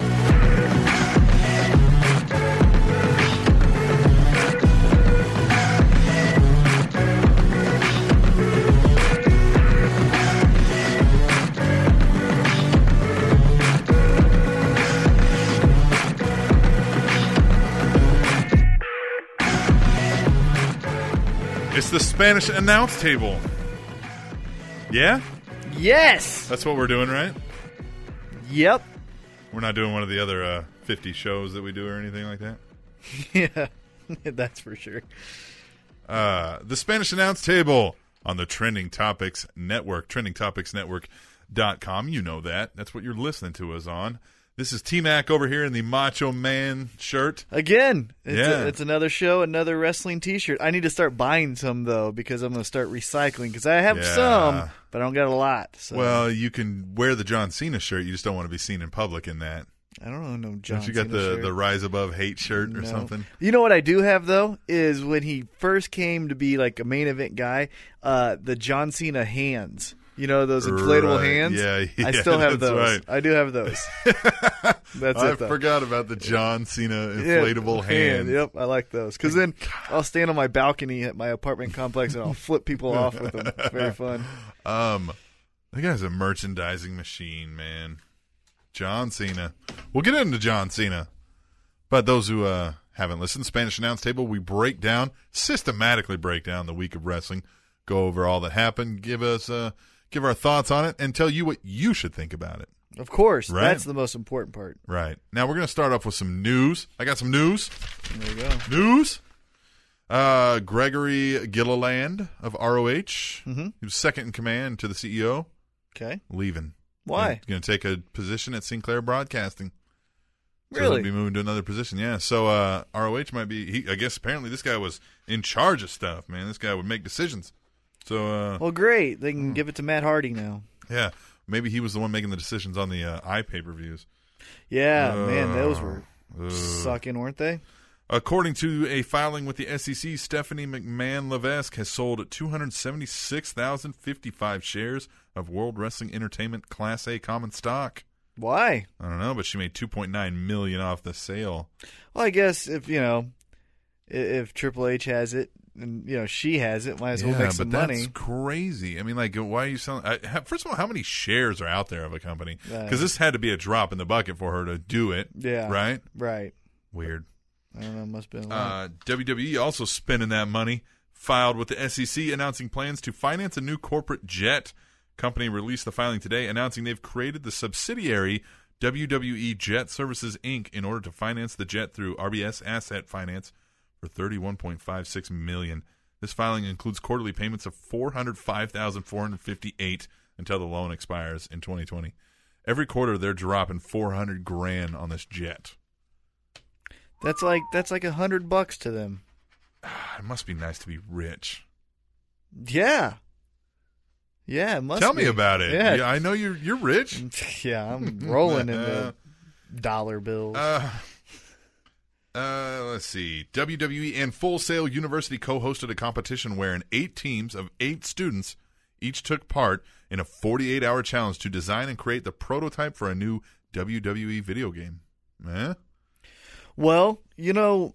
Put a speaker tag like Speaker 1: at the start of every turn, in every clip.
Speaker 1: It's the Spanish announce table. Yeah?
Speaker 2: Yes.
Speaker 1: That's what we're doing, right?
Speaker 2: Yep.
Speaker 1: We're not doing one of the other uh, 50 shows that we do or anything like that.
Speaker 2: Yeah. That's for sure.
Speaker 1: Uh, the Spanish announce table on the Trending Topics Network, trendingtopicsnetwork.com. You know that. That's what you're listening to us on. This is T Mac over here in the Macho Man shirt.
Speaker 2: Again, it's,
Speaker 1: Yeah.
Speaker 2: a, it's another show, another wrestling T-shirt. I need to start buying some though because I'm going to start recycling because I have
Speaker 1: Yeah.
Speaker 2: some, but I don't got a lot. So
Speaker 1: Well, you can wear the John Cena shirt. You just don't want to be seen in public in that.
Speaker 2: I don't know no John.
Speaker 1: Don't you got
Speaker 2: Cena
Speaker 1: the,
Speaker 2: shirt.
Speaker 1: the Rise Above Hate shirt or
Speaker 2: No.
Speaker 1: something?
Speaker 2: You know what I do have though is when he first came to be like a main event guy, uh, the John Cena hands. You know those inflatable
Speaker 1: Right.
Speaker 2: hands.
Speaker 1: Yeah,
Speaker 2: I
Speaker 1: yeah,
Speaker 2: still have
Speaker 1: that's
Speaker 2: those.
Speaker 1: right.
Speaker 2: I do have those. That's
Speaker 1: I
Speaker 2: it. Though.
Speaker 1: forgot about the John Cena
Speaker 2: Yeah,
Speaker 1: inflatable hand.
Speaker 2: Yep, I like those because then I'll stand on my balcony at my apartment complex and I'll flip people off with them. It's very fun.
Speaker 1: Um, that guy's a merchandising machine, man. John Cena. We'll get into John Cena, but those who uh, haven't listened, Spanish announce table, we break down systematically break down the week of wrestling, go over all that happened, give us uh, give our thoughts on it, and tell you what you should think about it.
Speaker 2: Of course,
Speaker 1: Right.
Speaker 2: that's the most important part.
Speaker 1: Right now, we're gonna start off with some news. I got some news.
Speaker 2: There you go.
Speaker 1: News. Uh, Gregory Gilliland of ROH,
Speaker 2: Mhm.
Speaker 1: he was second in command to the CEO,
Speaker 2: Okay,
Speaker 1: leaving.
Speaker 2: why?
Speaker 1: Going to take a position at Sinclair Broadcasting. So he'll
Speaker 2: really?
Speaker 1: be moving to another position. Yeah. So uh, ROH might be. He, I guess apparently this guy was in charge of stuff. Man, this guy would make decisions. So uh,
Speaker 2: well, great. They can give it to Matt Hardy now.
Speaker 1: yeah, maybe he was the one making the decisions on the uh, i pay per views.
Speaker 2: Yeah, man, those were
Speaker 1: Ugh.
Speaker 2: sucking, weren't they?
Speaker 1: According to a filing with the SEC, Stephanie McMahon Levesque has sold 276,055 shares of World Wrestling Entertainment Class A common stock.
Speaker 2: Why?
Speaker 1: I don't know, but she made 2.9 million off the sale.
Speaker 2: Well, I guess if you know, i- if Triple H has it and you know she has it, might as well make some
Speaker 1: but
Speaker 2: money.
Speaker 1: That's crazy. I mean, like, why are you selling? I, ha- first of all, how many shares are out there of a company?
Speaker 2: Right.
Speaker 1: Because this had to be a drop in the bucket for her to do it.
Speaker 2: Yeah.
Speaker 1: Right?
Speaker 2: Right.
Speaker 1: Weird.
Speaker 2: I don't know. Must have been. a lot.
Speaker 1: Uh, WWE also spending that money, filed with the SEC announcing plans to finance a new corporate jet. Company released the filing today announcing they've created the subsidiary WWE Jet Services Inc. in order to finance the jet through RBS Asset Finance for 31.56 million. This filing includes quarterly payments of 405,458 until the loan expires in 2020. Every quarter they're dropping 400 grand on this jet.
Speaker 2: that's like that's like a hundred bucks to them.
Speaker 1: Ah, It must be nice to be rich.
Speaker 2: Yeah. Yeah. It must
Speaker 1: Tell
Speaker 2: be.
Speaker 1: me about it.
Speaker 2: Yeah.
Speaker 1: Yeah, I know you're you're rich.
Speaker 2: Yeah, I'm rolling in the dollar bills.
Speaker 1: Uh, uh, let's see. WWE and Full Sail University co-hosted a competition wherein eight teams of eight students each took part in a 48-hour challenge to design and create the prototype for a new WWE video game. Eh?
Speaker 2: well, you know,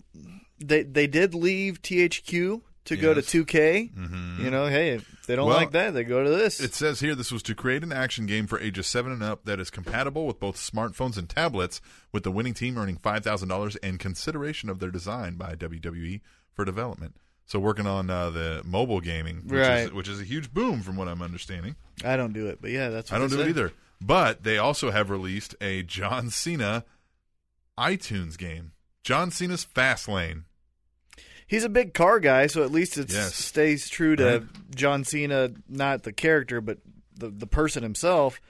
Speaker 2: they they did leave THQ to go to
Speaker 1: Yes. Mm-hmm.
Speaker 2: 2K. You know, hey, if they don't
Speaker 1: Well,
Speaker 2: like that, they go to this.
Speaker 1: It says here this was to create an action game for ages seven and up that is compatible with both smartphones and tablets. With the winning team earning five thousand dollars and consideration of their design by WWE for development. So working on uh, the mobile gaming, which, is,
Speaker 2: Right.
Speaker 1: which is a huge boom from what I'm understanding.
Speaker 2: I don't do it, but yeah, that's what
Speaker 1: I don't
Speaker 2: they
Speaker 1: do it
Speaker 2: said.
Speaker 1: either. But they also have released a John Cena iTunes game, John Cena's Fast Lane.
Speaker 2: He's a big car guy, so at least it
Speaker 1: Yes. Uh-huh.
Speaker 2: stays true to
Speaker 1: Right.
Speaker 2: John Cena, not the character, but the the person himself.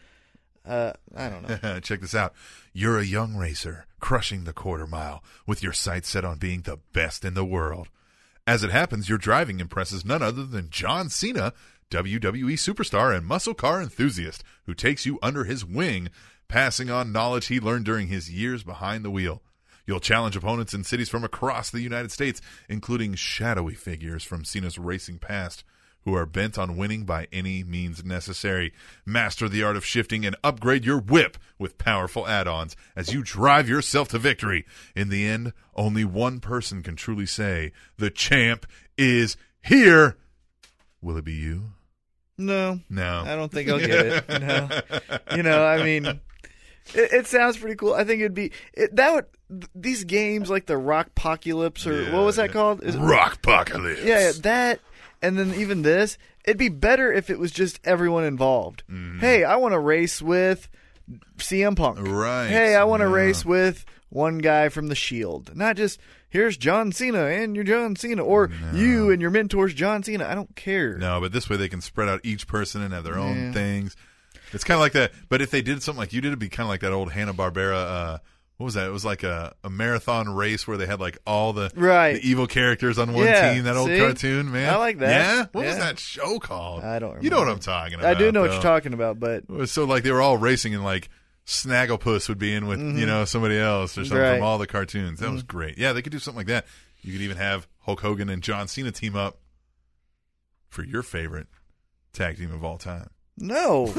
Speaker 2: Uh, I don't know.
Speaker 1: Check this out. You're a young racer, crushing the quarter mile with your sights set on being the best in the world. As it happens, your driving impresses none other than John Cena, WWE superstar and muscle car enthusiast, who takes you under his wing, passing on knowledge he learned during his years behind the wheel. You'll challenge opponents in cities from across the United States, including shadowy figures from Cena's racing past who are bent on winning by any means necessary. Master the art of shifting and upgrade your whip with powerful add ons as you drive yourself to victory. In the end, only one person can truly say, The champ is here. Will it be you?
Speaker 2: No,
Speaker 1: No.
Speaker 2: I don't think I'll get it. No, you know, I mean, it, it sounds pretty cool. I think it'd be it, that would th- these games like the Rock Apocalypse or what was that called? Is-
Speaker 1: Rock Apocalypse.
Speaker 2: yeah, yeah, that, and then even this. It'd be better if it was just everyone involved.
Speaker 1: Mm-hmm.
Speaker 2: Hey, I want to race with CM Punk.
Speaker 1: Right,
Speaker 2: Hey, I want to
Speaker 1: yeah.
Speaker 2: race with one guy from the Shield, not just here's John Cena and you're John Cena or you and your mentor's John Cena. I don't care.
Speaker 1: No, but this way they can spread out each person and have their own things. It's kind of like that. But if they did something like you did, it'd be kind of like that old Hanna Barbera. Uh, what was that? It was like a, a marathon race where they had like all the
Speaker 2: Right.
Speaker 1: the evil characters on one
Speaker 2: Yeah,
Speaker 1: team. That old
Speaker 2: see?
Speaker 1: cartoon, man.
Speaker 2: I like that.
Speaker 1: Yeah. What was
Speaker 2: Yeah.
Speaker 1: that show called?
Speaker 2: I don't
Speaker 1: You know what
Speaker 2: remember.
Speaker 1: I'm talking about.
Speaker 2: I do know what you're
Speaker 1: though.
Speaker 2: talking about, but
Speaker 1: It was So like they were all racing and like Snagglepuss would be in with you know somebody else or something
Speaker 2: Right.
Speaker 1: from all the cartoons. That was great. Yeah, they could do something like that. You could even have Hulk Hogan and John Cena team up for your favorite tag team of all time.
Speaker 2: no,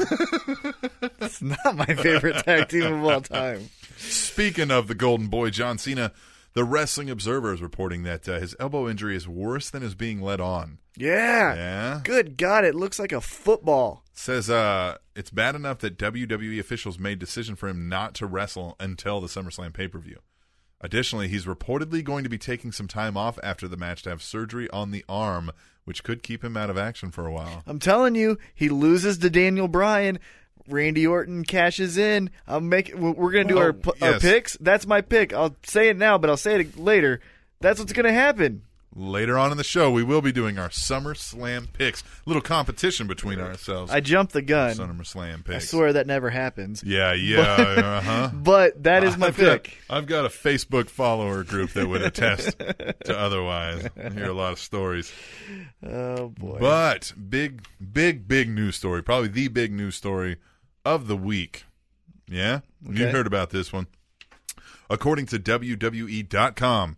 Speaker 2: it's not my favorite tag team of all time.
Speaker 1: Speaking of the Golden Boy, John Cena, the Wrestling Observer is reporting that uh, his elbow injury is worse than is being led on.
Speaker 2: Yeah.
Speaker 1: Yeah.
Speaker 2: Good God, it looks like a football.
Speaker 1: Says uh, it's bad enough that WWE officials made decision for him not to wrestle until the SummerSlam pay per view. Additionally, he's reportedly going to be taking some time off after the match to have surgery on the arm, which could keep him out of action for a while.
Speaker 2: I'm telling you, he loses to Daniel Bryan. Randy Orton cashes in. I'm making. We're we're gonna do our,
Speaker 1: Well,
Speaker 2: p- our
Speaker 1: yes.
Speaker 2: picks. That's my pick. I'll say it now, but I'll say it later. That's what's gonna happen.
Speaker 1: Later on in the show, we will be doing our SummerSlam picks. Little competition between ourselves.
Speaker 2: I jumped the gun.
Speaker 1: SummerSlam
Speaker 2: I
Speaker 1: picks.
Speaker 2: swear that never happens.
Speaker 1: Yeah, yeah, uh huh.
Speaker 2: But that is my
Speaker 1: I've got-
Speaker 2: pick.
Speaker 1: I've got a Facebook follower group that would attest to otherwise. I hear a lot of stories.
Speaker 2: Oh boy.
Speaker 1: But big, big, big news story. Probably the big news story of the week. Yeah? You
Speaker 2: Okay.
Speaker 1: heard about this one. According to WWE.com,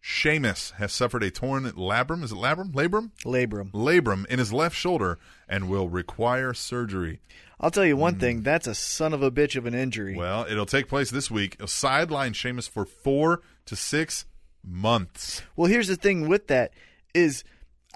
Speaker 1: Sheamus has suffered a torn labrum. Is it labrum? Labrum?
Speaker 2: Labrum.
Speaker 1: Labrum in his left shoulder and will require surgery.
Speaker 2: I'll tell you one
Speaker 1: Mm.
Speaker 2: thing. That's a son of a bitch of an injury.
Speaker 1: Well, it'll take place this week. It'll sideline Sheamus for four to six months.
Speaker 2: Well, here's the thing with that is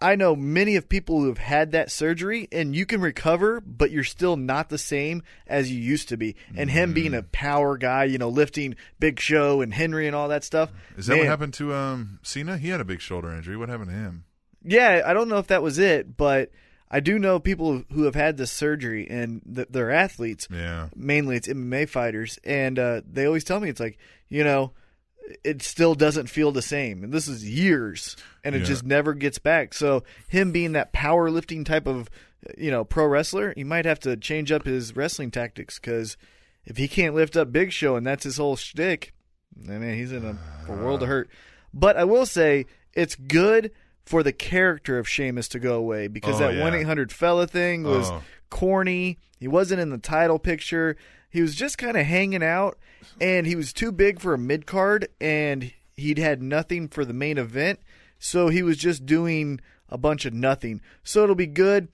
Speaker 2: I know many of people who have had that surgery and you can recover, but you're still not the same as you used to be. And him being
Speaker 1: Mm.
Speaker 2: a power guy, you know, lifting Big Show and Henry and all that stuff.
Speaker 1: Is that
Speaker 2: man,
Speaker 1: what happened to um, Cena? He had a big shoulder injury. What happened to him?
Speaker 2: Yeah, I don't know if that was it, but I do know people who have had this surgery and th- they're athletes.
Speaker 1: Yeah.
Speaker 2: Mainly it's MMA fighters and uh, they always tell me it's like, you know, it still doesn't feel the same. And this is years and it
Speaker 1: Yeah.
Speaker 2: just never gets back. So him being that powerlifting type of, you know, pro wrestler, he might have to change up his wrestling tactics cuz if he can't lift up Big Show and that's his whole shtick, I mean, he's in a, a world of hurt. But I will say it's good for the character of Sheamus to go away because
Speaker 1: Oh,
Speaker 2: that
Speaker 1: yeah.
Speaker 2: one eight hundred fella thing was
Speaker 1: Oh.
Speaker 2: corny. He wasn't in the title picture. He was just kind of hanging out, and he was too big for a mid card, and he'd had nothing for the main event, so he was just doing a bunch of nothing. So it'll be good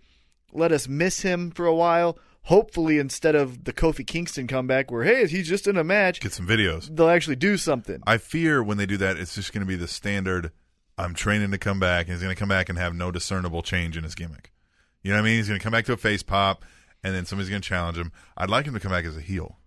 Speaker 2: let us miss him for a while. Hopefully, instead of the Kofi Kingston comeback, where hey, he's just in a match,
Speaker 1: Get some videos.
Speaker 2: they'll actually do something.
Speaker 1: I fear when they do that, it's just going to be the standard. I'm training to come back, and he's going to come back and have no discernible change in his gimmick. You know what I mean? He's going to come back to a face pop, and then somebody's going to challenge him. I'd like him to come back as a heel.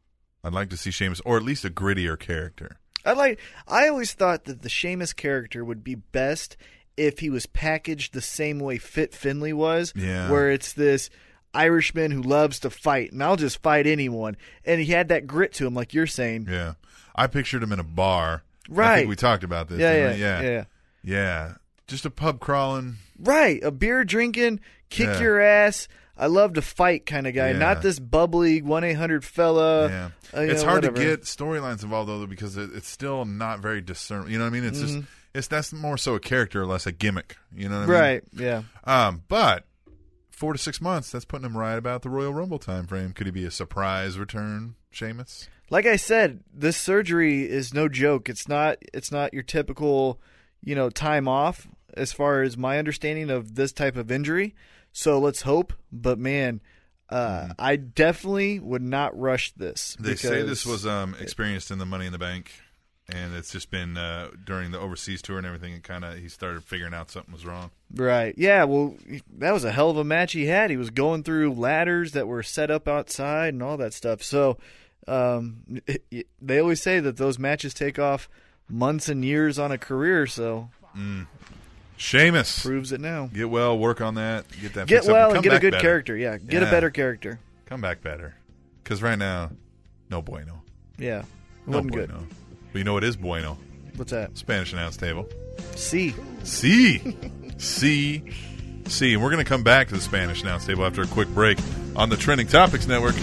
Speaker 1: I'd like to see Sheamus, or at least a grittier character.
Speaker 2: I like. I always thought that the Sheamus character would be best if he was packaged the same way Fit Finley was,
Speaker 1: Yeah.
Speaker 2: where it's this Irishman who loves to fight, and I'll just fight anyone, and he had that grit to him, like you're saying.
Speaker 1: Yeah, I pictured him in a bar. I
Speaker 2: Right.
Speaker 1: think we talked about this.
Speaker 2: Yeah, yeah,
Speaker 1: didn't we? yeah,
Speaker 2: yeah.
Speaker 1: Yeah. Just a pub crawling.
Speaker 2: Right, a beer drinking, kick
Speaker 1: Yeah.
Speaker 2: your ass. I love to fight kind of guy,
Speaker 1: Yeah.
Speaker 2: not this bubbly one eight hundred fella.
Speaker 1: yeah,
Speaker 2: uh, you
Speaker 1: it's
Speaker 2: know,
Speaker 1: hard
Speaker 2: whatever. Mm-hmm.
Speaker 1: to get storylines involved though because it, it's still not very discernible. You know what I mean? It's just It's that's more so a character, less a gimmick. You know what I mean?
Speaker 2: Right. Yeah.
Speaker 1: Um, but four to six months, that's putting him right about the Royal Rumble time frame. Could he be a surprise return, Sheamus?
Speaker 2: Like I said, this surgery is no joke. It's not. It's not your typical, you know, time off. As far as my understanding of this type of injury, so let's hope. But man, uh, I definitely would not rush this.
Speaker 1: Mm-hmm. They say
Speaker 2: because-
Speaker 1: this was um, experienced in the Money in the Bank, and it's just been uh, during the overseas tour and everything. It kind of he started figuring out something was wrong.
Speaker 2: Right. Yeah. Well, that was a hell of a match he had. He was going through ladders that were set up outside and all that stuff. So, um, it- it- they always say that those matches take off months and years on a career. So
Speaker 1: Sheamus,
Speaker 2: proves it now.
Speaker 1: get well, work on that, get that.
Speaker 2: Get
Speaker 1: fixed up,
Speaker 2: well
Speaker 1: come
Speaker 2: and get a
Speaker 1: back
Speaker 2: good
Speaker 1: better.
Speaker 2: character. Yeah. Get
Speaker 1: Yeah.
Speaker 2: a better character.
Speaker 1: Come back better, because right now, no bueno,
Speaker 2: Yeah. It
Speaker 1: Oh, no
Speaker 2: wasn't good.
Speaker 1: bueno. But you know what is bueno?
Speaker 2: What's that?
Speaker 1: Spanish announce table.
Speaker 2: C.
Speaker 1: C. C. C. And we're going to come back to the Spanish announce table after a quick break on the Trending Topics Network.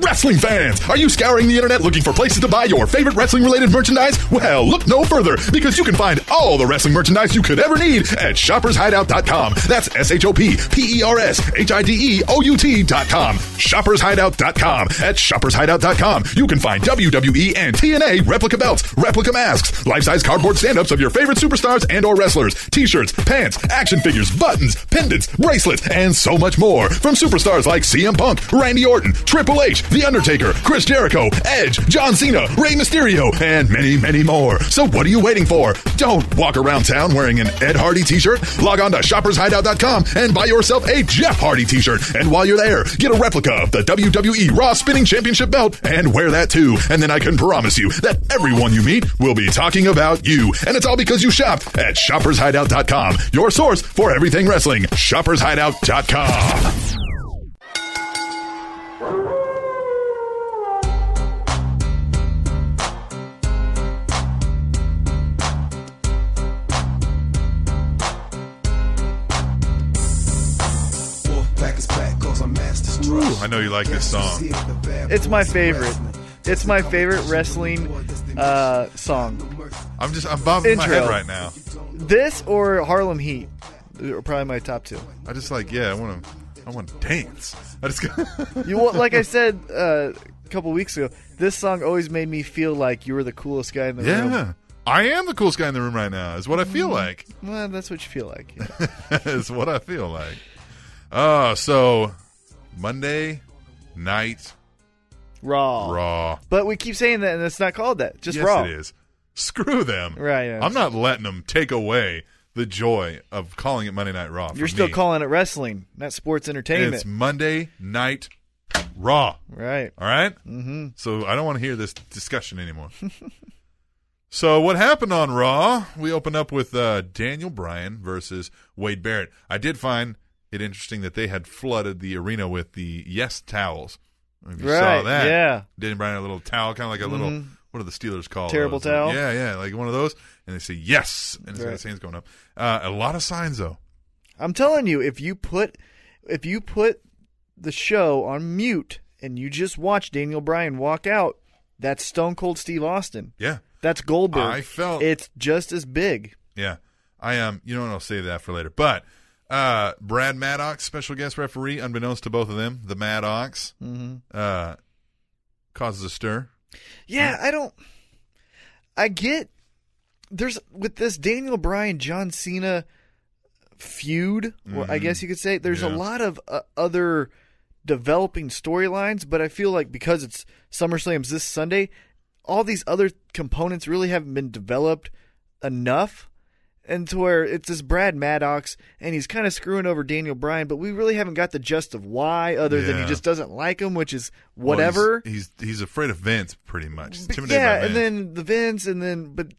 Speaker 3: Wrestling fans, are you scouring the internet looking for places to buy your favorite wrestling related merchandise? Well, look no further because you can find all the wrestling merchandise you could ever need at shoppershideout.com. That's S H O P P E R S H I D E O U T.com. Shoppershideout.com. At shoppershideout.com, you can find WWE and TNA replica belts, replica masks, life-size cardboard stand-ups of your favorite superstars and or wrestlers, t-shirts, pants, action figures, buttons, pendants, bracelets, and so much more from superstars like CM Punk, Randy Orton, Triple H, The Undertaker, Chris Jericho, Edge, John Cena, Rey Mysterio, and many, many more. So what are you waiting for? Don't walk around town wearing an Ed Hardy t-shirt. Log on to shoppershideout.com and buy yourself a Jeff Hardy t-shirt. And while you're there, get a replica of the WWE Raw Spinning Championship belt and wear that too. And then I can promise you that everyone you meet will be talking about you. And it's all because you shop at shoppershideout.com, Um, your source for everything wrestling. Shoppershideout.com.
Speaker 1: I know you like this song.
Speaker 2: It's my favorite. It's my favorite wrestling uh, song.
Speaker 1: I'm just, I'm bobbing my head
Speaker 2: Intro.
Speaker 1: right now.
Speaker 2: This or Harlem Heat are probably my top two.
Speaker 1: I just like, yeah, I want to, I want to dance. I just,
Speaker 2: You well, like I said uh, a couple weeks ago. This song always made me feel like you were the coolest guy in the room.
Speaker 1: yeah. I am the coolest guy in the room right now. Is what I
Speaker 2: Mm-hmm.
Speaker 1: feel like.
Speaker 2: Well, that's what you feel like. yeah.
Speaker 1: is what I feel like. Uh, so Monday night
Speaker 2: Raw.
Speaker 1: Raw.
Speaker 2: But we keep saying that, and it's not called that. Just
Speaker 1: yes,
Speaker 2: raw.
Speaker 1: it is. Screw them.
Speaker 2: Right, yeah.
Speaker 1: I'm not letting them take away the joy of calling it Monday Night Raw. for
Speaker 2: You're still
Speaker 1: me.
Speaker 2: calling it wrestling, not sports entertainment.
Speaker 1: It's Monday Night Raw.
Speaker 2: right.
Speaker 1: All Mm-hmm. So I don't want to hear this discussion anymore. so what happened on Raw? We open up with uh, Daniel Bryan versus Wade Barrett. I did find it interesting that they had flooded the arena with the yes towels. If you saw
Speaker 2: Right,
Speaker 1: that,
Speaker 2: yeah. Mm-hmm.
Speaker 1: Daniel Bryan had a little towel, kind of like a little. What are the Steelers called?
Speaker 2: Terrible
Speaker 1: those? uh,
Speaker 2: towel?
Speaker 1: Yeah, yeah, like one of those. And they say yes, and it's got his hands going up. Uh, a lot of signs though.
Speaker 2: I'm telling you, if you put, if you put the show on mute and you just watch Daniel Bryan walk out, that's Stone Cold Steve Austin.
Speaker 1: Yeah,
Speaker 2: That's Goldberg.
Speaker 1: I felt-
Speaker 2: it's just as big.
Speaker 1: Yeah. I am. Um, you know what? I'll save that for later. But uh, Brad Maddox, special guest referee, unbeknownst to both of them, the Maddox, uh, causes a stir.
Speaker 2: Yeah, I don't. I get there's with this Daniel Bryan John Cena feud, or I guess you could say. There's
Speaker 1: Mm-hmm. Yeah.
Speaker 2: a lot of uh, other developing storylines, but I feel like because it's SummerSlam's this Sunday, all these other components really haven't been developed enough. And to where it's this Brad Maddox, and he's kind of screwing over Daniel Bryan, but we really haven't got the gist of why, other than he
Speaker 1: Yeah.
Speaker 2: just doesn't like him, which is
Speaker 1: Well, he's-
Speaker 2: whatever.
Speaker 1: he's, he's afraid of Vince, pretty much. He's
Speaker 2: But
Speaker 1: intimidated
Speaker 2: yeah,
Speaker 1: by
Speaker 2: and
Speaker 1: Vince.
Speaker 2: then the Vince, and then but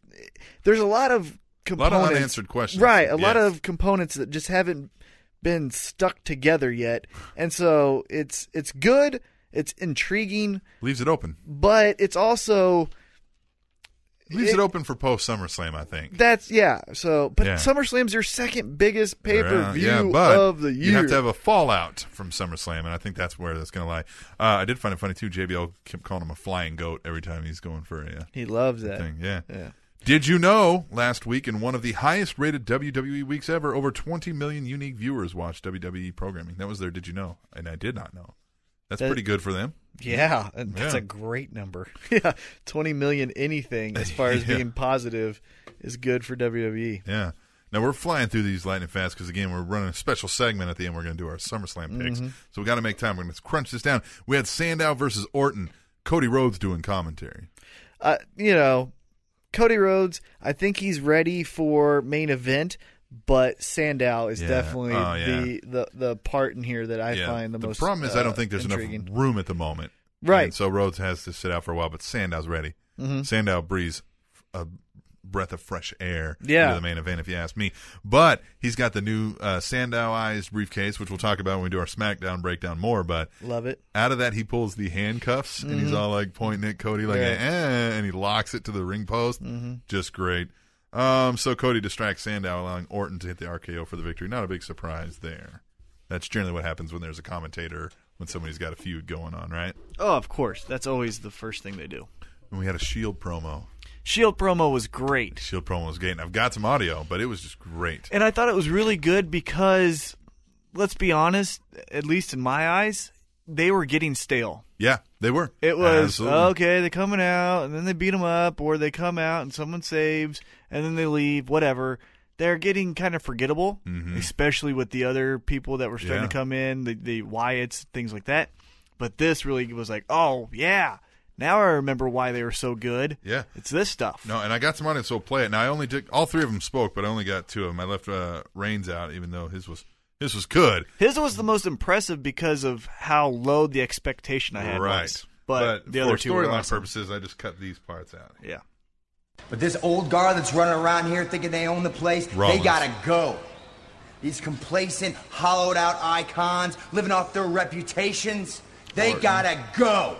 Speaker 2: there's a lot of
Speaker 1: lot
Speaker 2: components,
Speaker 1: of unanswered questions.
Speaker 2: right? A lot
Speaker 1: Yes.
Speaker 2: of components that just haven't been stuck together yet, and so it's it's good, it's intriguing,
Speaker 1: leaves it open.
Speaker 2: but it's also
Speaker 1: Leaves it, open for post SummerSlam, I think.
Speaker 3: That's yeah. So, but
Speaker 1: Yeah.
Speaker 3: SummerSlam's your second biggest pay per view
Speaker 1: yeah, but
Speaker 3: of the year.
Speaker 1: You have to have a fallout from SummerSlam, and I think that's where that's going to lie. Uh, I did find it funny too. JBL kept calling him a flying goat every time he's going for a uh,
Speaker 3: he loves that.
Speaker 1: thing. Yeah.
Speaker 3: Yeah.
Speaker 1: Did you know last week in one of the highest rated WWE weeks ever, over 20 million unique viewers watched WWE programming? That was their Did You Know? And I did not know. That's
Speaker 3: That-
Speaker 1: pretty good for them.
Speaker 3: Yeah, and that's
Speaker 1: Yeah.
Speaker 3: a great number. Yeah, twenty million anything as far as
Speaker 1: Yeah.
Speaker 3: being positive is good for E. WWE.
Speaker 1: Yeah. Now we're flying through these lightning fast because again we're running a special segment at the end. We're going to do our SummerSlam picks, so we got to make time. We're going to crunch this down. We had Sandow versus Orton. Cody Rhodes doing commentary.
Speaker 3: Uh, you know, Cody Rhodes. I think he's ready for main event, but Sandow is
Speaker 1: Yeah.
Speaker 3: definitely
Speaker 1: Oh, yeah.
Speaker 3: the, the the part in here that I find the, most. uh,
Speaker 1: problem is I don't think there's
Speaker 3: intriguing.
Speaker 1: enough room at the moment.
Speaker 3: Right. Mm-hmm.
Speaker 1: And so Rhodes has to sit out for a while, but Sandow's ready. Sandow breathes a breath of fresh air
Speaker 3: Yeah.
Speaker 1: into the main event, if you ask me. But he's got the new uh, Sandowized briefcase, which we'll talk about when we do our SmackDown breakdown more. But
Speaker 3: Love it.
Speaker 1: out of that he pulls the handcuffs and
Speaker 2: Mm-hmm.
Speaker 1: he's all like pointing at Cody like
Speaker 3: Right.
Speaker 1: eh, and he locks it to the ring post.
Speaker 2: Mm-hmm.
Speaker 1: Just great. Um, so Cody distracts Sandow, allowing Orton to hit the RKO for the victory. Not a big surprise there. That's generally what happens when there's a commentator when somebody's got a feud going on, right?
Speaker 2: Oh, of course. That's always the first thing they do.
Speaker 1: And we had a Shield promo.
Speaker 2: Shield promo was great.
Speaker 1: Shield promo was great. And I've got some audio, but it was just great.
Speaker 2: And I thought it was really good because, let's be honest, at least in my eyes, they were getting stale.
Speaker 1: Yeah, they were.
Speaker 2: It was
Speaker 1: Absolutely.
Speaker 2: okay. They're coming out, and then they beat them up, or they come out and someone saves, and then they leave. Whatever. They're getting kind of forgettable, especially with the other people that were starting
Speaker 1: Mm-hmm.
Speaker 2: to
Speaker 1: Yeah.
Speaker 2: come in, the the Wyatts, things like that. But this really was like, oh yeah, now I remember why they were so good.
Speaker 1: Yeah.
Speaker 2: it's this stuff.
Speaker 1: No, and I got some audience, so we'll play it. Now I only did all three of them spoke, but I only got two of them. I left uh, Reigns out, even though his was his was good.
Speaker 2: His was the most impressive because of how low the expectation I had
Speaker 1: right.
Speaker 2: was. But, the
Speaker 1: for
Speaker 2: other two were
Speaker 1: storyline
Speaker 2: awesome.
Speaker 1: purposes, I just cut these parts out.
Speaker 2: Yeah.
Speaker 4: But this old guard that's running around here thinking they own the place,
Speaker 1: Rollins.
Speaker 4: they gotta go. These complacent, hollowed out icons living off their reputations, they gotta go.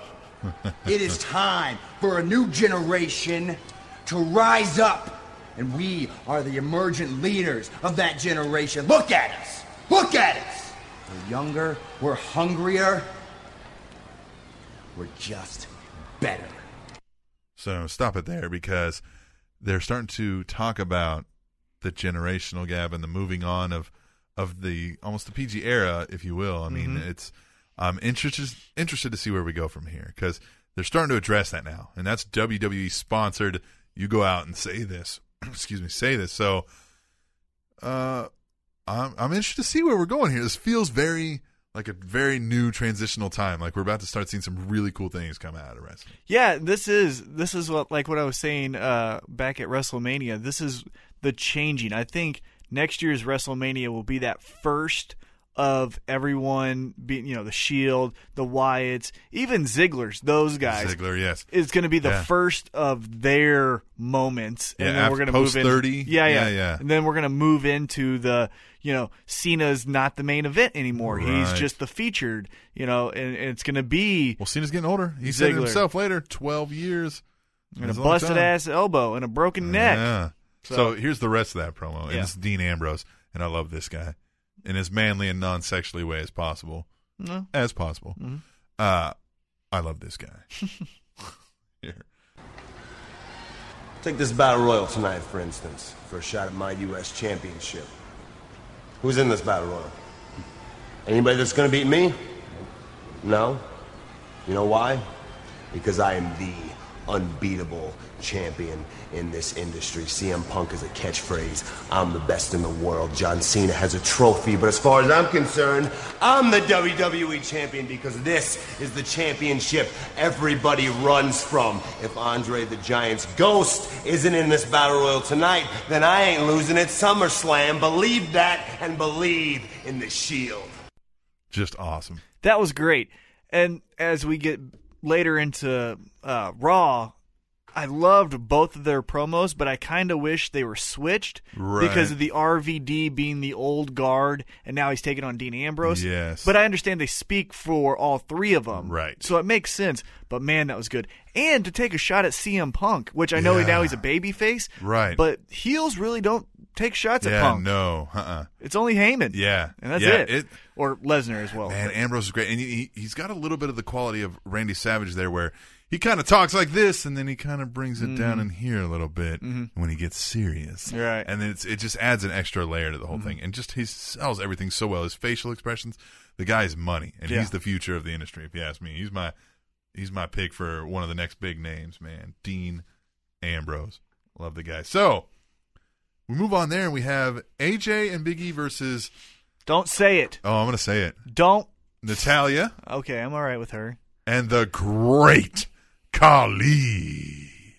Speaker 4: it is time for a new generation to rise up. And we are the emergent leaders of that generation. Look at us! Look at us! We're younger, we're hungrier, we're just better.
Speaker 1: So stop it there because they're starting to talk about the generational gap and the moving on of of the almost the PG era, if you will. I mean, it's I'm interested interested to see where we go from here because they're starting to address that now, and that's WWE sponsored. You go out and say this, excuse me, say this. So, uh, I'm I'm interested to see where we're going here. This feels very like a very new transitional time. Like we're about to start seeing some really cool things come out of wrestling.
Speaker 2: Yeah, this is this is what like what I was saying uh, back at WrestleMania. This is the changing. I think next year's WrestleMania will be that first of everyone being you know the Shield, the Wyatts, even Ziggler's, those guys.
Speaker 1: Ziggler, yes.
Speaker 2: It's going to be the
Speaker 1: Yeah.
Speaker 2: first of their moments, and
Speaker 1: Yeah,
Speaker 2: then
Speaker 1: af-
Speaker 2: we're going to
Speaker 1: post
Speaker 2: move in.
Speaker 1: 30.
Speaker 2: Yeah, yeah,
Speaker 1: Yeah, yeah.
Speaker 2: And then we're going to move into the you know Cena's not the main event anymore. He's
Speaker 1: Right.
Speaker 2: just the featured. You know, and, and it's going to be
Speaker 1: Well, Cena's getting older. He said it
Speaker 2: Ziggler.
Speaker 1: himself later, twelve years
Speaker 2: and
Speaker 1: It's
Speaker 2: a
Speaker 1: long
Speaker 2: busted
Speaker 1: time.
Speaker 2: ass elbow and a broken neck.
Speaker 1: Yeah. So, here's the rest of that promo. And
Speaker 2: Yeah.
Speaker 1: it's Dean Ambrose, and I love this guy in as manly and non-sexually way as possible,
Speaker 2: No.
Speaker 1: as possible.
Speaker 2: Mm-hmm.
Speaker 1: Uh, I love this guy. Here.
Speaker 5: Take this battle royal tonight, for instance, for a shot at my U.S. championship. Who's in this battle royal? Anybody that's gonna beat me? No? You know why? Because I am the unbeatable champion in this industry. CM Punk is a catchphrase. I'm the best in the world. John Cena has a trophy, but as far as I'm concerned, I'm the WWE champion because this is the championship everybody runs from. If Andre the Giant's ghost isn't in this battle royal tonight, then I ain't losing at SummerSlam. Believe that and believe in the Shield.
Speaker 1: Just awesome.
Speaker 2: That was great. And as we get later into uh, Raw, I loved both of their promos, but I kind of wish they were switched
Speaker 1: Right.
Speaker 2: because of the RVD being the old guard, and now he's taking on Dean Ambrose.
Speaker 1: Yes.
Speaker 2: but I understand they speak for all three of them,
Speaker 1: Right.
Speaker 2: So it makes sense. But man, that was good. And to take a shot at CM Punk, which I know
Speaker 1: Yeah.
Speaker 2: now he's a babyface,
Speaker 1: Right.
Speaker 2: But heels really don't take shots
Speaker 1: yeah,
Speaker 2: at Punk.
Speaker 1: no, uh-uh.
Speaker 2: It's only Heyman.
Speaker 1: Yeah.
Speaker 2: and that's
Speaker 1: Yeah,
Speaker 2: it.
Speaker 1: it-
Speaker 2: Or Lesnar as well.
Speaker 1: Oh, Man, Ambrose is great, and he, he- he's got a little bit of the quality of Randy Savage there, where he kind of talks like this, and then he kind of brings it down in here a little bit when he gets serious,
Speaker 2: Mm-hmm. Right. Mm-hmm.
Speaker 1: And then it's, it just adds an extra layer to the whole thing, and just he sells everything so well. His facial expressions, the guy is money, and
Speaker 2: Yeah.
Speaker 1: he's the future of the industry. If you ask me, he's my he's my pick for one of the next big names, man. Dean Ambrose, love the guy. So we move on there, and we have AJ and Big E versus.
Speaker 2: Don't say it.
Speaker 1: Oh, I'm gonna say it.
Speaker 2: Don't.
Speaker 1: Natalia
Speaker 2: Okay, I'm all right with her.
Speaker 1: and the great Kali.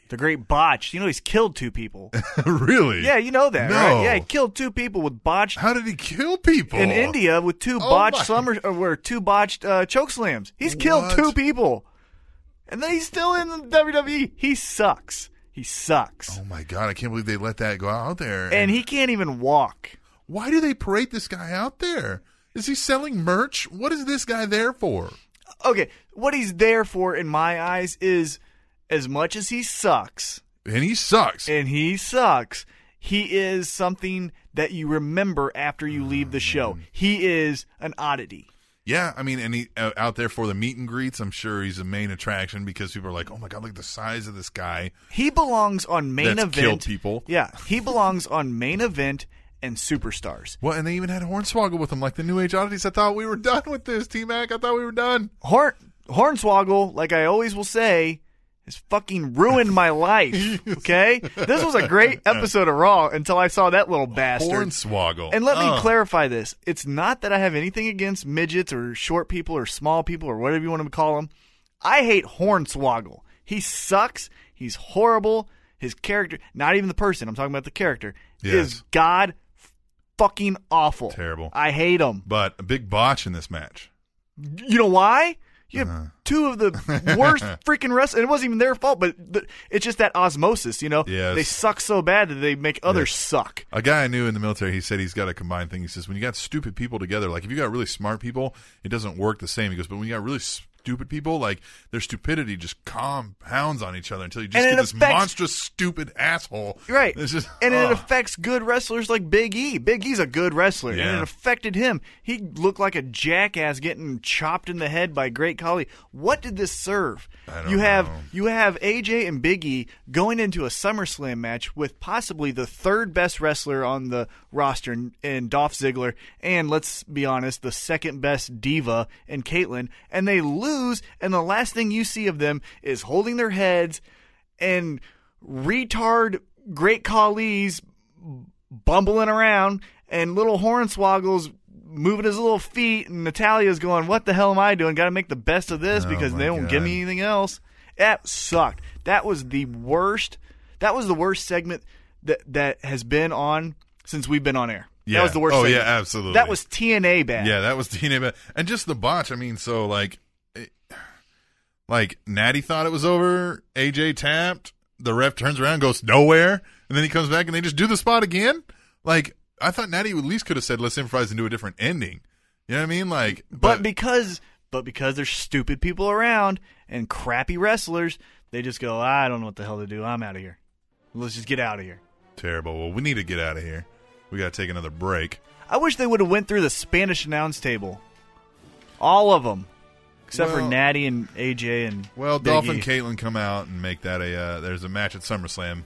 Speaker 2: The great botch. You know he's killed two people.
Speaker 1: really?
Speaker 2: yeah, you know that,
Speaker 1: No.
Speaker 2: right? Yeah, he killed two people with botched
Speaker 1: How did he kill people
Speaker 2: in India with two
Speaker 1: Oh my-
Speaker 2: botched summer or were two botched uh, choke slams. He's killed
Speaker 1: What?
Speaker 2: two people, and then he's still in the WWE. He sucks. He sucks,
Speaker 1: Oh my god! I can't believe they let that go out there.
Speaker 2: and he can't even walk.
Speaker 1: why do they parade this guy out there? Is he selling merch? What is this guy there for?
Speaker 2: Okay, what he's there for, in my eyes, is as much as he sucks.
Speaker 1: And he sucks.
Speaker 2: and he sucks. He is something that you remember after you leave the show.
Speaker 1: Mm-hmm.
Speaker 2: He is an oddity.
Speaker 1: yeah, I mean, and he uh, out there for the meet and greets. I'm sure he's a main attraction because people are like, "Oh my god, look at the size of this guy."
Speaker 2: He belongs on main
Speaker 1: That's
Speaker 2: event.
Speaker 1: killed people.
Speaker 2: Yeah, he belongs on main event and superstars.
Speaker 1: Well, and they even had Hornswoggle with him, like the New Age oddities. I thought we were done with this, T Mac. I thought we were done.
Speaker 2: Horn Hornswoggle, like I always will say, has fucking ruined my life. Okay, this was a great episode of Raw until I saw that little bastard.
Speaker 1: Hornswoggle.
Speaker 2: And let me
Speaker 1: Ugh.
Speaker 2: clarify this. It's not that I have anything against midgets or short people or small people or whatever you want to call them. I hate Hornswoggle. He sucks. He's horrible. His character, not even the person, I'm talking about the character,
Speaker 1: Yes.
Speaker 2: is god fucking awful.
Speaker 1: Terrible.
Speaker 2: I hate him.
Speaker 1: But a big botch in this match.
Speaker 2: You know why? You have
Speaker 1: Uh-huh.
Speaker 2: two of the worst freaking wrestlers. and It wasn't even their fault, but the, it's just that osmosis, you know?
Speaker 1: Yes.
Speaker 2: They suck so bad that they make others suck.
Speaker 1: A guy I knew in the military, he said he's got a combined thing. He says, when you got stupid people together, like if you got really smart people, it doesn't work the same. He goes, but when you got really stupid people, like their stupidity just compounds on each other until you just
Speaker 2: And
Speaker 1: get
Speaker 2: it
Speaker 1: this
Speaker 2: affects-
Speaker 1: monstrous, stupid asshole.
Speaker 2: Right.
Speaker 1: It's just, oh.
Speaker 2: and
Speaker 1: ugh.
Speaker 2: it affects good wrestlers like Big E. Big E's a good wrestler, and
Speaker 1: Yeah.
Speaker 2: it affected him. He looked like a jackass getting chopped in the head by Great Khali. What did this serve?
Speaker 1: I don't
Speaker 2: you have
Speaker 1: know.
Speaker 2: you have AJ and Big E going into a SummerSlam match with possibly the third best wrestler on the roster in, in Dolph Ziggler, and let's be honest, the second best diva in Caitlyn, and they lose, and the last thing you see of them is holding their heads and retard Great Khali's bumbling around, and little Hornswoggle's moving his little feet, and Natalia's going, "What the hell am I doing? Got to make the best of this because
Speaker 1: Oh my
Speaker 2: they don't give me
Speaker 1: God.
Speaker 2: anything else." That sucked. That was the worst. That was the worst segment that that has been on since we've been on air.
Speaker 1: Yeah.
Speaker 2: That was the worst.
Speaker 1: Oh,
Speaker 2: segment.
Speaker 1: yeah, absolutely.
Speaker 2: That was TNA bad.
Speaker 1: Yeah, that was TNA. Bad. And just the botch. I mean, so like, it- like Natty thought it was over. AJ tapped. The ref turns around, and goes nowhere, and then he comes back and they just do the spot again. Like I thought Natty at least could have said, "Let's improvise and do a different ending." You know what I mean? Like,
Speaker 2: But, because but because there's stupid people around and crappy wrestlers, they just go, "I don't know what the hell to do. I'm out of here. Let's just get out of here."
Speaker 1: terrible. Well, we need to get out of here. We got to take another break.
Speaker 2: I wish they would have went through the Spanish announce table. All of them, except
Speaker 1: Well-
Speaker 2: for Natty and AJ and
Speaker 1: Well,
Speaker 2: Big
Speaker 1: Dolph
Speaker 2: E.
Speaker 1: and Caitlyn come out and make that a. Uh, there's a match at SummerSlam.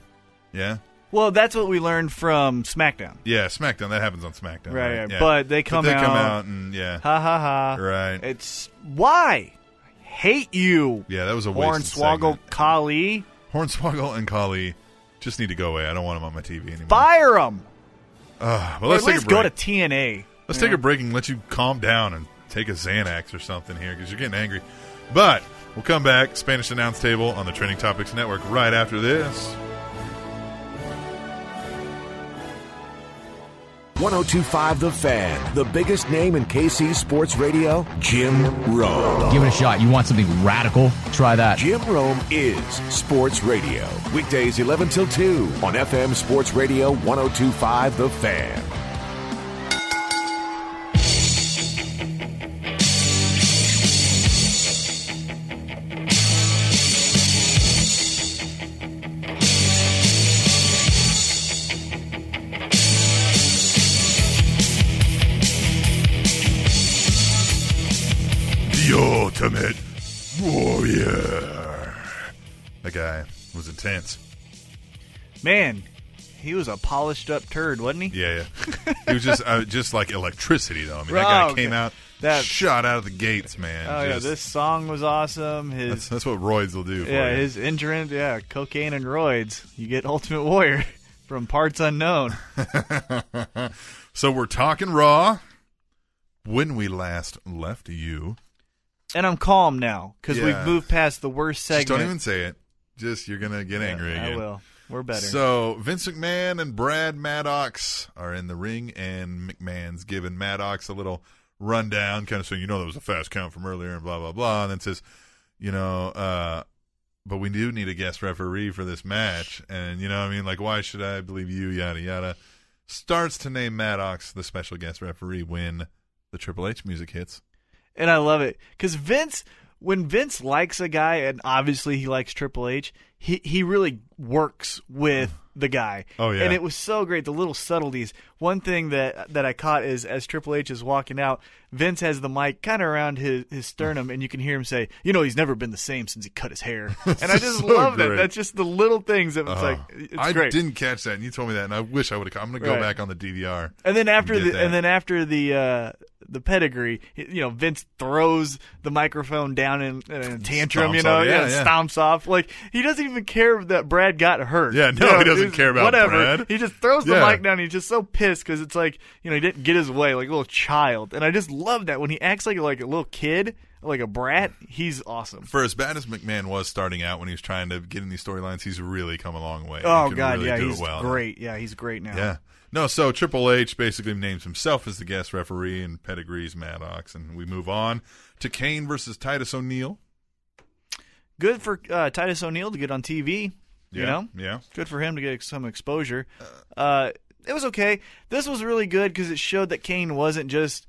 Speaker 1: Yeah,
Speaker 2: Well, that's what we learned from SmackDown.
Speaker 1: yeah. SmackDown. That happens on SmackDown.
Speaker 2: Right,
Speaker 1: Right.
Speaker 2: right.
Speaker 1: Yeah.
Speaker 2: But they come
Speaker 1: they come
Speaker 2: out-
Speaker 1: out and yeah.
Speaker 2: Ha ha ha!
Speaker 1: Right.
Speaker 2: It's why I hate you.
Speaker 1: Yeah, that was a wasted
Speaker 2: Hornswoggle
Speaker 1: segment.
Speaker 2: Kali.
Speaker 1: Hornswoggle and Kali just need to go away. I don't want them on my TV anymore.
Speaker 2: Fire him.
Speaker 1: Ugh, well,
Speaker 2: Or
Speaker 1: let's
Speaker 2: at
Speaker 1: take
Speaker 2: least
Speaker 1: a
Speaker 2: go
Speaker 1: break.
Speaker 2: to TNA.
Speaker 1: let's take a break and let you calm down and take a Xanax or something here because you're getting angry. But we'll come back. Spanish announce table on the Trending Topics Network right after this.
Speaker 6: 1025 The Fan, the biggest name in KC sports radio, Jim Rome.
Speaker 7: Give it a shot. You want something radical? Try that.
Speaker 6: Jim Rome is sports radio. Weekdays 11 till 2 on FM Sports Radio 1025 The Fan.
Speaker 3: The ultimate warrior. That guy was intense.
Speaker 2: Man, he was a polished up turd, wasn't he?
Speaker 3: Yeah, yeah. He was just uh, just like electricity, though. I mean, that
Speaker 2: Oh,
Speaker 3: guy
Speaker 2: okay.
Speaker 3: came out,
Speaker 2: That-
Speaker 3: shot out of the gates, man.
Speaker 2: Oh
Speaker 3: Just-
Speaker 2: yeah, this song was awesome.
Speaker 3: that's,
Speaker 2: His
Speaker 3: that's what roids will do. For
Speaker 2: yeah,
Speaker 3: you.
Speaker 2: his entrant, yeah, cocaine and roids. You get Ultimate Warrior from parts unknown.
Speaker 3: so we're talking raw. When we last left you,
Speaker 2: And I'm calm now because
Speaker 3: Yeah.
Speaker 2: we've moved past the worst
Speaker 3: just
Speaker 2: segment.
Speaker 3: don't even say it. Just you're gonna get angry
Speaker 2: Yeah,
Speaker 3: again.
Speaker 2: I will. We're better.
Speaker 3: So Vince McMahon and Brad Maddox are in the ring, and McMahon's giving Maddox a little rundown, kind of saying, you know, that was a fast count from earlier, and blah blah blah, and then says, you know, uh, but we do need a guest referee for this match, and you know, what I mean, like, why should I believe you? Yada yada. Starts to name Maddox the special guest referee when the Triple H music hits.
Speaker 2: and I love it because Vince, when Vince likes a guy, and obviously he likes Triple H, he he really works with the guy.
Speaker 3: Oh, yeah.
Speaker 2: and it was so great the little subtleties. One thing that that I caught is as Triple H is walking out, Vince has the mic kind of around his his sternum, and you can hear him say, "You know, he's never been the same since he cut his hair." and I just
Speaker 3: So
Speaker 2: love that.
Speaker 3: great.
Speaker 2: That's just the little things that it's like
Speaker 3: Oh,
Speaker 2: it's
Speaker 3: I
Speaker 2: great.
Speaker 3: didn't catch that, and you told me that, and I wish I would have. I'm gonna go
Speaker 2: Right.
Speaker 3: back on the DVR.
Speaker 2: And then after
Speaker 3: get
Speaker 2: the
Speaker 3: that.
Speaker 2: and then after the uh, the pedigree, you know, Vince throws the microphone down in, in a tantrum. you
Speaker 3: Stomps
Speaker 2: know,
Speaker 3: off. Yeah, yeah.
Speaker 2: stomps off. Like he doesn't even care that Brad got hurt.
Speaker 3: Yeah, no,
Speaker 2: You know,
Speaker 3: he doesn't
Speaker 2: he's-
Speaker 3: care about
Speaker 2: whatever.
Speaker 3: Brad.
Speaker 2: He just throws the
Speaker 3: Yeah.
Speaker 2: mic down. And he's just so pissed because it's like you know he didn't get his way, like a little child. And I just love that when he acts like like a little kid, like a brat. He's awesome.
Speaker 3: for as bad as McMahon was starting out when he was trying to get in these storylines, he's really come a long way. He
Speaker 2: Oh
Speaker 3: can
Speaker 2: God,
Speaker 3: really
Speaker 2: yeah,
Speaker 3: do it
Speaker 2: he's
Speaker 3: well.
Speaker 2: great. Yeah, he's great now.
Speaker 3: Yeah. No, so Triple H basically names himself as the guest referee and pedigrees Maddox, and we move on to Kane versus Titus O'Neil.
Speaker 2: Good for uh, Titus O'Neil to get on TV.
Speaker 3: Yeah,
Speaker 2: You know,
Speaker 3: yeah.
Speaker 2: good for him to get some exposure. Uh, it was okay. This was really good because it showed that Kane wasn't just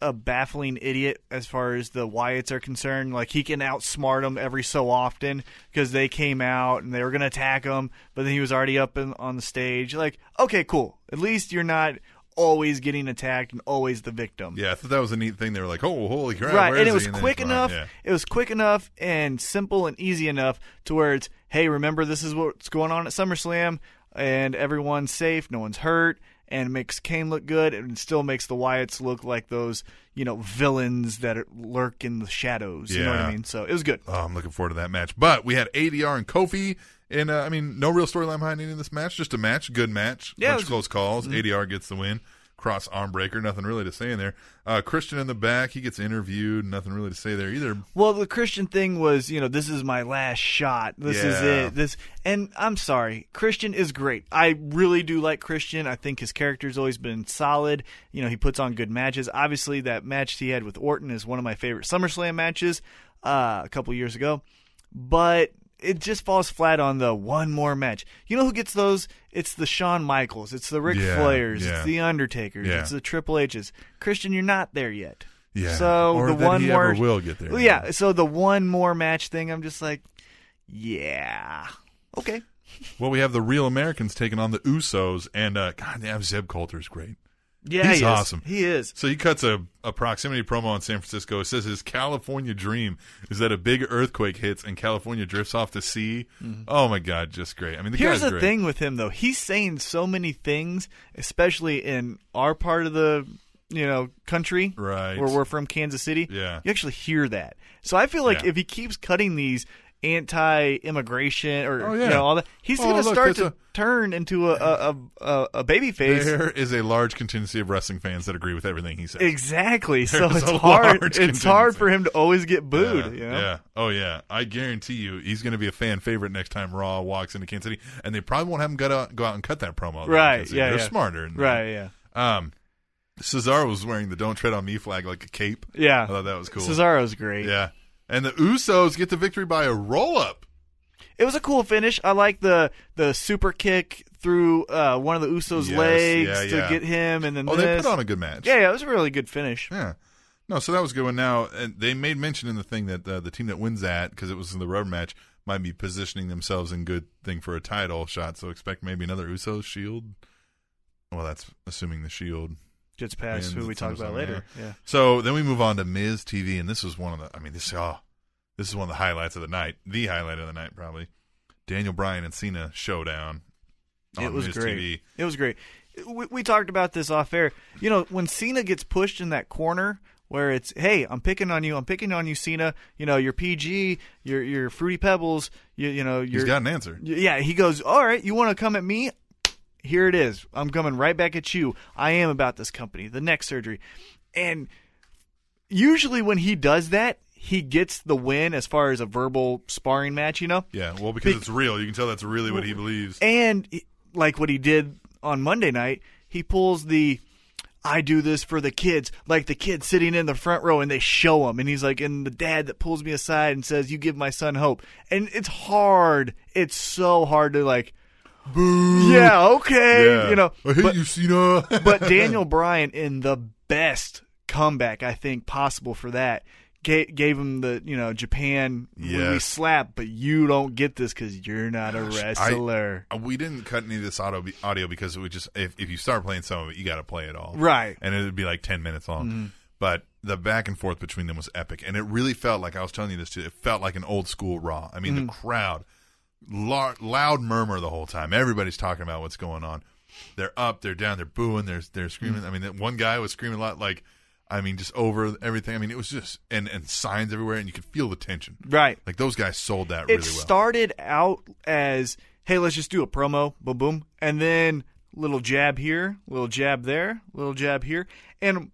Speaker 2: a baffling idiot as far as the Wyatts are concerned. Like he can outsmart them every so often because they came out and they were gonna attack him, but then he was already up in, on the stage. Like, okay, cool. At least you're not always getting attacked and always the victim.
Speaker 3: Yeah, I thought that was a neat thing. They were like, "Oh, holy crap!"
Speaker 2: Right,
Speaker 3: where
Speaker 2: and
Speaker 3: is
Speaker 2: it was
Speaker 3: he? then
Speaker 2: quick
Speaker 3: he's gone.
Speaker 2: enough.
Speaker 3: Yeah.
Speaker 2: It was quick enough and simple and easy enough to where it's, hey, remember this is what's going on at SummerSlam, and everyone's safe, no one's hurt, and it makes Kane look good, and it still makes the Wyatts look like those, you know, villains that lurk in the shadows. You know what
Speaker 3: Yeah.
Speaker 2: I mean? So it was good.
Speaker 3: Oh, I'm looking forward to that match. But we had ADR and Kofi, and uh, I mean, no real storyline behind any of this match. Just a match, good match.
Speaker 2: Yeah,
Speaker 3: bunch
Speaker 2: it
Speaker 3: of
Speaker 2: was- Mm-hmm.
Speaker 3: close calls. ADR gets the win. Cross arm breaker, nothing really to say in there. Uh, Christian in the back, he gets interviewed, nothing really to say there either.
Speaker 2: Well, the Christian thing was, you know, this is my last shot. This is
Speaker 3: Yeah.
Speaker 2: it. This, and I'm sorry, Christian is great. I really do like Christian. I think his character's always been solid. You know, he puts on good matches. Obviously, that match he had with Orton is one of my favorite SummerSlam matches uh, a couple years ago. But it just falls flat on the one more match. You know who gets those? It's the Shawn Michaels. It's the Ric
Speaker 3: Yeah,
Speaker 2: Flairs.
Speaker 3: yeah.
Speaker 2: It's the Undertakers.
Speaker 3: Yeah.
Speaker 2: It's the Triple H's. Christian, you're not there yet.
Speaker 3: Yeah,
Speaker 2: So
Speaker 3: or
Speaker 2: the
Speaker 3: that
Speaker 2: one
Speaker 3: he
Speaker 2: more
Speaker 3: ever will get there.
Speaker 2: Well, Yeah. So the one more match thing, I'm just like, yeah, okay.
Speaker 3: Well, we have the real Americans taking on the Usos, and uh, God damn, Zeb Coulter's great.
Speaker 2: Yeah,
Speaker 3: He's
Speaker 2: he is.
Speaker 3: awesome.
Speaker 2: He is.
Speaker 3: So he cuts a, a proximity promo in San Francisco. It says his California dream is that a big earthquake hits and California drifts off to sea. Oh my God, just great. I mean, the
Speaker 2: Mm-hmm. Here's
Speaker 3: guy's
Speaker 2: the
Speaker 3: great.
Speaker 2: thing with him though. He's saying so many things, especially in our part of the you know country,
Speaker 3: Right.
Speaker 2: Where we're from, Kansas City.
Speaker 3: Yeah.
Speaker 2: You actually hear that. So I feel like
Speaker 3: Yeah.
Speaker 2: if he keeps cutting these anti-immigration or
Speaker 3: Oh,
Speaker 2: you
Speaker 3: yeah.
Speaker 2: know all that, he's
Speaker 3: Oh,
Speaker 2: going to
Speaker 3: look,
Speaker 2: start
Speaker 3: there's
Speaker 2: to
Speaker 3: a-
Speaker 2: turn into a a a, a, a baby face.
Speaker 3: There is a large contingency of wrestling fans that agree with everything he says.
Speaker 2: Exactly. So
Speaker 3: There's
Speaker 2: it's
Speaker 3: a
Speaker 2: hard.
Speaker 3: large
Speaker 2: It's hard
Speaker 3: contingency.
Speaker 2: for him to always get booed.
Speaker 3: Yeah,
Speaker 2: you know?
Speaker 3: yeah. Oh yeah. I guarantee you, he's going to be a fan favorite next time Raw walks into Kansas City, and they probably won't have him go out, go out and cut that promo. though in
Speaker 2: Right.
Speaker 3: Kansas City.
Speaker 2: Yeah.
Speaker 3: They're
Speaker 2: yeah.
Speaker 3: smarter. than that.
Speaker 2: Right. Yeah.
Speaker 3: Um, Cesaro was wearing the "Don't Tread on Me" flag like a cape.
Speaker 2: Yeah.
Speaker 3: I thought that was cool.
Speaker 2: Cesaro's great.
Speaker 3: Yeah, and the Usos get the victory by a roll up.
Speaker 2: It was a cool finish. I like the the super kick through uh, one of the Usos'
Speaker 3: Yes,
Speaker 2: legs
Speaker 3: yeah,
Speaker 2: to
Speaker 3: yeah.
Speaker 2: get him, and then
Speaker 3: Oh, they
Speaker 2: this.
Speaker 3: put on a good match.
Speaker 2: yeah, yeah, it was a really good finish.
Speaker 3: Yeah. No, so that was good. And now, and they made mention in the thing that uh, the team that wins that, because it was in the rubber match, might be positioning themselves in good thing for a title shot. So expect maybe another Usos Shield. Well, that's assuming the Shield.
Speaker 2: Gets
Speaker 3: wins
Speaker 2: past who we
Speaker 3: at
Speaker 2: talk about
Speaker 3: SummerSlam,
Speaker 2: later.
Speaker 3: yeah.
Speaker 2: Yeah.
Speaker 3: So then we move on to Miz TV, and this was one of the. I mean, this oh, this is one of the highlights of the night. The highlight of the night, probably. Daniel Bryan and Cena showdown. on
Speaker 2: It was
Speaker 3: Miz
Speaker 2: great.
Speaker 3: TV.
Speaker 2: It was great. We, we talked about this off air. You know, when Cena gets pushed in that corner where it's, hey, I'm picking on you, I'm picking on you, Cena. You know, your PG, your your fruity pebbles. You you know,
Speaker 3: He's
Speaker 2: your
Speaker 3: got an answer.
Speaker 2: yeah. He goes, all right, you want to come at me? Here it is. I'm coming right back at you. I am about this company, the neck surgery, and usually when he does that, he gets the win as far as a verbal sparring match. You know,
Speaker 3: Yeah, well, because it's real. You can tell that's really what he believes.
Speaker 2: and like what he did on Monday night, he pulls the I do this for the kids, like the kid sitting in the front row and they show him. And he's like, and the dad that pulls me aside and says, You give my son hope. And it's hard. It's so hard to like,
Speaker 3: Boo.
Speaker 2: Yeah, okay.
Speaker 3: Yeah.
Speaker 2: You know,
Speaker 3: I hate
Speaker 2: but,
Speaker 3: you, Cena.
Speaker 2: but Daniel Bryan in the best comeback I think possible for that. Gave, gave him the you know Japan we
Speaker 3: Yes.
Speaker 2: slap, but you don't get this because you're not a wrestler.
Speaker 3: Uh, we didn't cut any of this audio, audio because it would just if, if you start playing some of it, you got to play it all,
Speaker 2: Right.
Speaker 3: And it would be like ten minutes long. But the back and forth between them was epic, and it really felt like I was telling you this too. It felt like an old school Raw. I mean, the crowd, lar- loud murmur the whole time. Everybody's talking about what's going on. They're up, they're down, they're booing, they're they're screaming. I mean, that one guy was screaming a lot, like. I mean, just over everything. I mean, it was just and and signs everywhere, and you could feel the tension.
Speaker 2: Right.
Speaker 3: Like those guys sold that
Speaker 2: it
Speaker 3: really well.
Speaker 2: started out as hey let's just do a promo boom boom and then little jab here little jab there little jab here and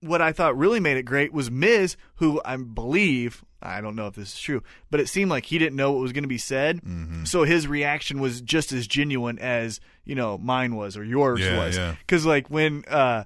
Speaker 2: what i thought really made it great was miz who i believe i don't know if this is true but it seemed like he didn't know what was going to be said
Speaker 3: Mm-hmm.
Speaker 2: so his reaction was just as genuine as you know mine was or yours
Speaker 3: Yeah,
Speaker 2: was
Speaker 3: yeah.
Speaker 2: because like when uh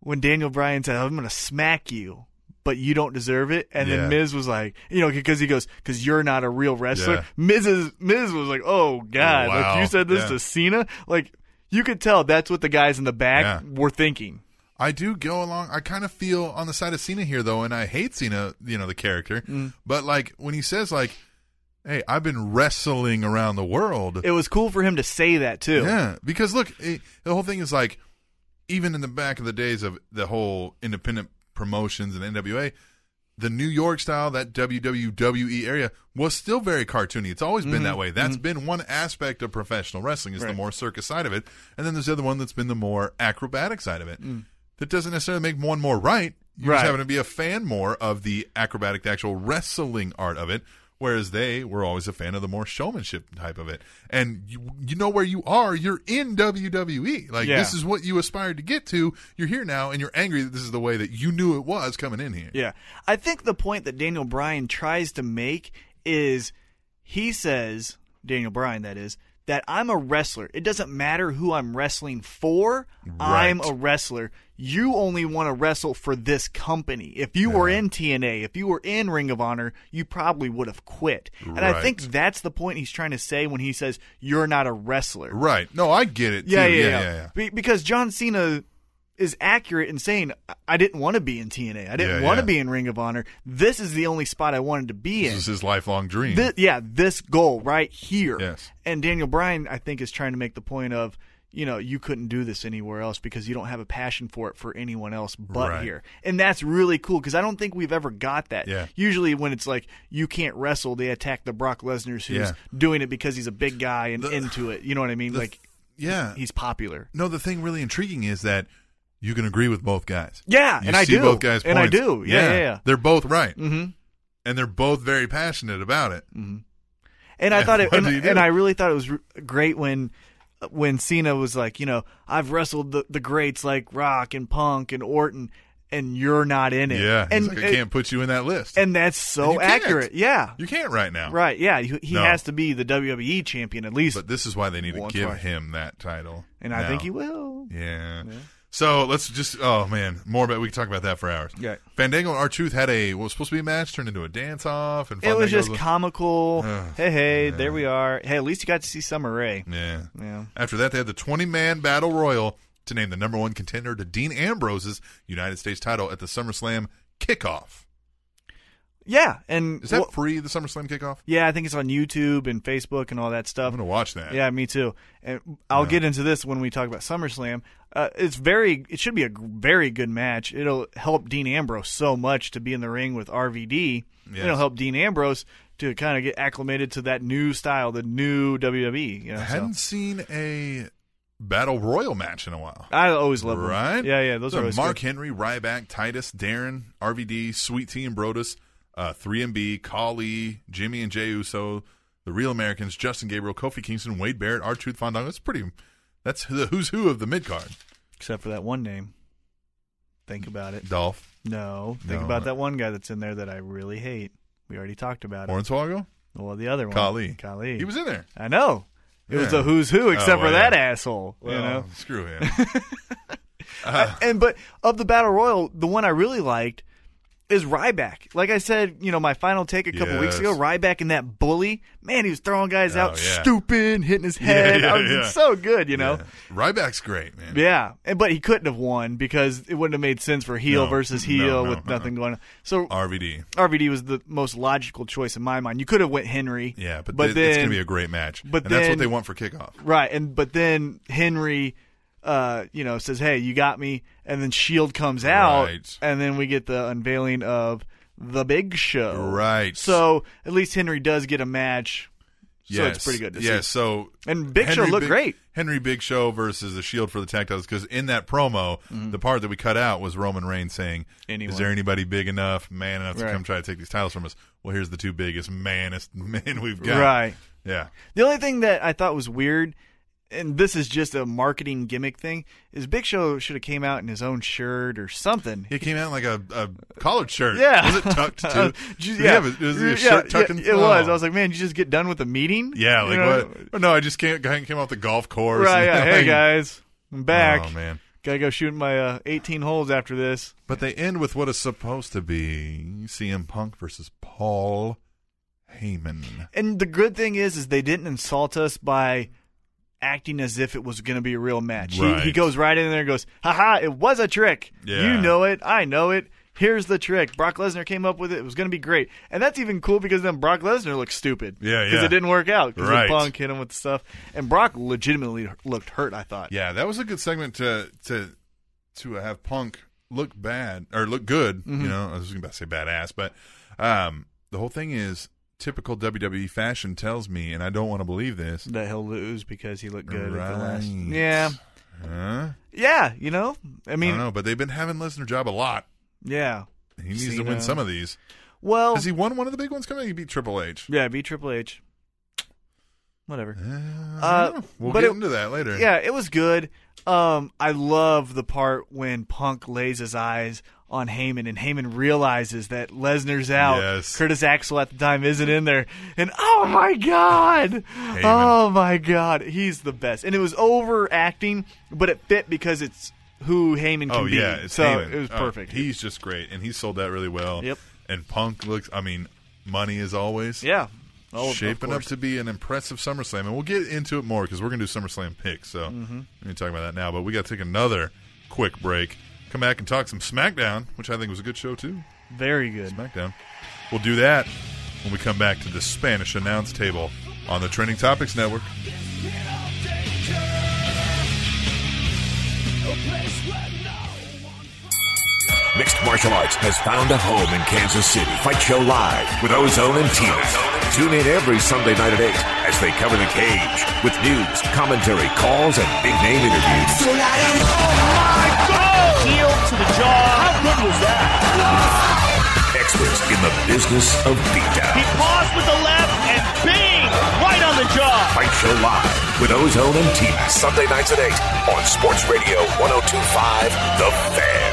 Speaker 2: when daniel bryan said i'm going to smack you but you don't deserve it and
Speaker 3: Yeah.
Speaker 2: then miz was like you know because he goes because you're not a real wrestler
Speaker 3: Yeah.
Speaker 2: Miz is Miz was like, "Oh God!"
Speaker 3: Wow.
Speaker 2: Like you said this
Speaker 3: Yeah.
Speaker 2: to Cena, like you could tell that's what the guys in the back
Speaker 3: Yeah.
Speaker 2: were thinking.
Speaker 3: I do go along. I kind of feel on the side of Cena here, though, and I hate Cena, you know, the character. But like when he says, like, "Hey, I've been wrestling around the world,"
Speaker 2: It was cool for him to say that too.
Speaker 3: yeah, because look, it, the whole thing is like, even in the back of the days of the whole independent promotions and NWA, the New York style, that WWE area, was still very cartoony. It's always been that way. That's been one aspect of professional wrestling is the more circus side of it, and then there's the other one that's been the more acrobatic side of it. That doesn't necessarily make one more right. You just
Speaker 2: Right.
Speaker 3: happen to be a fan more of the acrobatic, the actual wrestling art of it, whereas they were always a fan of the more showmanship type of it. And you, you know where you are. You're in WWE. Like
Speaker 2: Yeah.
Speaker 3: this is what you aspired to get to. You're here now, and you're angry that this is the way that you knew it was coming in here.
Speaker 2: Yeah. I think the point that Daniel Bryan tries to make is he says, Daniel Bryan, that is, that I'm a wrestler. It doesn't matter who I'm wrestling for, I'm
Speaker 3: Right.
Speaker 2: a wrestler. You only want to wrestle for this company. If you were
Speaker 3: Uh-huh.
Speaker 2: in TNA, if you were in Ring of Honor, you probably would have quit. And I think
Speaker 3: Right.
Speaker 2: that's the point he's trying to say when he says, You're not a wrestler.
Speaker 3: Right. No, I get it.
Speaker 2: Yeah,
Speaker 3: too.
Speaker 2: yeah, yeah.
Speaker 3: yeah,
Speaker 2: Be- because John Cena is accurate in saying "I- I didn't want to be in TNA. I
Speaker 3: Yeah,
Speaker 2: didn't want to
Speaker 3: yeah.
Speaker 2: be in Ring of Honor. This is the only spot I wanted to be
Speaker 3: This
Speaker 2: in.
Speaker 3: is his lifelong dream.
Speaker 2: Thi- yeah, this goal right here.
Speaker 3: Yes.
Speaker 2: And Daniel Bryan, I think, is trying to make the point of, you know, you couldn't do this anywhere else because you don't have a passion for it for anyone else but
Speaker 3: Right.
Speaker 2: here. And that's really cool because I don't think we've ever got that.
Speaker 3: Yeah.
Speaker 2: Usually when it's like you can't wrestle, they attack the Brock Lesnar who's
Speaker 3: Yeah.
Speaker 2: doing it because he's a big guy and
Speaker 3: The-
Speaker 2: into it. You know what I mean?
Speaker 3: The-
Speaker 2: like
Speaker 3: yeah.
Speaker 2: he's popular.
Speaker 3: no, the thing really intriguing is that you can agree with both guys.
Speaker 2: Yeah,
Speaker 3: You
Speaker 2: and I
Speaker 3: see
Speaker 2: do.
Speaker 3: both guys,
Speaker 2: and I
Speaker 3: points.
Speaker 2: do. Yeah, yeah, yeah.
Speaker 3: They're both right,
Speaker 2: Mhm.
Speaker 3: and they're both very passionate about it.
Speaker 2: And I thought it,
Speaker 3: What
Speaker 2: and,
Speaker 3: do you do?
Speaker 2: and I really thought it was r- great when, when Cena was like, you know, I've wrestled the, the greats like Rock and Punk and Orton, and you're not in it.
Speaker 3: Yeah, and
Speaker 2: and uh,
Speaker 3: like, I can't put you in that list.
Speaker 2: and that's so
Speaker 3: you can't.
Speaker 2: accurate. Yeah,
Speaker 3: you can't right now,
Speaker 2: right. Yeah, he, he
Speaker 3: No.
Speaker 2: has to be the WWE champion at least,
Speaker 3: But this is why they need to
Speaker 2: Once,
Speaker 3: give
Speaker 2: twice.
Speaker 3: him that title,
Speaker 2: and I think
Speaker 3: now.
Speaker 2: he will.
Speaker 3: Yeah. So let's just oh man, more about we can talk about that for hours.
Speaker 2: Yeah.
Speaker 3: Fandango and R Truth had a what was supposed to be a match turned into a dance off and
Speaker 2: It
Speaker 3: Fandango's
Speaker 2: was just
Speaker 3: a-
Speaker 2: comical.
Speaker 3: Ugh,
Speaker 2: hey, hey, there we are. Hey, at least you got to see Summer Rae.
Speaker 3: yeah.
Speaker 2: Yeah.
Speaker 3: After that, they had the twenty man battle royal to name the number one contender to Dean Ambrose's United States title at the SummerSlam kickoff.
Speaker 2: Yeah, and
Speaker 3: Is that
Speaker 2: well,
Speaker 3: free? The SummerSlam kickoff?
Speaker 2: yeah, I think it's on YouTube and Facebook and all that
Speaker 3: I'm
Speaker 2: stuff.
Speaker 3: gonna watch that.
Speaker 2: Yeah, me too. And I'll get into this when we talk about SummerSlam. Uh, it's very, it should be a g- very good match. It'll help Dean Ambrose so much to be in the ring with RVD.
Speaker 3: Yes.
Speaker 2: It'll help Dean Ambrose to kind of get acclimated to that new style, the new WWE. You know,
Speaker 3: I
Speaker 2: so.
Speaker 3: hadn't seen a battle royal match in a while.
Speaker 2: I always love them.
Speaker 3: Right?
Speaker 2: Yeah, yeah, those
Speaker 3: So
Speaker 2: are always
Speaker 3: Mark
Speaker 2: good.
Speaker 3: Henry, Ryback, Titus, Darren, RVD, Sweet T, and Brodus, uh, 3MB, Kali, Jimmy, and Jey Uso, the Real Americans, Justin Gabriel, Kofi Kingston, Wade Barrett, R Truth, Fandango. That's pretty. That's the who's who of the mid card.
Speaker 2: except for that one name. Think about it.
Speaker 3: Dolph,
Speaker 2: No, think
Speaker 3: No.
Speaker 2: about that one guy that's in there that I really hate. We already talked about it.
Speaker 3: Hornswoggle,
Speaker 2: Well, the other one,
Speaker 3: Kali,
Speaker 2: Kali.
Speaker 3: He was in there.
Speaker 2: I know. It was
Speaker 3: Yeah. Oh,
Speaker 2: the who's who, except
Speaker 3: well,
Speaker 2: for that
Speaker 3: yeah.
Speaker 2: asshole. you know.
Speaker 3: screw him. uh-huh.
Speaker 2: and but of the battle royal, the one I really liked is Ryback. Like I said, you know, my final take a couple weeks
Speaker 3: Yes.
Speaker 2: ago, Ryback and that bully, man, he was throwing guys
Speaker 3: Oh,
Speaker 2: out
Speaker 3: yeah.
Speaker 2: stupid, hitting his head.
Speaker 3: yeah,
Speaker 2: I was
Speaker 3: yeah.
Speaker 2: so good, you know.
Speaker 3: Ryback's great, man.
Speaker 2: Yeah. And but he couldn't have won because it wouldn't have made sense for heel
Speaker 3: No.
Speaker 2: versus
Speaker 3: No,
Speaker 2: heel
Speaker 3: no, uh-uh. Uh,
Speaker 2: with
Speaker 3: no,
Speaker 2: nothing going on. So
Speaker 3: RVD.
Speaker 2: RVD was the most logical choice in my mind. You could have went Henry.
Speaker 3: Yeah, but,
Speaker 2: but
Speaker 3: th-
Speaker 2: then
Speaker 3: it's gonna be a great match.
Speaker 2: but
Speaker 3: and that's what
Speaker 2: then-
Speaker 3: they want for kickoff.
Speaker 2: Right, and but then Henry, uh, you know, says, "Hey, you got me," and then Shield E comes out,
Speaker 3: Right.
Speaker 2: and then we get the unveiling of the Big Show.
Speaker 3: Right.
Speaker 2: So at least Henry does get a match. So
Speaker 3: yes.
Speaker 2: it's pretty good. To
Speaker 3: yeah.
Speaker 2: see.
Speaker 3: So
Speaker 2: And Big Show looked
Speaker 3: Big-
Speaker 2: great.
Speaker 3: Henry Big Show versus the Shield for the tag titles because in that promo, the part that we cut out was Roman Reigns saying,
Speaker 2: Mm-hmm. Anyone.
Speaker 3: "Is there anybody big enough, man enough to
Speaker 2: Right.
Speaker 3: come try to take these titles from us?" Well, here's the two biggest, manest men we've got.
Speaker 2: Right.
Speaker 3: Yeah.
Speaker 2: The only thing that I thought was weird, and this is just a marketing gimmick thing, is Big Show should have came out in his own shirt or something.
Speaker 3: He came out in like a, a collared shirt.
Speaker 2: Yeah,
Speaker 3: Was it tucked too?
Speaker 2: Ju-
Speaker 3: Did he
Speaker 2: yeah,
Speaker 3: have a- was it a
Speaker 2: Yeah,
Speaker 3: shirt tucked
Speaker 2: yeah,
Speaker 3: in?
Speaker 2: It was.
Speaker 3: Oh.
Speaker 2: I was like, man, you just get done with the meeting.
Speaker 3: yeah.
Speaker 2: You
Speaker 3: Like
Speaker 2: know?
Speaker 3: what? Oh, no, I just came, came off the golf course.
Speaker 2: Right.
Speaker 3: and
Speaker 2: Yeah. Hey
Speaker 3: like-
Speaker 2: guys, I'm back.
Speaker 3: Oh man.
Speaker 2: Gotta go shoot my uh, 18 holes after this.
Speaker 3: But they end with what is supposed to be CM Punk versus Paul Heyman.
Speaker 2: And the good thing is, is they didn't insult us by acting as if it was gonna be a real match.
Speaker 3: Right.
Speaker 2: He, he goes right in there and goes, haha, it was a trick.
Speaker 3: Yeah.
Speaker 2: You know it. I know it. Here's the trick. Brock Lesnar came up with it. It was gonna be great. And that's even cool because then Brock Lesnar looks stupid.
Speaker 3: Yeah,
Speaker 2: Because
Speaker 3: yeah.
Speaker 2: it didn't work out. Because
Speaker 3: Right.
Speaker 2: Punk hit him with the stuff. And Brock legitimately looked hurt, I thought.
Speaker 3: Yeah, that was a good segment to to to have Punk look bad or look good.
Speaker 2: Mm-hmm.
Speaker 3: You know, I was about to say badass, but um, the whole thing is typical WWE fashion tells me, and I don't want to believe this.
Speaker 2: That he'll lose because he looked good at the last.
Speaker 3: Right.
Speaker 2: Yeah.
Speaker 3: Huh?
Speaker 2: Yeah, you know? I
Speaker 3: I
Speaker 2: mean,
Speaker 3: don't know, but they've been having Lesnar job a lot.
Speaker 2: yeah.
Speaker 3: He needs to
Speaker 2: Cena.
Speaker 3: win some of these.
Speaker 2: Well,
Speaker 3: Has he won one of the big ones coming? He beat Triple H.
Speaker 2: Yeah, be Triple H. Whatever.
Speaker 3: I
Speaker 2: Uh,
Speaker 3: don't know. we'll
Speaker 2: but
Speaker 3: get
Speaker 2: it-
Speaker 3: into that later.
Speaker 2: Yeah, it was good. Um, I love the part when Punk lays his eyes on Heyman and Heyman realizes that Lesnar's out.
Speaker 3: Yes.
Speaker 2: Curtis Axel at the time isn't in there. And oh my God. Oh my God. He's the best. And it was overacting, but it fit because it's who Heyman can
Speaker 3: Oh
Speaker 2: be.
Speaker 3: yeah, it's
Speaker 2: so
Speaker 3: Heyman.
Speaker 2: it was
Speaker 3: Oh,
Speaker 2: perfect.
Speaker 3: he's just great, and he sold that really well.
Speaker 2: Yep.
Speaker 3: And Punk looks. I mean, money is always.
Speaker 2: yeah. Oh, of
Speaker 3: shaping up
Speaker 2: course.
Speaker 3: to be an impressive SummerSlam, and we'll get into it more because we're gonna do SummerSlam picks. So
Speaker 2: Mm-hmm.
Speaker 3: we can talk about that now, but we got to take another quick break. Come back and talk some SmackDown, which I think was a good show too.
Speaker 2: Very good.
Speaker 3: SmackDown. We'll do that when we come back to the Spanish announce table on the Trending Topics Network.
Speaker 6: Mixed martial arts has found a home in Kansas City. Fight Show Live with Ozone and Tina. Tune in every Sunday night at 8 as they cover the cage with news, commentary, calls, and big name interviews.
Speaker 8: Heel to the jaw. Oh, How good was that?
Speaker 6: Experts in the business of
Speaker 8: He
Speaker 6: beatdown.
Speaker 8: paused with the left and bang! Right on the jaw.
Speaker 6: Fight Show Live with Ozone and Tina. Sunday nights at 8 on Sports Radio 1025 The Fan.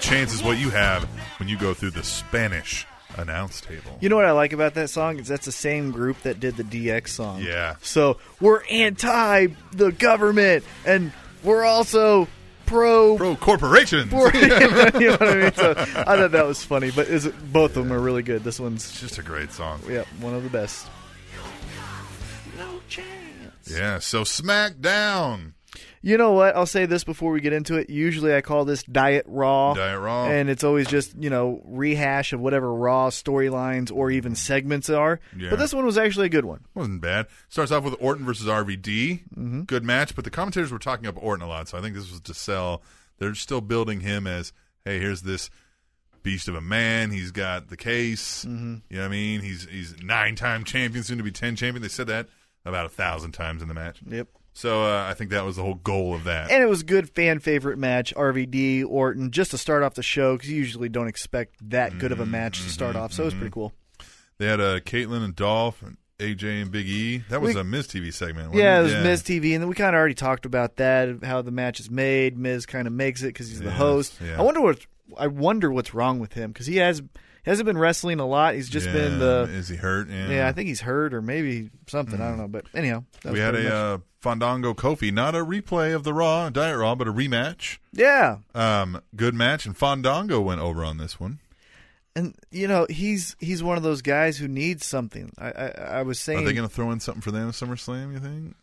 Speaker 3: chance is what you have when you go through the Spanish announce table.
Speaker 2: You know what I like about that song is that's the same group that did the DX song.
Speaker 3: Yeah.
Speaker 2: So we're anti the government, and we're also pro.
Speaker 3: Pro corporations.
Speaker 2: you know what I mean? So I thought that was funny, but is both of them are really good. This one's
Speaker 3: It's just a great song.
Speaker 2: yeah one of the best.
Speaker 3: Yeah, so SmackDown.
Speaker 2: You know what? I'll say this before we get into it. Usually I call this Diet Raw.
Speaker 3: Diet Raw.
Speaker 2: And it's always just, you know, rehash of whatever Raw storylines or even segments are.
Speaker 3: Yeah.
Speaker 2: But this one was actually a good one.
Speaker 3: Wasn't bad. Starts off with Orton versus RVD.
Speaker 2: Mm-hmm.
Speaker 3: Good match, but the commentators were talking up Orton a lot, so I think this was to sell. They're still building him as, hey, here's this beast of a man. He's got the case.
Speaker 2: Mm-hmm.
Speaker 3: You know what I mean? He's he's nine time champion, soon to be ten champion. They said that about a thousand times in the match.
Speaker 2: Yep.
Speaker 3: So uh, I think that was the whole goal of that.
Speaker 2: And it was a good fan favorite match, RVD, Orton, just to start off the show, because you usually don't expect that good of a match to
Speaker 3: Mm-hmm,
Speaker 2: start off. So it was pretty cool.
Speaker 3: they had uh, Caitlyn and Dolph and AJ and Big E. That was
Speaker 2: We-
Speaker 3: a Miz TV segment. wasn't
Speaker 2: Yeah, it was Miz TV, and then we kind of already talked about that, how the match is made. Miz kind of makes it because he's the
Speaker 3: Yes,
Speaker 2: host.
Speaker 3: yeah.
Speaker 2: I wonder what I wonder what's wrong with him because he has hasn't been wrestling a lot. He's just been the
Speaker 3: Is he hurt? Yeah, Mm.
Speaker 2: Yeah, I think he's hurt or maybe something. I don't know. But anyhow, that
Speaker 3: we
Speaker 2: was
Speaker 3: had
Speaker 2: pretty
Speaker 3: a
Speaker 2: much-
Speaker 3: uh, Fandango Kofi, not a replay of the Raw Diet Raw, but a rematch.
Speaker 2: yeah,
Speaker 3: Um, good match, and Fandango went over on this one.
Speaker 2: and you know he's he's one of those guys who needs something. I I, I was
Speaker 3: Are
Speaker 2: saying,
Speaker 3: they going to throw in something for them at SummerSlam? You think?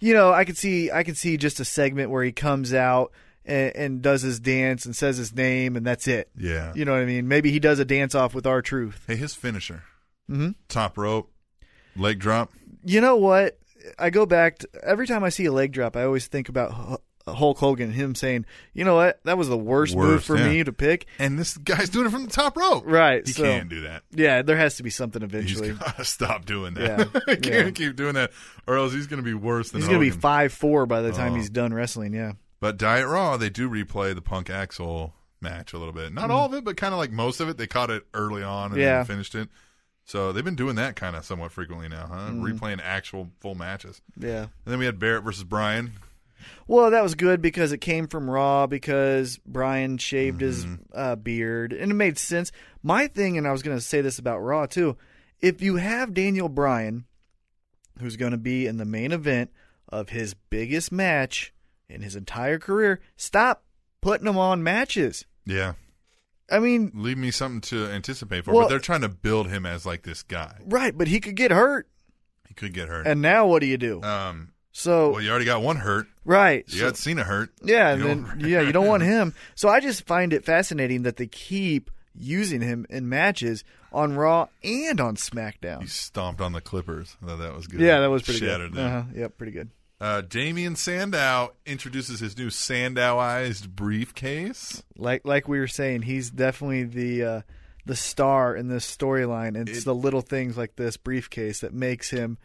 Speaker 2: you know, I could see I could see just a segment where he comes out. And, and does his dance and says his name and that's it.
Speaker 3: Yeah.
Speaker 2: you know what I mean. Maybe he does a dance off with our truth.
Speaker 3: Hey, his finisher, mm-hmm. top rope, leg drop.
Speaker 2: You know what? I go back to, every time I see a leg drop. I always think about Hu- Hulk Hogan, him saying, "You know what? That was the worst, move
Speaker 3: Worst,
Speaker 2: for
Speaker 3: yeah.
Speaker 2: me to pick."
Speaker 3: And this guy's doing it from the top rope.
Speaker 2: Right,
Speaker 3: He
Speaker 2: so-
Speaker 3: can't do that.
Speaker 2: Yeah, there has to be something eventually.
Speaker 3: He's got to stop doing that.
Speaker 2: Yeah,
Speaker 3: he can't
Speaker 2: yeah.
Speaker 3: keep doing that, or else he's going to be worse than
Speaker 2: He's going to be
Speaker 3: Hogan. Oh.
Speaker 2: five four by the time he's done wrestling. Yeah,
Speaker 3: But Diet Raw, they do replay the Punk Axel match a little bit. Not all of it, but kind of like most of it. They caught it early on and
Speaker 2: Mm-hmm. Yeah.
Speaker 3: then finished it. So they've been doing that kind of somewhat frequently now, huh?
Speaker 2: Mm-hmm.
Speaker 3: Replaying actual full matches.
Speaker 2: yeah.
Speaker 3: And then we had Barrett versus Bryan.
Speaker 2: Well, that was good because it came from Raw because Brian shaved his
Speaker 3: Mm-hmm.
Speaker 2: uh, beard and it made sense. My thing, and I was going to say this about Raw too, if you have Daniel Bryan, who's going to be in the main event of his biggest match in his entire career, stop putting him on matches.
Speaker 3: Yeah.
Speaker 2: I mean,
Speaker 3: Leave me something to anticipate for.
Speaker 2: Well-
Speaker 3: but they're trying to build him as like this guy.
Speaker 2: right, but he could get hurt,
Speaker 3: He could get hurt.
Speaker 2: and now what do you do?
Speaker 3: um,
Speaker 2: so
Speaker 3: well, you already got one hurt.
Speaker 2: right,
Speaker 3: You
Speaker 2: so-
Speaker 3: got Cena hurt.
Speaker 2: Yeah,
Speaker 3: You
Speaker 2: and then
Speaker 3: don't-
Speaker 2: yeah, you don't want him. So I just find it fascinating that they keep using him in matches on Raw and on
Speaker 3: He
Speaker 2: SmackDown.
Speaker 3: stomped on the Clippers. I thought that was good.
Speaker 2: Yeah, that was pretty
Speaker 3: Shattered
Speaker 2: good.
Speaker 3: them.
Speaker 2: Uh-huh. Yep, pretty good.
Speaker 3: Uh, Damian Sandow introduces his new Sandowized briefcase.
Speaker 2: Like like we were saying, he's definitely the uh, the star in this storyline. and It's
Speaker 3: It-
Speaker 2: the little things like this briefcase that makes him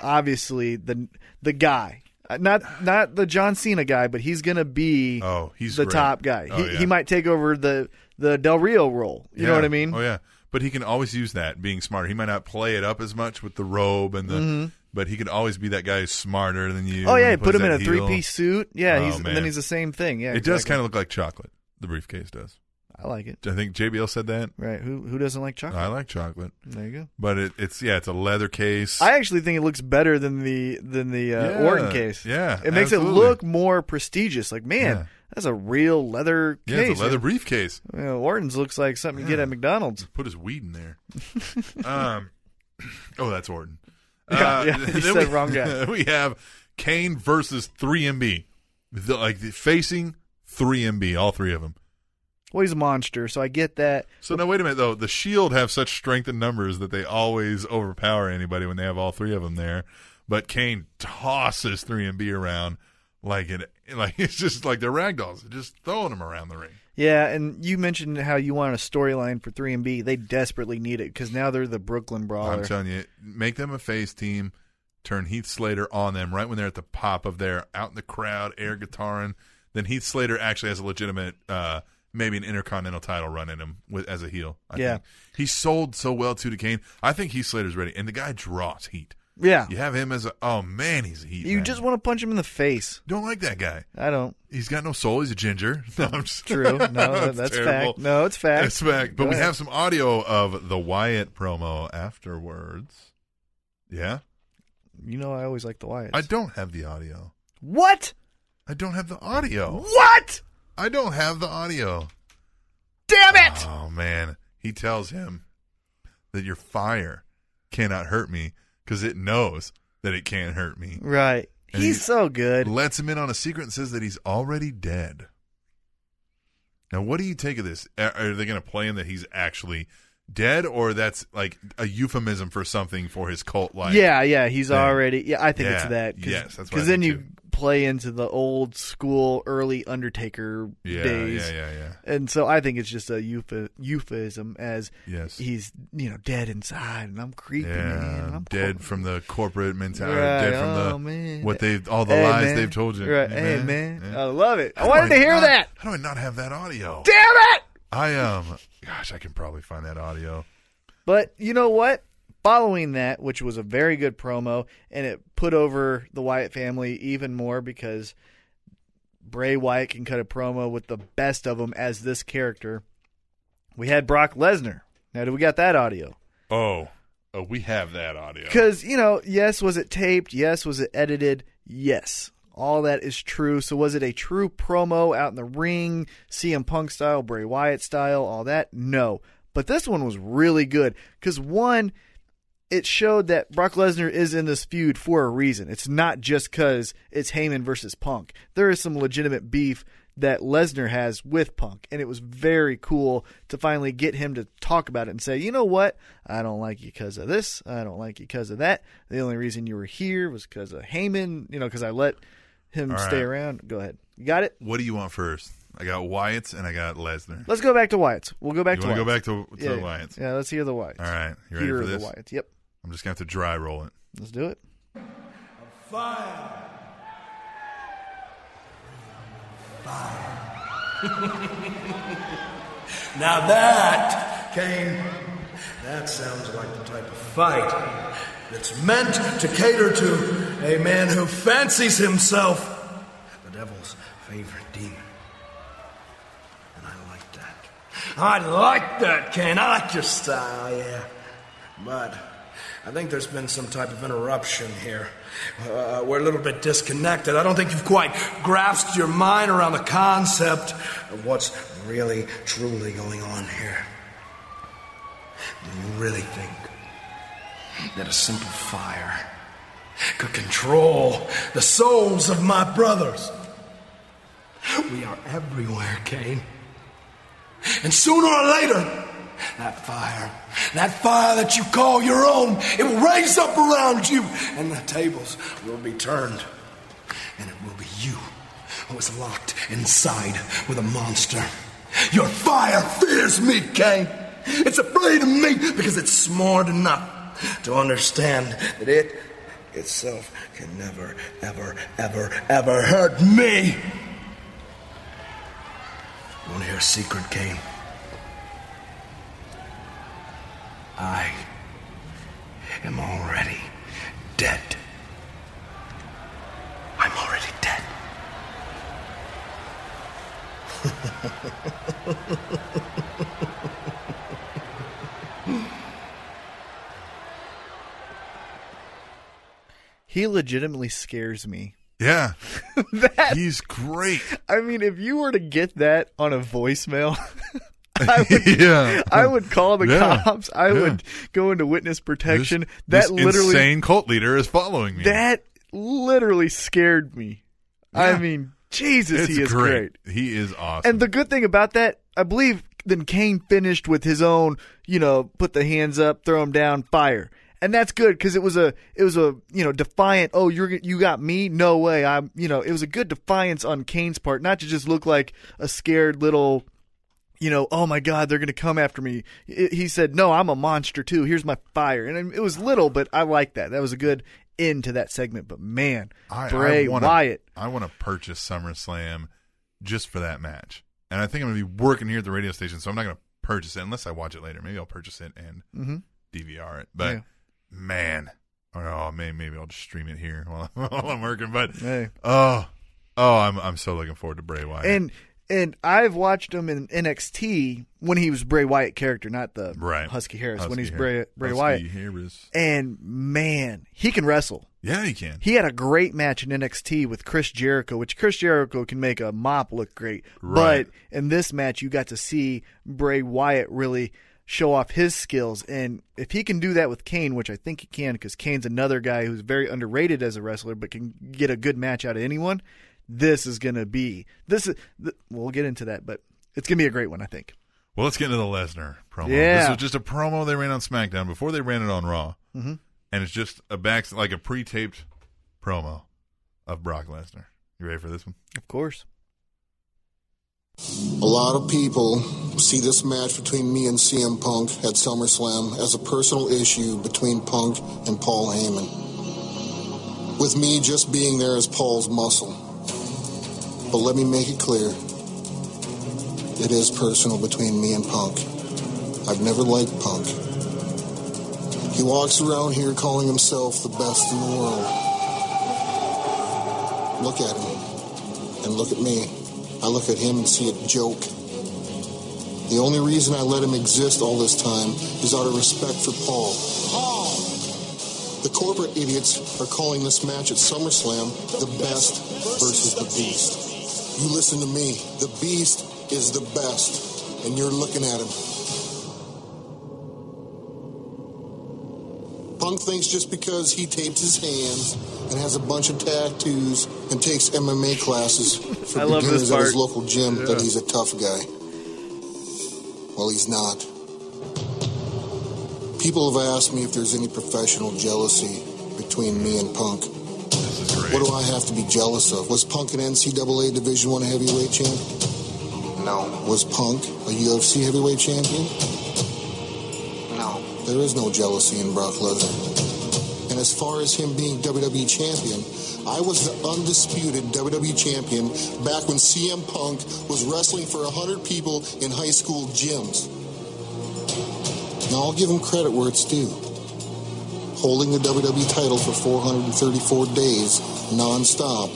Speaker 2: obviously the the guy. Uh, Not not the John Cena guy, but he's gonna be
Speaker 3: Oh, he's
Speaker 2: the
Speaker 3: great.
Speaker 2: top guy.
Speaker 3: Oh,
Speaker 2: he,
Speaker 3: yeah.
Speaker 2: he might take over the the Del Rio role. You know
Speaker 3: Yeah.
Speaker 2: what I mean?
Speaker 3: Oh yeah, but he can always use that being smarter. He might not play it up as much with the robe and the, but he can always be that guy who's smarter than you.
Speaker 2: Mm-hmm. Oh
Speaker 3: and
Speaker 2: yeah,
Speaker 3: he
Speaker 2: put him in a
Speaker 3: plays that heel.
Speaker 2: three piece suit. Yeah,
Speaker 3: Oh,
Speaker 2: he's and
Speaker 3: man.
Speaker 2: then he's the same thing. Yeah,
Speaker 3: It does
Speaker 2: exactly.
Speaker 3: kind of look like chocolate. The briefcase does.
Speaker 2: I like it.
Speaker 3: I think JBL said that.
Speaker 2: Right? Who who doesn't like chocolate?
Speaker 3: I like chocolate,
Speaker 2: there you go.
Speaker 3: but it, it's yeah, it's a leather case.
Speaker 2: I actually think it looks better than the than the uh,
Speaker 3: Yeah,
Speaker 2: Orton case.
Speaker 3: yeah,
Speaker 2: it makes
Speaker 3: absolutely.
Speaker 2: it look more prestigious. Like man,
Speaker 3: Yeah.
Speaker 2: that's a real leather
Speaker 3: yeah,
Speaker 2: case.
Speaker 3: it's a leather briefcase.
Speaker 2: You know, Orton's looks like something you get at McDonald's.
Speaker 3: Put his weed in there. um, oh, that's Orton. Uh,
Speaker 2: yeah, you
Speaker 3: then
Speaker 2: said wrong guy.
Speaker 3: We have Kane versus 3MB, The- like the, facing 3MB, all three of them.
Speaker 2: Well, he's a monster, so I get that.
Speaker 3: So now, wait a minute though. The Shield E have such strength in numbers that they always overpower anybody when they have all three of them there. But Kane tosses three and B around like it, like it's just like they're ragdolls, They're just throwing them around the ring.
Speaker 2: Yeah, and you mentioned how you want a storyline for three and B. They desperately need it because now they're the Brooklyn Brawler.
Speaker 3: I'm telling you, make them a face team. Turn Heath Slater on them right when they're at the pop of their out in the crowd, air guitaring. Then Heath Slater actually has a legitimate, uh, maybe an intercontinental title run in him with as a heel. I
Speaker 2: Yeah.
Speaker 3: think. he sold so well too to Kane. I think Heath Slater's ready, and the guy draws heat.
Speaker 2: Yeah.
Speaker 3: You have him as a oh man, he's a heat.
Speaker 2: You
Speaker 3: magnet.
Speaker 2: just want to punch him in the face.
Speaker 3: don't like that guy.
Speaker 2: I don't.
Speaker 3: He's got no soul. He's a ginger. No, I'm just
Speaker 2: True. No, that's
Speaker 3: terrible.
Speaker 2: fact. No, it's fact.
Speaker 3: It's fact. But
Speaker 2: Go
Speaker 3: we
Speaker 2: ahead.
Speaker 3: have some audio of the Wyatt promo afterwards. Yeah,
Speaker 2: You know, I always like the Wyatts.
Speaker 3: I don't have the audio.
Speaker 2: what?
Speaker 3: I don't have the audio.
Speaker 2: What?
Speaker 3: I don't have the audio.
Speaker 2: Damn it!
Speaker 3: Oh man, he tells him that your fire cannot hurt me because it knows that it can't hurt me.
Speaker 2: Right.
Speaker 3: And
Speaker 2: He's
Speaker 3: he-
Speaker 2: so good.
Speaker 3: lets him in on a secret and says that he's already dead. Now, what do you take of this? Are- Are they going to play him that he's actually dead, or that's like a euphemism for something for his cult life?
Speaker 2: yeah, yeah. He's
Speaker 3: Yeah.
Speaker 2: already. Yeah, I think it's
Speaker 3: Yeah.
Speaker 2: that. Cause,
Speaker 3: Yes, that's what I
Speaker 2: Because then
Speaker 3: think
Speaker 2: you
Speaker 3: too.
Speaker 2: play into the old school, early Undertaker
Speaker 3: yeah,
Speaker 2: days.
Speaker 3: yeah, yeah, yeah.
Speaker 2: And so I think it's just a euph- euphemism as
Speaker 3: Yes.
Speaker 2: he's you know dead inside and I'm creeping in.
Speaker 3: Yeah,
Speaker 2: and I'm
Speaker 3: dead
Speaker 2: crawling-
Speaker 3: from the corporate mentality,
Speaker 2: Right,
Speaker 3: dead from the
Speaker 2: oh, man.
Speaker 3: what they've all the
Speaker 2: Hey,
Speaker 3: lies
Speaker 2: man.
Speaker 3: they've told you.
Speaker 2: Right. Hey, man.
Speaker 3: Yeah.
Speaker 2: I love it. I
Speaker 3: How do
Speaker 2: wanted to hear
Speaker 3: not-
Speaker 2: that.
Speaker 3: How do I not have that audio?
Speaker 2: Damn it!
Speaker 3: I um, gosh, I can probably find that audio.
Speaker 2: But you know what? Following that, which was a very good promo, and it put over the Wyatt family even more because Bray Wyatt can cut a promo with the best of them as this character. We had Brock Lesnar. Now, do we got that audio?
Speaker 3: Oh, oh, we have that audio.
Speaker 2: Because, you know, yes, was it taped? Yes, was it edited? Yes. All that is true. So, was it a true promo out in the ring, CM Punk style, Bray Wyatt style, all that? No. But this one was really good. Because, one, it showed that Brock Lesnar is in this feud for a reason. It's not just because it's Heyman versus Punk. There is some legitimate beef that Lesnar has with Punk, and it was very cool to finally get him to talk about it and say, you know what? I don't like you because of this. I don't like you because of that. The only reason you were here was because of Heyman, you know, because I let him
Speaker 3: All
Speaker 2: stay
Speaker 3: right.
Speaker 2: around. Go ahead. You got it?
Speaker 3: What do you want first? I got Wyatt's and I got Lesnar.
Speaker 2: Let's go back to Wyatt's. We'll go back
Speaker 3: You
Speaker 2: to
Speaker 3: want to
Speaker 2: Wyatt's.
Speaker 3: go back to, to
Speaker 2: yeah,
Speaker 3: the Wyatt's?
Speaker 2: Yeah, let's hear the Wyatt's.
Speaker 3: All right. You ready
Speaker 2: Here
Speaker 3: for
Speaker 2: are
Speaker 3: this?
Speaker 2: the Wyatt's. Yep.
Speaker 3: I'm just going to have to dry roll it.
Speaker 2: Let's do it.
Speaker 6: Now that, Kane, that sounds like the type of fight that's meant to cater to a man who fancies himself the devil's favorite demon. And I like that. I like that, Kane. I like your style, yeah. But I think there's been some type of interruption here. Uh, we're a little bit disconnected. I don't think you've quite grasped your mind around the concept of what's really, truly going on here. Do you really think that a simple fire could control the souls of my brothers? We are everywhere, Kane. And sooner or later, that fire, that fire that you call your own, it will raise up around you, and the tables will be turned. And it will be you who is locked inside with a monster. Your fire fears me, Kane. It's afraid of me because it's smart enough to understand that it itself can never, ever, ever, ever hurt me. You want to hear a secret, Kane? I am already dead. I'm already dead.
Speaker 2: He legitimately scares me.
Speaker 3: Yeah. He's great.
Speaker 2: I mean, if you were to get that on a voicemail, I would,
Speaker 3: yeah.
Speaker 2: I would call the
Speaker 3: Yeah.
Speaker 2: cops. I
Speaker 3: Yeah.
Speaker 2: would go into witness
Speaker 3: This-
Speaker 2: protection. that
Speaker 3: this
Speaker 2: literally,
Speaker 3: insane cult leader is following me.
Speaker 2: that literally scared me.
Speaker 3: Yeah.
Speaker 2: I mean, Jesus,
Speaker 3: It's
Speaker 2: he is great.
Speaker 3: great. He is awesome.
Speaker 2: And the good thing about that, I believe, then Kane finished with his own. You know, put the hands up, throw him down, fire. And that's good because it was a it was a you know defiant. Oh, you're you got me? No way! I'm you know it was a good defiance on Kane's part, not to just look like a scared little you know, oh my God, they're going to come after me. I he said, no, I'm a monster too. Here's my fire. And it was little, but I like that. That was a good end to that segment. But man,
Speaker 3: I,
Speaker 2: Bray
Speaker 3: I wanna,
Speaker 2: Wyatt.
Speaker 3: I want to purchase SummerSlam just for that match. And I think I'm going to be working here at the radio station, so I'm not going to
Speaker 2: Mm-hmm.
Speaker 3: purchase it unless I watch it later. Maybe I'll purchase it and DVR it. But
Speaker 2: Yeah.
Speaker 3: man, or, oh man, maybe I'll just stream it here while, while I'm working. But oh, oh, I'm I'm so looking forward to Bray Wyatt.
Speaker 2: And and I've watched him in NXT when he was Bray Wyatt character, not the
Speaker 3: Right.
Speaker 2: Husky Harris when
Speaker 3: Husky
Speaker 2: he's
Speaker 3: Har-
Speaker 2: Bray Bray
Speaker 3: Husky
Speaker 2: Wyatt.
Speaker 3: Harris.
Speaker 2: And man, he can wrestle.
Speaker 3: yeah, he can.
Speaker 2: He had a great match in NXT with Chris Jericho, which Chris Jericho can make a mop look great.
Speaker 3: Right.
Speaker 2: But in this match, you got to see Bray Wyatt really show off his skills. And if he can do that with Kane, which I think he can, because Kane's another guy who's very underrated as a wrestler, but can get a good match out of anyone. This is gonna be this. Is, th- we'll get into that, but it's gonna be a great one, I think.
Speaker 3: Well, let's get into the Lesnar promo. This
Speaker 2: Yeah.
Speaker 3: was just a promo they ran on SmackDown before they ran it on Raw,
Speaker 2: Mhm.
Speaker 3: and it's just a back like a pre-taped promo of Brock Lesnar. You ready for this one?
Speaker 2: Of course.
Speaker 9: A lot of people see this match between me and CM Punk at SummerSlam Um, as a personal issue between Punk and Paul Heyman. With me just being there as Paul's muscle. But let me make it clear it is personal between me and Punk. I've never liked Punk. He walks around here calling himself the best in the world. Look at him, and look at me. I look at him and see a joke. The only reason I let him exist all this time is out of respect for Paul. The corporate idiots are calling this match at SummerSlam the best versus the beast. You listen to me. The beast is the best, and you're looking at him. Punk thinks just because he tapes his hands and has a bunch of tattoos and takes MMA classes for
Speaker 2: I love this
Speaker 9: beginners at his
Speaker 2: part.
Speaker 9: local gym
Speaker 2: Yeah.
Speaker 9: that he's a tough guy. Well, he's not. People have asked me if there's any professional jealousy between me and Punk. What do I have to be jealous of? Was Punk an NCAA Division One heavyweight champ? No. Was Punk a UFC heavyweight champion? No. There is no jealousy in Brock Lesnar. And as far as him being WWE champion, I was the undisputed WWE champion back when CM Punk was wrestling for 100 people in high school gyms. Now I'll give him credit where it's due. Holding the WWE title for 434 days non-stop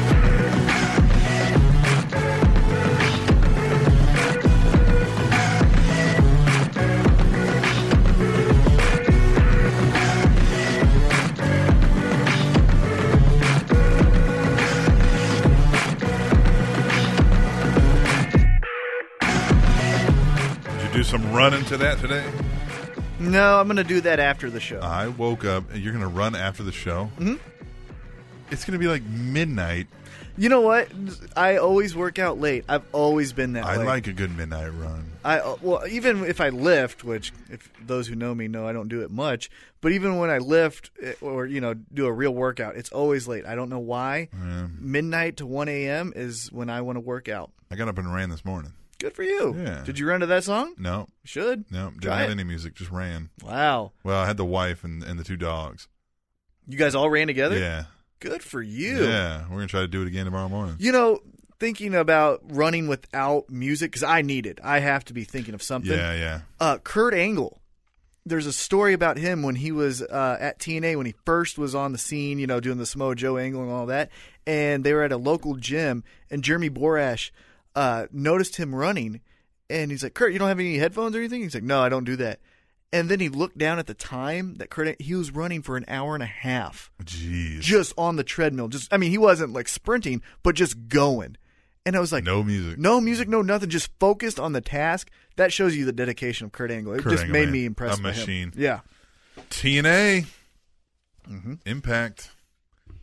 Speaker 1: Did you do some running to that today?
Speaker 2: No, I'm going to do that after the show.
Speaker 1: I woke up and you're going to run after the show?
Speaker 2: Mhm.
Speaker 1: It's going to be like midnight.
Speaker 2: You know what? I always work out late. I've always been that
Speaker 1: I
Speaker 2: way.
Speaker 1: like a good midnight run.
Speaker 2: I well, even if I lift, which if those who know me know I don't do it much, but even when I lift eh, or you know do a real workout, it's always late. I don't know why.
Speaker 1: Yeah.
Speaker 2: Midnight to one a.m. is when I want to work out.
Speaker 1: I got up and ran this morning.
Speaker 2: Good for you.
Speaker 1: Yeah.
Speaker 2: Did you run to that song?
Speaker 1: No,
Speaker 2: Should
Speaker 1: no, didn't
Speaker 2: Try
Speaker 1: have
Speaker 2: it.
Speaker 1: any music, just ran.
Speaker 2: Wow,
Speaker 1: Well, I had the wife and, and the two dogs.
Speaker 2: you guys all ran together.
Speaker 1: Yeah.
Speaker 2: Good for you.
Speaker 1: Yeah, we're going to try to do it again tomorrow morning.
Speaker 2: You know, thinking about running without music because I need it. I have to be thinking of something.
Speaker 1: Yeah, yeah.
Speaker 2: Uh, Kurt Angle. There's a story about him when he was uh, at TNA when he first was on the scene, you know, doing the Samoa Joe angle and all that. And they were at a local gym, and Jeremy Borash uh, noticed him running, and he's like, "Kurt, you don't have any headphones or anything?" He's like, "No, I don't do that." And then he looked down at the time that Kurt he was running for an hour and a half
Speaker 1: Jeez.
Speaker 2: just on the treadmill. Just I mean, he wasn't like sprinting, but just going. And I was like,
Speaker 1: No music.
Speaker 2: no music, no nothing, just focused on the task. That shows you the dedication of Kurt Angle. It
Speaker 1: Kurt
Speaker 2: just
Speaker 1: Angle,
Speaker 2: made
Speaker 1: man.
Speaker 2: me impressed.
Speaker 1: A
Speaker 2: by him.
Speaker 1: machine.
Speaker 2: Yeah.
Speaker 1: TNA.
Speaker 2: Mm-hmm.
Speaker 1: Impact.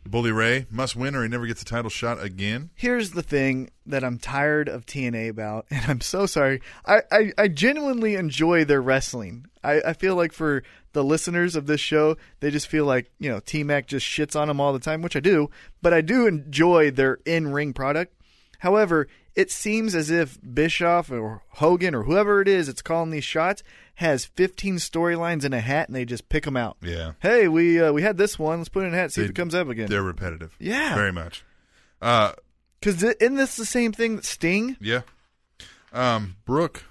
Speaker 1: Bully Ray must win or he never gets a title shot again.
Speaker 2: Here's the thing that I'm tired of TNA about, and I'm so sorry. I, I, I genuinely enjoy their wrestling. I, I feel like for the listeners of this show, they just feel like, you know, T Mac just shits on them all the time, which I do, but I do enjoy their in ring product. However, it seems as if Bischoff or Hogan or whoever it is that's calling these shots has 15 storylines in a hat and they just pick them out.
Speaker 1: Yeah.
Speaker 2: Hey, we uh, we had this one. Let's put it in a hat, see if
Speaker 1: They-
Speaker 2: it comes up again.
Speaker 1: They're repetitive.
Speaker 2: Yeah.
Speaker 1: Very much. Uh,
Speaker 2: Because isn't this the same thing that Sting?
Speaker 1: yeah. Um, Brooke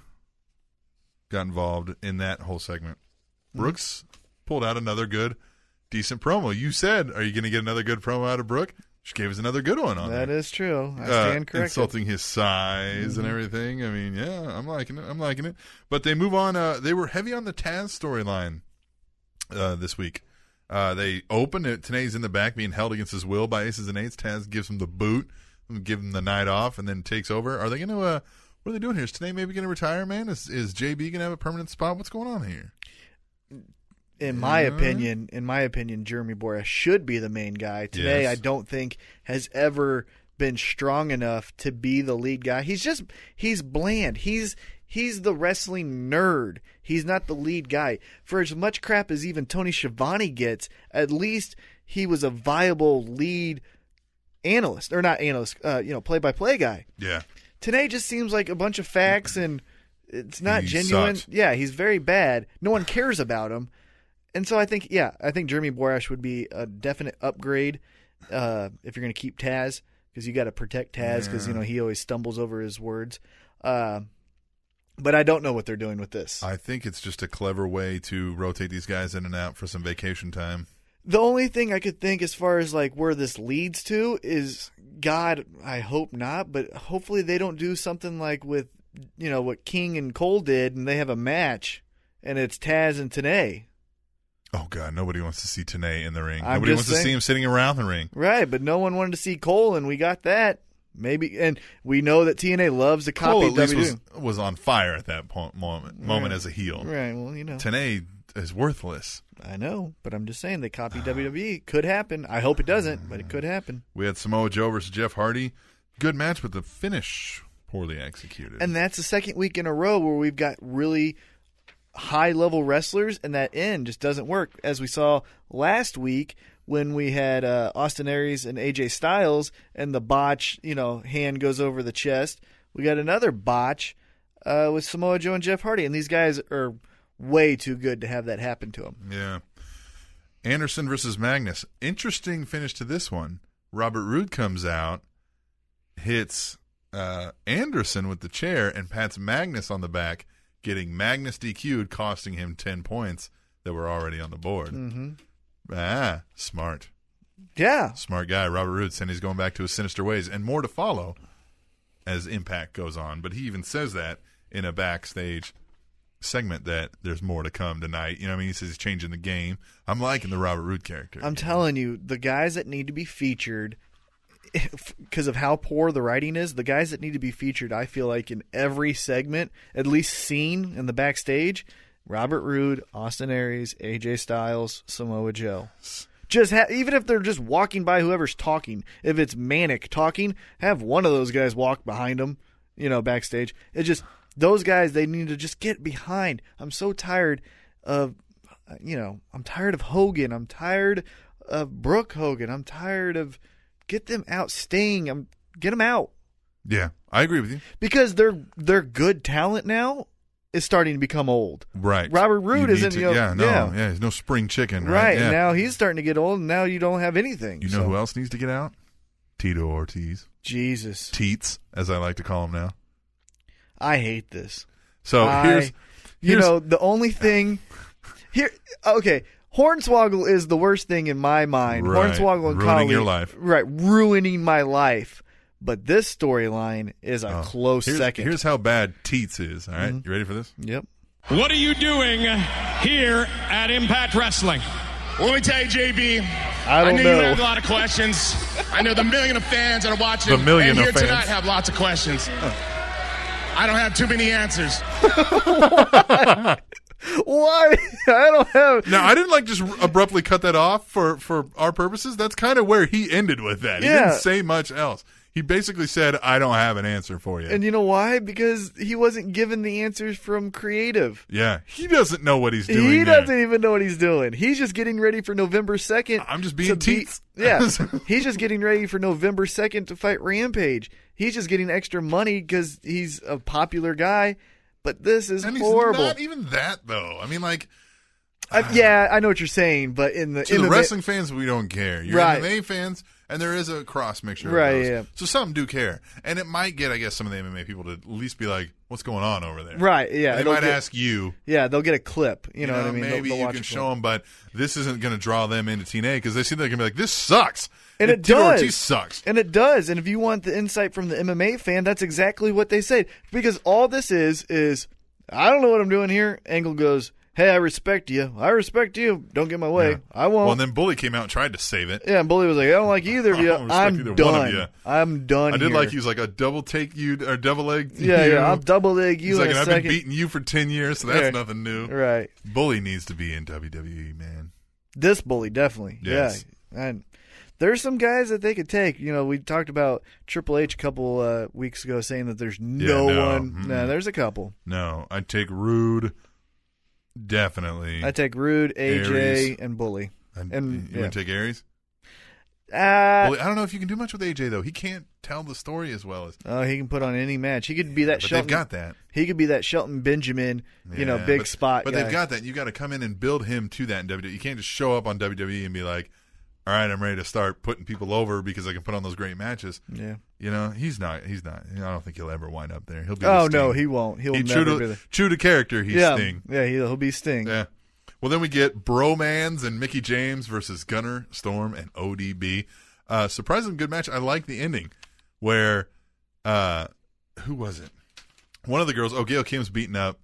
Speaker 1: got involved in that whole segment. Brooks pulled out another good, decent promo. You said, Are you going to get another good promo out of Brooke? She gave us another good one on
Speaker 2: That
Speaker 1: there.
Speaker 2: is true. I
Speaker 1: uh,
Speaker 2: stand corrected.
Speaker 1: insulting his size and everything. I mean, yeah, I'm liking it. I'm liking it. But they move on. Uh, they were heavy on the Taz storyline uh, this week. Uh, they open it. Tanae's in the back being held against his will by aces and eights. Taz gives him the boot, give him the night off, and then takes over. Are they going to? Uh, what are they doing here? Is Tanae maybe going to retire? Man, is is JB going to have a permanent spot? What's going on here?
Speaker 2: In my
Speaker 1: Yeah.
Speaker 2: opinion, in my opinion, Jeremy Boras should be the main guy today.
Speaker 1: Yes.
Speaker 2: I don't think has ever been strong enough to be the lead guy. He's just he's bland. He's he's the wrestling nerd. He's not the lead guy. For as much crap as even Tony Schiavone gets, at least he was a viable lead analyst or not analyst, uh, you know, play by play guy.
Speaker 1: Yeah,
Speaker 2: Today just seems like a bunch of facts and it's not
Speaker 1: He
Speaker 2: genuine.
Speaker 1: sucks.
Speaker 2: Yeah, he's very bad. No one cares about him. And so I think, yeah, I think Jeremy Borash would be a definite upgrade uh, if you're going to keep Taz because you got to protect Taz because, you know, he always stumbles over his words. Uh, but I don't know what they're doing with this.
Speaker 1: I think it's just a clever way to rotate these guys in and out for some vacation time.
Speaker 2: The only thing I could think as far as like where this leads to is God, I hope not, but hopefully they don't do something like with you know what King and Cole did and they have a match and it's Taz and Tanay.
Speaker 1: Oh God, nobody wants to see Tanae in the ring.
Speaker 2: I'm
Speaker 1: nobody
Speaker 2: just
Speaker 1: wants to
Speaker 2: saying-
Speaker 1: see him sitting around the ring.
Speaker 2: Right, but no one wanted to see Cole and we got that. Maybe, and we know that TNA loves to copy
Speaker 1: Cole at least
Speaker 2: WWE.
Speaker 1: was, was on fire at that point, moment, moment
Speaker 2: Right.
Speaker 1: as a heel.
Speaker 2: Right, well, you know.
Speaker 1: TNA is worthless.
Speaker 2: I know, but I'm just saying they copy WWE. Could happen. I hope it doesn't, but it could happen.
Speaker 1: We had Samoa Joe versus Jeff Hardy. Good match, but the finish poorly executed.
Speaker 2: And that's the second week in a row where we've got really high level wrestlers, and that end just doesn't work. As we saw last week when we had uh, Austin Aries and AJ Styles, and the botch, you know, hand goes over the chest. We got another botch uh, with Samoa Joe and Jeff Hardy, and these guys are way too good to have that happen to them.
Speaker 1: Yeah. Anderson versus Magnus. Interesting finish to this one. Robert Roode comes out, hits uh, Anderson with the chair, and pats Magnus on the back, getting Magnus DQ'd, costing him 10 points that were already on the board.
Speaker 2: Mm-hmm.
Speaker 1: Ah, smart.
Speaker 2: Yeah.
Speaker 1: Smart guy, Robert Roode, saying he's going back to his sinister ways and more to follow as Impact goes on. But he even says that in a backstage segment that there's more to come tonight. You know what I mean? He says he's changing the game. I'm liking the Robert Roode character.
Speaker 2: I'm telling you, the guys that need to be featured, because of how poor the writing is, the guys that need to be featured, I feel like in every segment, at least seen in the backstage, Robert Roode, Austin Aries, AJ Styles, Samoa Joe. Just ha- even if they're just walking by whoever's talking, if it's manic talking, have one of those guys walk behind them, you know, backstage. It's just those guys they need to just get behind. I'm so tired of uh, you know, I'm tired of Hogan. I'm tired of Brooke Hogan. I'm tired of get them out, Sting. I'm get them out
Speaker 1: Yeah, I agree with you.
Speaker 2: because their their good talent now is starting to become old.
Speaker 1: Right.
Speaker 2: Robert Roode
Speaker 1: You
Speaker 2: isn't.
Speaker 1: need to-
Speaker 2: you know,
Speaker 1: yeah, no,
Speaker 2: yeah.
Speaker 1: yeah. he's no spring chicken,
Speaker 2: Right,
Speaker 1: right? Yeah.
Speaker 2: now he's starting to get old, and now you don't have anything.
Speaker 1: you know who else needs to get out? Tito Ortiz.
Speaker 2: Jesus.
Speaker 1: Teats, as I like to call him now.
Speaker 2: I hate this.
Speaker 1: So
Speaker 2: I-
Speaker 1: here's,
Speaker 2: you
Speaker 1: here's-
Speaker 2: know, the only thing here. Okay, Hornswoggle is the worst thing in my mind.
Speaker 1: Right,
Speaker 2: Hornswoggle and
Speaker 1: ruining your
Speaker 2: Khali-
Speaker 1: life.
Speaker 2: right? Ruining my life. But this storyline is a
Speaker 1: oh,
Speaker 2: close
Speaker 1: here's-
Speaker 2: second. Mm-hmm.
Speaker 1: Here's how bad Teats is. All right? you ready for this?
Speaker 2: Yep.
Speaker 10: What are you doing here at Impact Wrestling? Let me tell you, JB.
Speaker 2: I don't
Speaker 10: knew
Speaker 2: know.
Speaker 10: you had a lot of questions. I know the million of fans that are watching
Speaker 1: The million
Speaker 10: and
Speaker 1: of
Speaker 10: here
Speaker 1: fans.
Speaker 10: tonight have lots of questions. I don't have too many answers.
Speaker 2: Why? I don't have.
Speaker 1: Now I didn't like just r- abruptly cut that off for for our purposes. That's kind of where he ended with that. He
Speaker 2: Yeah.
Speaker 1: didn't say much else. He basically said, "I don't have an answer for you."
Speaker 2: And you know why? Because he wasn't given the answers from creative.
Speaker 1: yeah, he doesn't know what he's doing.
Speaker 2: He
Speaker 1: there.
Speaker 2: doesn't even know what he's doing. He's just getting ready for November second. I'm
Speaker 1: just being teats.
Speaker 2: yeah, he's just getting ready for November second to fight Rampage. He's just getting extra money because he's a popular guy. But this is
Speaker 1: And he's
Speaker 2: horrible.
Speaker 1: not even that though. I mean, like
Speaker 2: I- yeah, I know what you're saying, but in the
Speaker 1: to
Speaker 2: in
Speaker 1: the
Speaker 2: the
Speaker 1: wrestling fans, we don't care. You're
Speaker 2: Right.
Speaker 1: MMA fans, and there is a cross mixture,
Speaker 2: Right,
Speaker 1: Of those.
Speaker 2: yeah.
Speaker 1: So some do care, and it might get, I guess, some of the MMA people to at least be like, "What's going on over there?"
Speaker 2: right, yeah,
Speaker 1: They
Speaker 2: it'll
Speaker 1: might
Speaker 2: get-
Speaker 1: ask you.
Speaker 2: Yeah, they'll get a clip. You, know, what I mean? They'll-
Speaker 1: Maybe
Speaker 2: they'll
Speaker 1: you
Speaker 2: watch
Speaker 1: can
Speaker 2: a clip.
Speaker 1: show them, but this isn't going to draw them into TNA because they see they're going to be like, "This sucks,"
Speaker 2: And it
Speaker 1: Tito
Speaker 2: does.
Speaker 1: Ortiz sucks.
Speaker 2: And it does. And if you want the insight from the MMA fan, that's exactly what they said. Because all this is is I don't know what I'm doing here. Angle goes, "Hey, I respect you. I respect you. Don't get in my way. I won't."
Speaker 1: Well, and then Bully came out and tried to save it.
Speaker 2: yeah, and Bully was like, "I don't like either of
Speaker 1: I
Speaker 2: you.
Speaker 1: don't respect
Speaker 2: I'm
Speaker 1: either
Speaker 2: done.
Speaker 1: one of you."
Speaker 2: I'm done."
Speaker 1: I did
Speaker 2: here."
Speaker 1: like he was like a double take you or double leg.
Speaker 2: Yeah,
Speaker 1: you.
Speaker 2: yeah. I'll double leg you
Speaker 1: He's
Speaker 2: in
Speaker 1: like,
Speaker 2: a
Speaker 1: "And I've
Speaker 2: second."
Speaker 1: been beating you for ten years, so that's
Speaker 2: Yeah.
Speaker 1: nothing new.
Speaker 2: Right.
Speaker 1: Bully needs to be in WWE, man.
Speaker 2: This bully, definitely.
Speaker 1: Yes.
Speaker 2: Yeah. And there's some guys that they could take. You know, we talked about Triple H a couple uh, weeks ago saying that there's no,
Speaker 1: Yeah, no.
Speaker 2: one.
Speaker 1: Mm-mm.
Speaker 2: No, there's a couple.
Speaker 1: No, I take Rude. Definitely.
Speaker 2: I take Rude, AJ,
Speaker 1: Aries.
Speaker 2: and Bully.
Speaker 1: I'd-
Speaker 2: and
Speaker 1: you would take Aries.
Speaker 2: Uh,
Speaker 1: Bully- I don't know if you can do much with AJ though. He can't tell the story as well as.
Speaker 2: Oh, he can put on any match. He could be that
Speaker 1: but they've
Speaker 2: Shelton.
Speaker 1: got that.
Speaker 2: He could be that Shelton Benjamin, you know,
Speaker 1: Yeah,
Speaker 2: big
Speaker 1: but-
Speaker 2: spot.
Speaker 1: But
Speaker 2: guy.
Speaker 1: they've got that. You got to come in and build him to that in WWE. You can't just show up on WWE and be like, "All right, I'm ready to start putting people over because I can put on those great matches."
Speaker 2: Yeah.
Speaker 1: You know, he's not. He's not. I don't think he'll ever wind up there. He'll be. the
Speaker 2: Oh no,
Speaker 1: Sting.
Speaker 2: he won't. He'll
Speaker 1: He
Speaker 2: never
Speaker 1: true to,
Speaker 2: be there.
Speaker 1: true to character. He's
Speaker 2: yeah,
Speaker 1: Sting.
Speaker 2: yeah, he'll, he'll be Sting.
Speaker 1: Yeah. Well, then we get Bromans and Mickey James versus Gunner, Storm, and ODB. Uh, surprisingly good match. I like the ending where, uh, who was it? One of the girls, oh, Gail Kim's beating up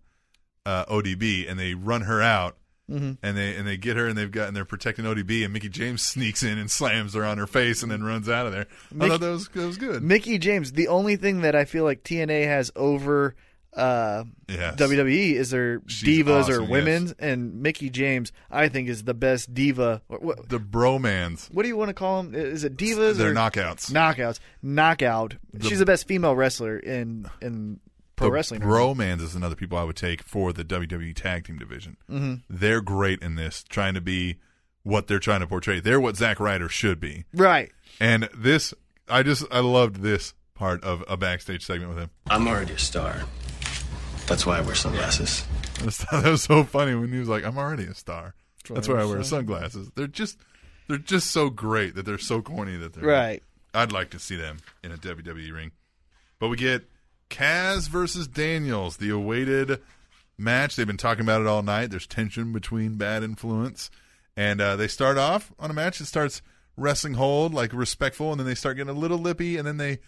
Speaker 1: uh, ODB, and they run her out,
Speaker 2: Mhm.
Speaker 1: and they and they get her and they've got and they're protecting ODB and Mickey James sneaks in and slams her on her face and then runs out of there. I thought that was that was good.
Speaker 2: Mickey James. The only thing that I feel like TNA has over uh,
Speaker 1: Yes.
Speaker 2: WWE is their
Speaker 1: She's
Speaker 2: divas
Speaker 1: awesome,
Speaker 2: or
Speaker 1: yes.
Speaker 2: women's, and Mickey James I think is the best diva. What, what,
Speaker 1: the bromans.
Speaker 2: What do you want to call them? Is it divas?
Speaker 1: They're
Speaker 2: or-
Speaker 1: knockouts.
Speaker 2: Knockouts. Knockout. She's the best female wrestler in in pro
Speaker 1: The
Speaker 2: wrestling.
Speaker 1: Bromans is another people I would take for the WWE tag team division.
Speaker 2: Mhm.
Speaker 1: They're great in this, trying to be what they're trying to portray. They're what Zack Ryder should be.
Speaker 2: Right.
Speaker 1: And this, I just, I loved this part of a backstage segment with him.
Speaker 5: I'm already a star. That's why I wear sunglasses.
Speaker 1: I just thought that was so funny when he was like, "I'm already a star." That's why I wear sunglasses. They're just, they're just so great that they're so corny that they're
Speaker 2: Right.
Speaker 1: I'd like to see them in a WWE ring, but we get Kaz versus Daniels, the awaited match. They've been talking about it all night. There's tension between Bad Influence, and uh, they start off on a match that starts wrestling hold, like respectful, and then they start getting a little lippy, and then they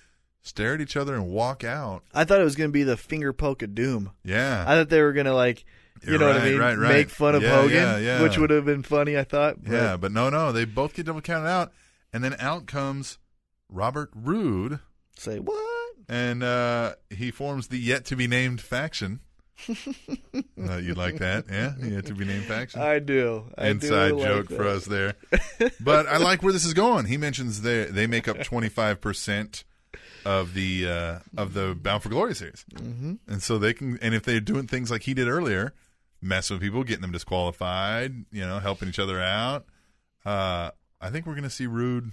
Speaker 1: stare at each other and walk out.
Speaker 2: I thought it was going to be the finger poke of doom.
Speaker 1: Yeah.
Speaker 2: I thought they were going to like, you
Speaker 1: You're
Speaker 2: know what I
Speaker 1: right,
Speaker 2: mean,
Speaker 1: right, right.
Speaker 2: make fun of
Speaker 1: Yeah,
Speaker 2: Hogan,
Speaker 1: yeah, yeah.
Speaker 2: which would have been funny. I thought. but-
Speaker 1: Yeah, but no, no, they both get double counted out, and then out comes Robert Roode.
Speaker 2: Say what?
Speaker 1: And uh, he forms the yet to be named faction. Uh, you like that, yeah? Yet to be named faction.
Speaker 2: I do. I
Speaker 1: Inside
Speaker 2: do like
Speaker 1: joke for
Speaker 2: that.
Speaker 1: us there, but I like where this is going. He mentions they they make up twenty five percent of the uh, of the Bound for Glory series,
Speaker 2: Mhm.
Speaker 1: and so they can. And if they're doing things like he did earlier, messing with people, getting them disqualified, you know, helping each other out. Uh, I think we're gonna see Rude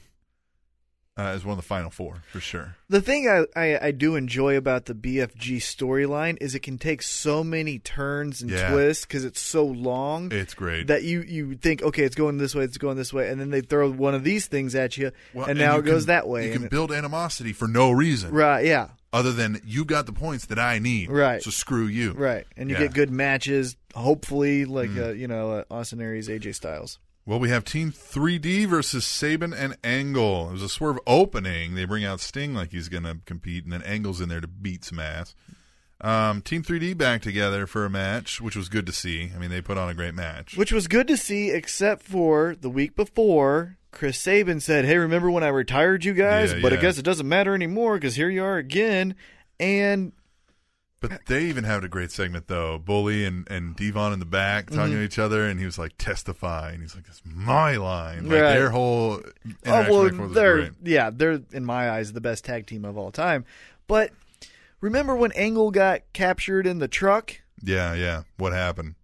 Speaker 1: uh, as one of the final four for sure.
Speaker 2: The thing I, I, I do enjoy about the BFG storyline is it can take so many turns and
Speaker 1: Yeah.
Speaker 2: twists because it's so long.
Speaker 1: It's great.
Speaker 2: that you you think okay, it's going this way, it's going this way, and then they throw one of these things at you,
Speaker 1: Well,
Speaker 2: and, now
Speaker 1: you
Speaker 2: it goes
Speaker 1: can-
Speaker 2: that way.
Speaker 1: You
Speaker 2: and
Speaker 1: can
Speaker 2: it-
Speaker 1: build animosity for no reason,
Speaker 2: right, yeah,
Speaker 1: Other than you got the points that I need,
Speaker 2: Right.
Speaker 1: So screw you,
Speaker 2: right, and you
Speaker 1: Yeah. Mm.
Speaker 2: get good matches. Hopefully, like uh, you know, uh, Austin Aries, AJ Styles.
Speaker 1: Well, we have Team 3D versus Saban and Angle. It was a swerve opening. They bring out Sting like he's going to compete, and then Angle's in there to beat some ass. Um, Team 3D back together for a match, which was good to see. I mean, they put on a great match.
Speaker 2: Which was good to see, except for the week before, Chris Sabin said, Hey, remember when I retired you guys?
Speaker 1: Yeah,
Speaker 2: but I
Speaker 1: yeah.
Speaker 2: guess it doesn't matter anymore because here you are again. And
Speaker 1: But they even had a great segment though. Bully and and Devon in the back talking to
Speaker 2: Mhm.
Speaker 1: each other, and he was like testify, and he's like, "It's my line." Like
Speaker 2: Right.
Speaker 1: their whole
Speaker 2: oh,
Speaker 1: interaction back
Speaker 2: well,
Speaker 1: and forth was
Speaker 2: they're,
Speaker 1: great.
Speaker 2: yeah, they're, in my eyes, the best tag team of all time. But remember when Angle got captured in the truck?
Speaker 1: Yeah, yeah. What happened?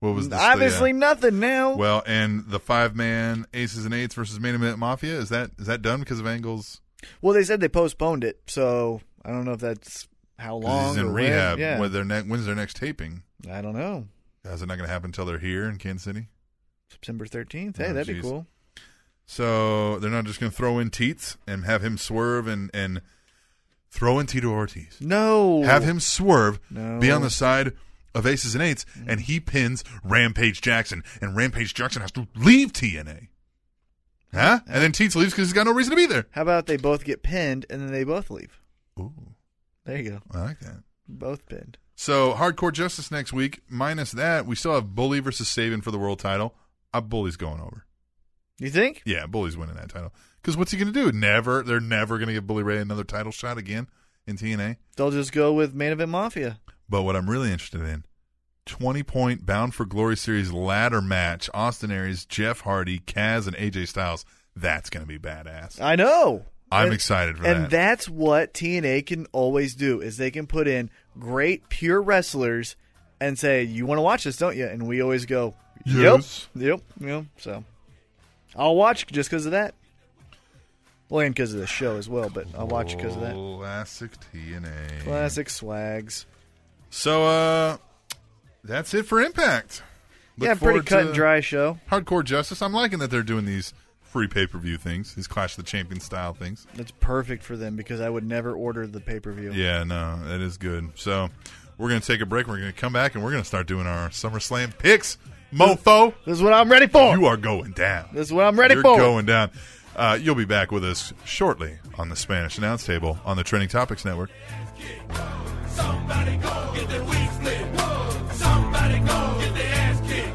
Speaker 1: What was the sta-
Speaker 2: Obviously,
Speaker 1: yeah.
Speaker 2: nothing now.
Speaker 1: Well, and the five man aces and eights versus main event mafia is that is that done because of Angle's
Speaker 2: Well, they said they postponed it, so I don't know if that's how
Speaker 1: 'cause
Speaker 2: long
Speaker 1: he's in
Speaker 2: or when.
Speaker 1: rehab?
Speaker 2: Yeah.
Speaker 1: When their ne- when's their next taping?
Speaker 2: I don't know.
Speaker 1: Is it not going to happen until they're here in Kansas City?
Speaker 2: September 13th. Hey,
Speaker 1: Oh,
Speaker 2: that'd
Speaker 1: geez.
Speaker 2: be cool.
Speaker 1: So they're not just going to throw in Teets and have him swerve and and throw in Tito Ortiz.
Speaker 2: No.
Speaker 1: Have him swerve,
Speaker 2: No.
Speaker 1: be on the side of aces and eights, and he pins Rampage Jackson, and Rampage Jackson has to leave TNA. Huh? And then Teets leaves because he's got no reason to be there.
Speaker 2: How about they both get pinned and then they both leave?
Speaker 1: Ooh,
Speaker 2: There you go.
Speaker 1: I like that.
Speaker 2: Both pinned.
Speaker 1: So Hardcore Justice next week. Minus that, we still have Bully versus Saban for the world title. I Bully's going over.
Speaker 2: You think?
Speaker 1: Yeah, Bully's winning that title. Because what's he going to do? Never. They're never going to give Bully Ray another title shot again in TNA.
Speaker 2: They'll just go with Main Event Mafia.
Speaker 1: But what I'm really interested in 20 point Bound for Glory Series ladder match Austin Aries, Jeff Hardy, Kaz, and AJ Styles. That's going to be badass.
Speaker 2: I know.
Speaker 1: I'm excited for
Speaker 2: Uh, and
Speaker 1: that.
Speaker 2: that's what TNA can always do is they can put in great pure wrestlers and say, "You want to watch this, don't you?" And we always go, "Yep,
Speaker 1: Yes.
Speaker 2: yep, yep." So I'll watch just because of that. Well, and because of the show as well, but I'll watch because of that.
Speaker 1: Classic TNA.
Speaker 2: Classic swags.
Speaker 1: So, uh, that's it for Impact.
Speaker 2: Yeah, pretty
Speaker 1: forward
Speaker 2: cut
Speaker 1: to
Speaker 2: and dry show.
Speaker 1: Hardcore Justice. I'm liking that they're doing these free pay per view things, these Clash of the Champions style things.
Speaker 2: That's perfect for them because I would never order the pay per view.
Speaker 1: Yeah, no, that is good. So we're going to take a break. We're going to come back and we're going to start doing our SummerSlam picks. Mofo.
Speaker 2: This is what I'm ready for.
Speaker 1: You are going down.
Speaker 2: This is what I'm ready
Speaker 1: You're
Speaker 2: for.
Speaker 1: going down. Uh, you'll be back with us shortly on the Spanish Announce Table on the Trending Topics Network.
Speaker 11: Somebody go get their wings split. Somebody go get their ass kicked.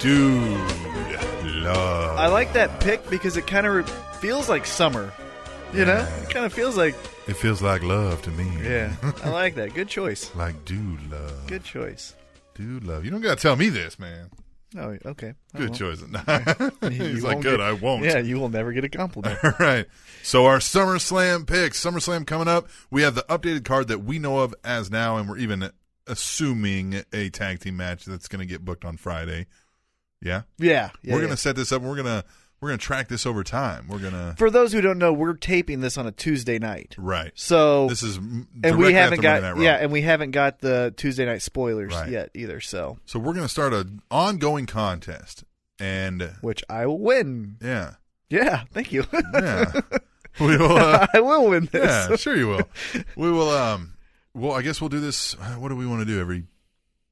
Speaker 1: Dude, love.
Speaker 2: I like that pick because it kind of re- feels like summer. You know, it kind of feels like
Speaker 1: It feels like love to me.
Speaker 2: yeah. I like that. Good choice.
Speaker 1: like dude love.
Speaker 2: Good choice.
Speaker 1: Dude love. You don't gotta tell me this, man.
Speaker 2: Oh, okay. I
Speaker 1: Good
Speaker 2: won't.
Speaker 1: choice.
Speaker 2: You
Speaker 1: He's like,
Speaker 2: won't
Speaker 1: good,
Speaker 2: get-
Speaker 1: I won't.
Speaker 2: Yeah, you will never get a compliment.
Speaker 1: All right. So our SummerSlam picks. SummerSlam coming up. We have the updated card that we know of as now, and we're even assuming a tag team match that's going to get booked on Friday. Yeah.
Speaker 2: Yeah, yeah,
Speaker 1: we're
Speaker 2: yeah.
Speaker 1: gonna set this up. and We're gonna we're gonna track this over time. We're gonna
Speaker 2: For those who don't know, we're taping this on a Tuesday night.
Speaker 1: right.
Speaker 2: So
Speaker 1: This is m-
Speaker 2: and
Speaker 1: directly
Speaker 2: we haven't
Speaker 1: after Monday Night
Speaker 2: got
Speaker 1: Raw.
Speaker 2: yeah, and we haven't got the Tuesday night spoilers
Speaker 1: Right.
Speaker 2: yet either. So
Speaker 1: So we're gonna start an ongoing contest, and
Speaker 2: which I will win.
Speaker 1: yeah,
Speaker 2: Yeah, thank you.
Speaker 1: yeah. We will, uh,
Speaker 2: I will win this.
Speaker 1: Yeah, sure you will. We will. Um. Well, I guess we'll do this. What do we want to do? Every.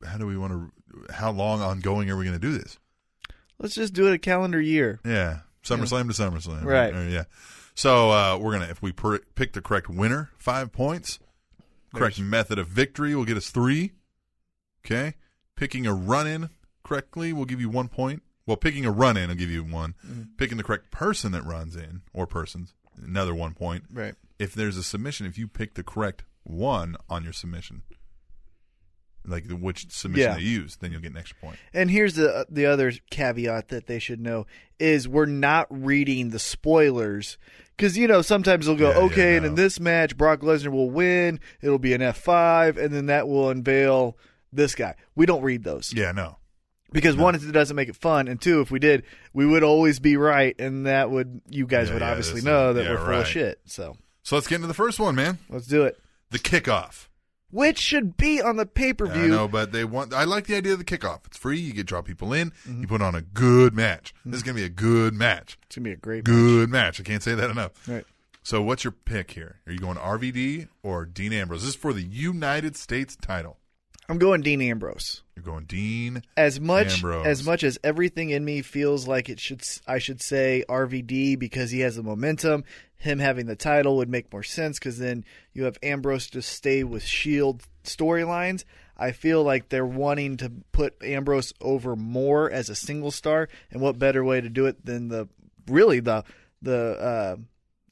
Speaker 1: How do we want to? How long ongoing are we going to do this?
Speaker 2: Let's just do it a calendar year.
Speaker 1: Yeah, SummerSlam to SummerSlam.
Speaker 2: Right.
Speaker 1: Or, yeah. So uh, we're gonna if we per- pick the correct winner, five points. Correct method of victory will get us three. Okay. Picking a run in correctly will give you one point. Well, picking a run in will give you one.
Speaker 2: Mm-hmm.
Speaker 1: Picking the correct person that runs in or persons another one point.
Speaker 2: Right.
Speaker 1: If there's a submission, if you pick the correct one on your submission, like the, which submission
Speaker 2: Yeah.
Speaker 1: they use, then you'll get an extra point.
Speaker 2: And here's the the other caveat that they should know is we're not reading the spoilers because you know sometimes they'll go
Speaker 1: Yeah, yeah,
Speaker 2: okay, and
Speaker 1: no.
Speaker 2: in this match Brock Lesnar will win. It'll be an F five, and then that will unveil this guy. We don't read those
Speaker 1: Yeah. No.
Speaker 2: because one, it doesn't make it fun, and two, if we did, we would always be right, and that would you guys
Speaker 1: Yeah,
Speaker 2: would
Speaker 1: yeah,
Speaker 2: obviously
Speaker 1: that's-
Speaker 2: know that
Speaker 1: yeah,
Speaker 2: we're full
Speaker 1: right.
Speaker 2: of shit. So
Speaker 1: So let's get into the first one, man.
Speaker 2: let's do it.
Speaker 1: The kickoff.
Speaker 2: Which should be on the pay per
Speaker 1: I know,
Speaker 2: view.
Speaker 1: but they want. I like the idea of the kickoff. It's free. You get draw people in.
Speaker 2: Mm-hmm.
Speaker 1: You put on a good match. This is gonna be a good match.
Speaker 2: It's gonna be a great
Speaker 1: Good match. I can't say that enough.
Speaker 2: Right.
Speaker 1: So, what's your pick here? Are you going RVD or Dean Ambrose? This is for the United States title.
Speaker 2: I'm going Dean Ambrose.
Speaker 1: You're going Dean.
Speaker 2: as much
Speaker 1: Ambrose.
Speaker 2: as much as everything in me feels like it should I should say RVD because he has the momentum. Him having the title would make more sense because then you have Ambrose to stay with Shield E storylines. I feel like they're wanting to put Ambrose over more as a single star, and what better way to do it than the really the the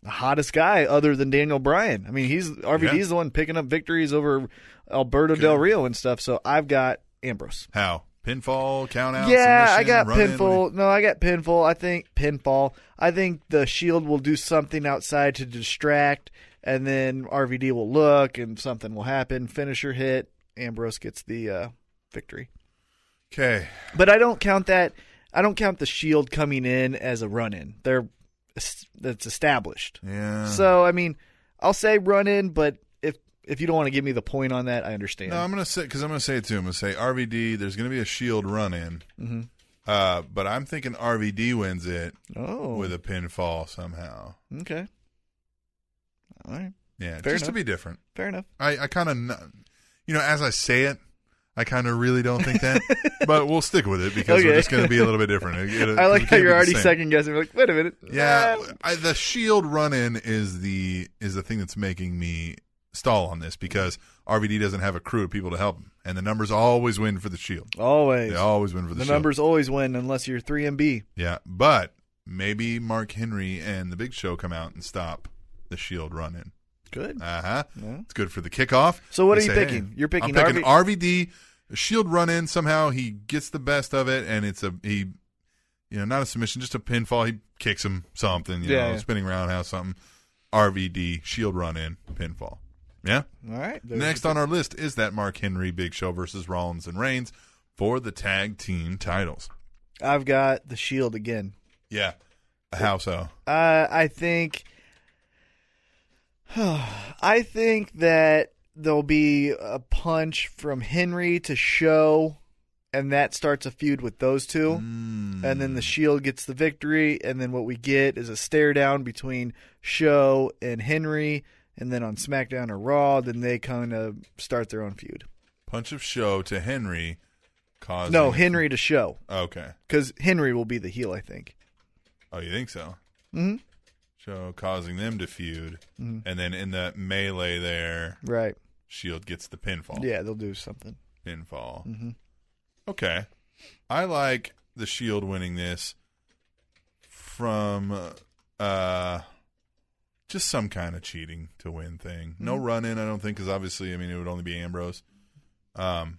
Speaker 2: uh, hottest guy other than Daniel Bryan? I mean, he's RVD's
Speaker 1: Yeah.
Speaker 2: the one picking up victories over Alberto Del Rio and stuff. So I've got Ambrose.
Speaker 1: How pinfall count out?
Speaker 2: Yeah, I
Speaker 1: submission,
Speaker 2: got
Speaker 1: run-in?
Speaker 2: pinfall. No, I got pinfall. I think pinfall. I think the shield will do something outside to distract, and then RVD will look, and something will happen. Finisher hit. Ambrose gets the uh, victory.
Speaker 1: Okay.
Speaker 2: But I don't count that. I don't count the shield coming in as a run in. They're es- that's established.
Speaker 1: Yeah.
Speaker 2: So I mean, I'll say run in, but if if you don't want to give me the point on that, I understand.
Speaker 1: No, I'm gonna say because I'm gonna say it too. I'm gonna say RVD. There's gonna be a Shield run in,
Speaker 2: Mm-hmm.
Speaker 1: uh, but I'm thinking RVD wins it
Speaker 2: Oh.
Speaker 1: with a pinfall somehow.
Speaker 2: Okay. All right.
Speaker 1: Yeah,
Speaker 2: Fair
Speaker 1: just to
Speaker 2: enough.
Speaker 1: be different.
Speaker 2: Fair enough.
Speaker 1: I, I kind of, you know, as I say it, I kind of really don't think that, but we'll stick with it because we're
Speaker 2: Okay.
Speaker 1: just going to be a little bit different. It- it-
Speaker 2: I like
Speaker 1: it can't
Speaker 2: how
Speaker 1: be
Speaker 2: you're
Speaker 1: the
Speaker 2: already
Speaker 1: same.
Speaker 2: second guessing. Like, wait a minute.
Speaker 1: Yeah,
Speaker 2: Ah.
Speaker 1: I, the Shield run-in is the is the thing that's making me stall on this because RVD doesn't have a crew of people to help him, and the numbers always win for the Shield.
Speaker 2: Always.
Speaker 1: They always win for the
Speaker 2: the
Speaker 1: Shield.
Speaker 2: numbers always win unless you're 3 and B.
Speaker 1: Yeah, but maybe Mark Henry and the Big Show come out and stop the Shield run-in.
Speaker 2: Good.
Speaker 1: Uh huh. It's good for the kickoff.
Speaker 2: So what
Speaker 1: They
Speaker 2: are you
Speaker 1: say,
Speaker 2: picking?
Speaker 1: hey,
Speaker 2: You're picking
Speaker 1: I'm picking
Speaker 2: RV
Speaker 1: RVD. Shield run in somehow he gets the best of it, and it's a he, you know, not a submission, just a pinfall. He kicks him something, you
Speaker 2: Yeah,
Speaker 1: know,
Speaker 2: yeah.
Speaker 1: spinning roundhouse something. RVD Shield run in pinfall. Yeah.
Speaker 2: All right. There's
Speaker 1: Next on our list is that Mark Henry Big Show versus Rollins and Reigns for the tag team titles.
Speaker 2: I've got the Shield again.
Speaker 1: Yeah. How so?
Speaker 2: Uh, I think. I think that there'll be a punch from Henry to show, and that starts a feud with those two. And then the Shield gets the victory, and then what we get is a stare down between show and Henry. And then on SmackDown or Raw, then they kind of start their own feud.
Speaker 1: Punch of show to Henry caused
Speaker 2: No, Henry to show.
Speaker 1: Okay.
Speaker 2: Because Henry will be the heel, I think.
Speaker 1: Oh, you think so?
Speaker 2: hmm
Speaker 1: So causing them to feud,
Speaker 2: Mhm.
Speaker 1: and then in that melee there,
Speaker 2: Right.
Speaker 1: Shield gets the pinfall.
Speaker 2: Yeah, they'll do something.
Speaker 1: pinfall.
Speaker 2: Mhm.
Speaker 1: Okay, I like the Shield winning this from uh, just some kind of cheating to win thing. No
Speaker 12: Mhm.
Speaker 1: run in, I don't think, because obviously, I mean, it would only be Ambrose. Um,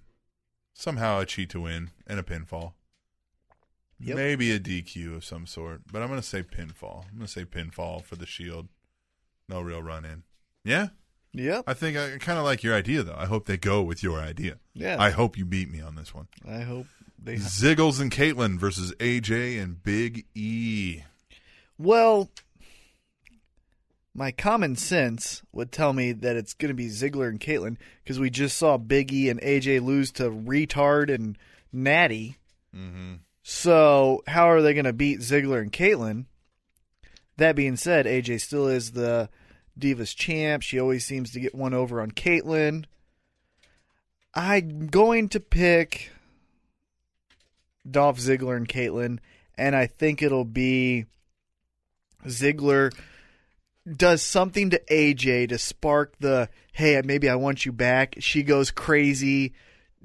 Speaker 1: somehow a cheat to win and a pinfall.
Speaker 12: Yep.
Speaker 1: Maybe a DQ of some sort, but I'm going to say pinfall. I'm going to say pinfall for the Shield. No real run in. Yeah?
Speaker 2: Yep.
Speaker 1: I think I kind of like your idea, though. I hope they go with your idea.
Speaker 2: Yeah.
Speaker 1: I hope you beat me on this one.
Speaker 2: I hope they.
Speaker 1: Ziggles and Caitlyn versus AJ and Big E.
Speaker 2: Well, my common sense would tell me that it's going to be Ziggler and Caitlyn because we just saw Big E and AJ lose to Retard and Natty.
Speaker 1: Mm-hmm.
Speaker 2: So how are they going to beat Ziggler and Caitlyn? That being said, AJ still is the Divas champ. She always seems to get one over on Caitlyn. I'm going to pick Dolph Ziggler and Caitlyn, and I think it'll be Ziggler does something to AJ to spark the hey, maybe I want you back. She goes crazy,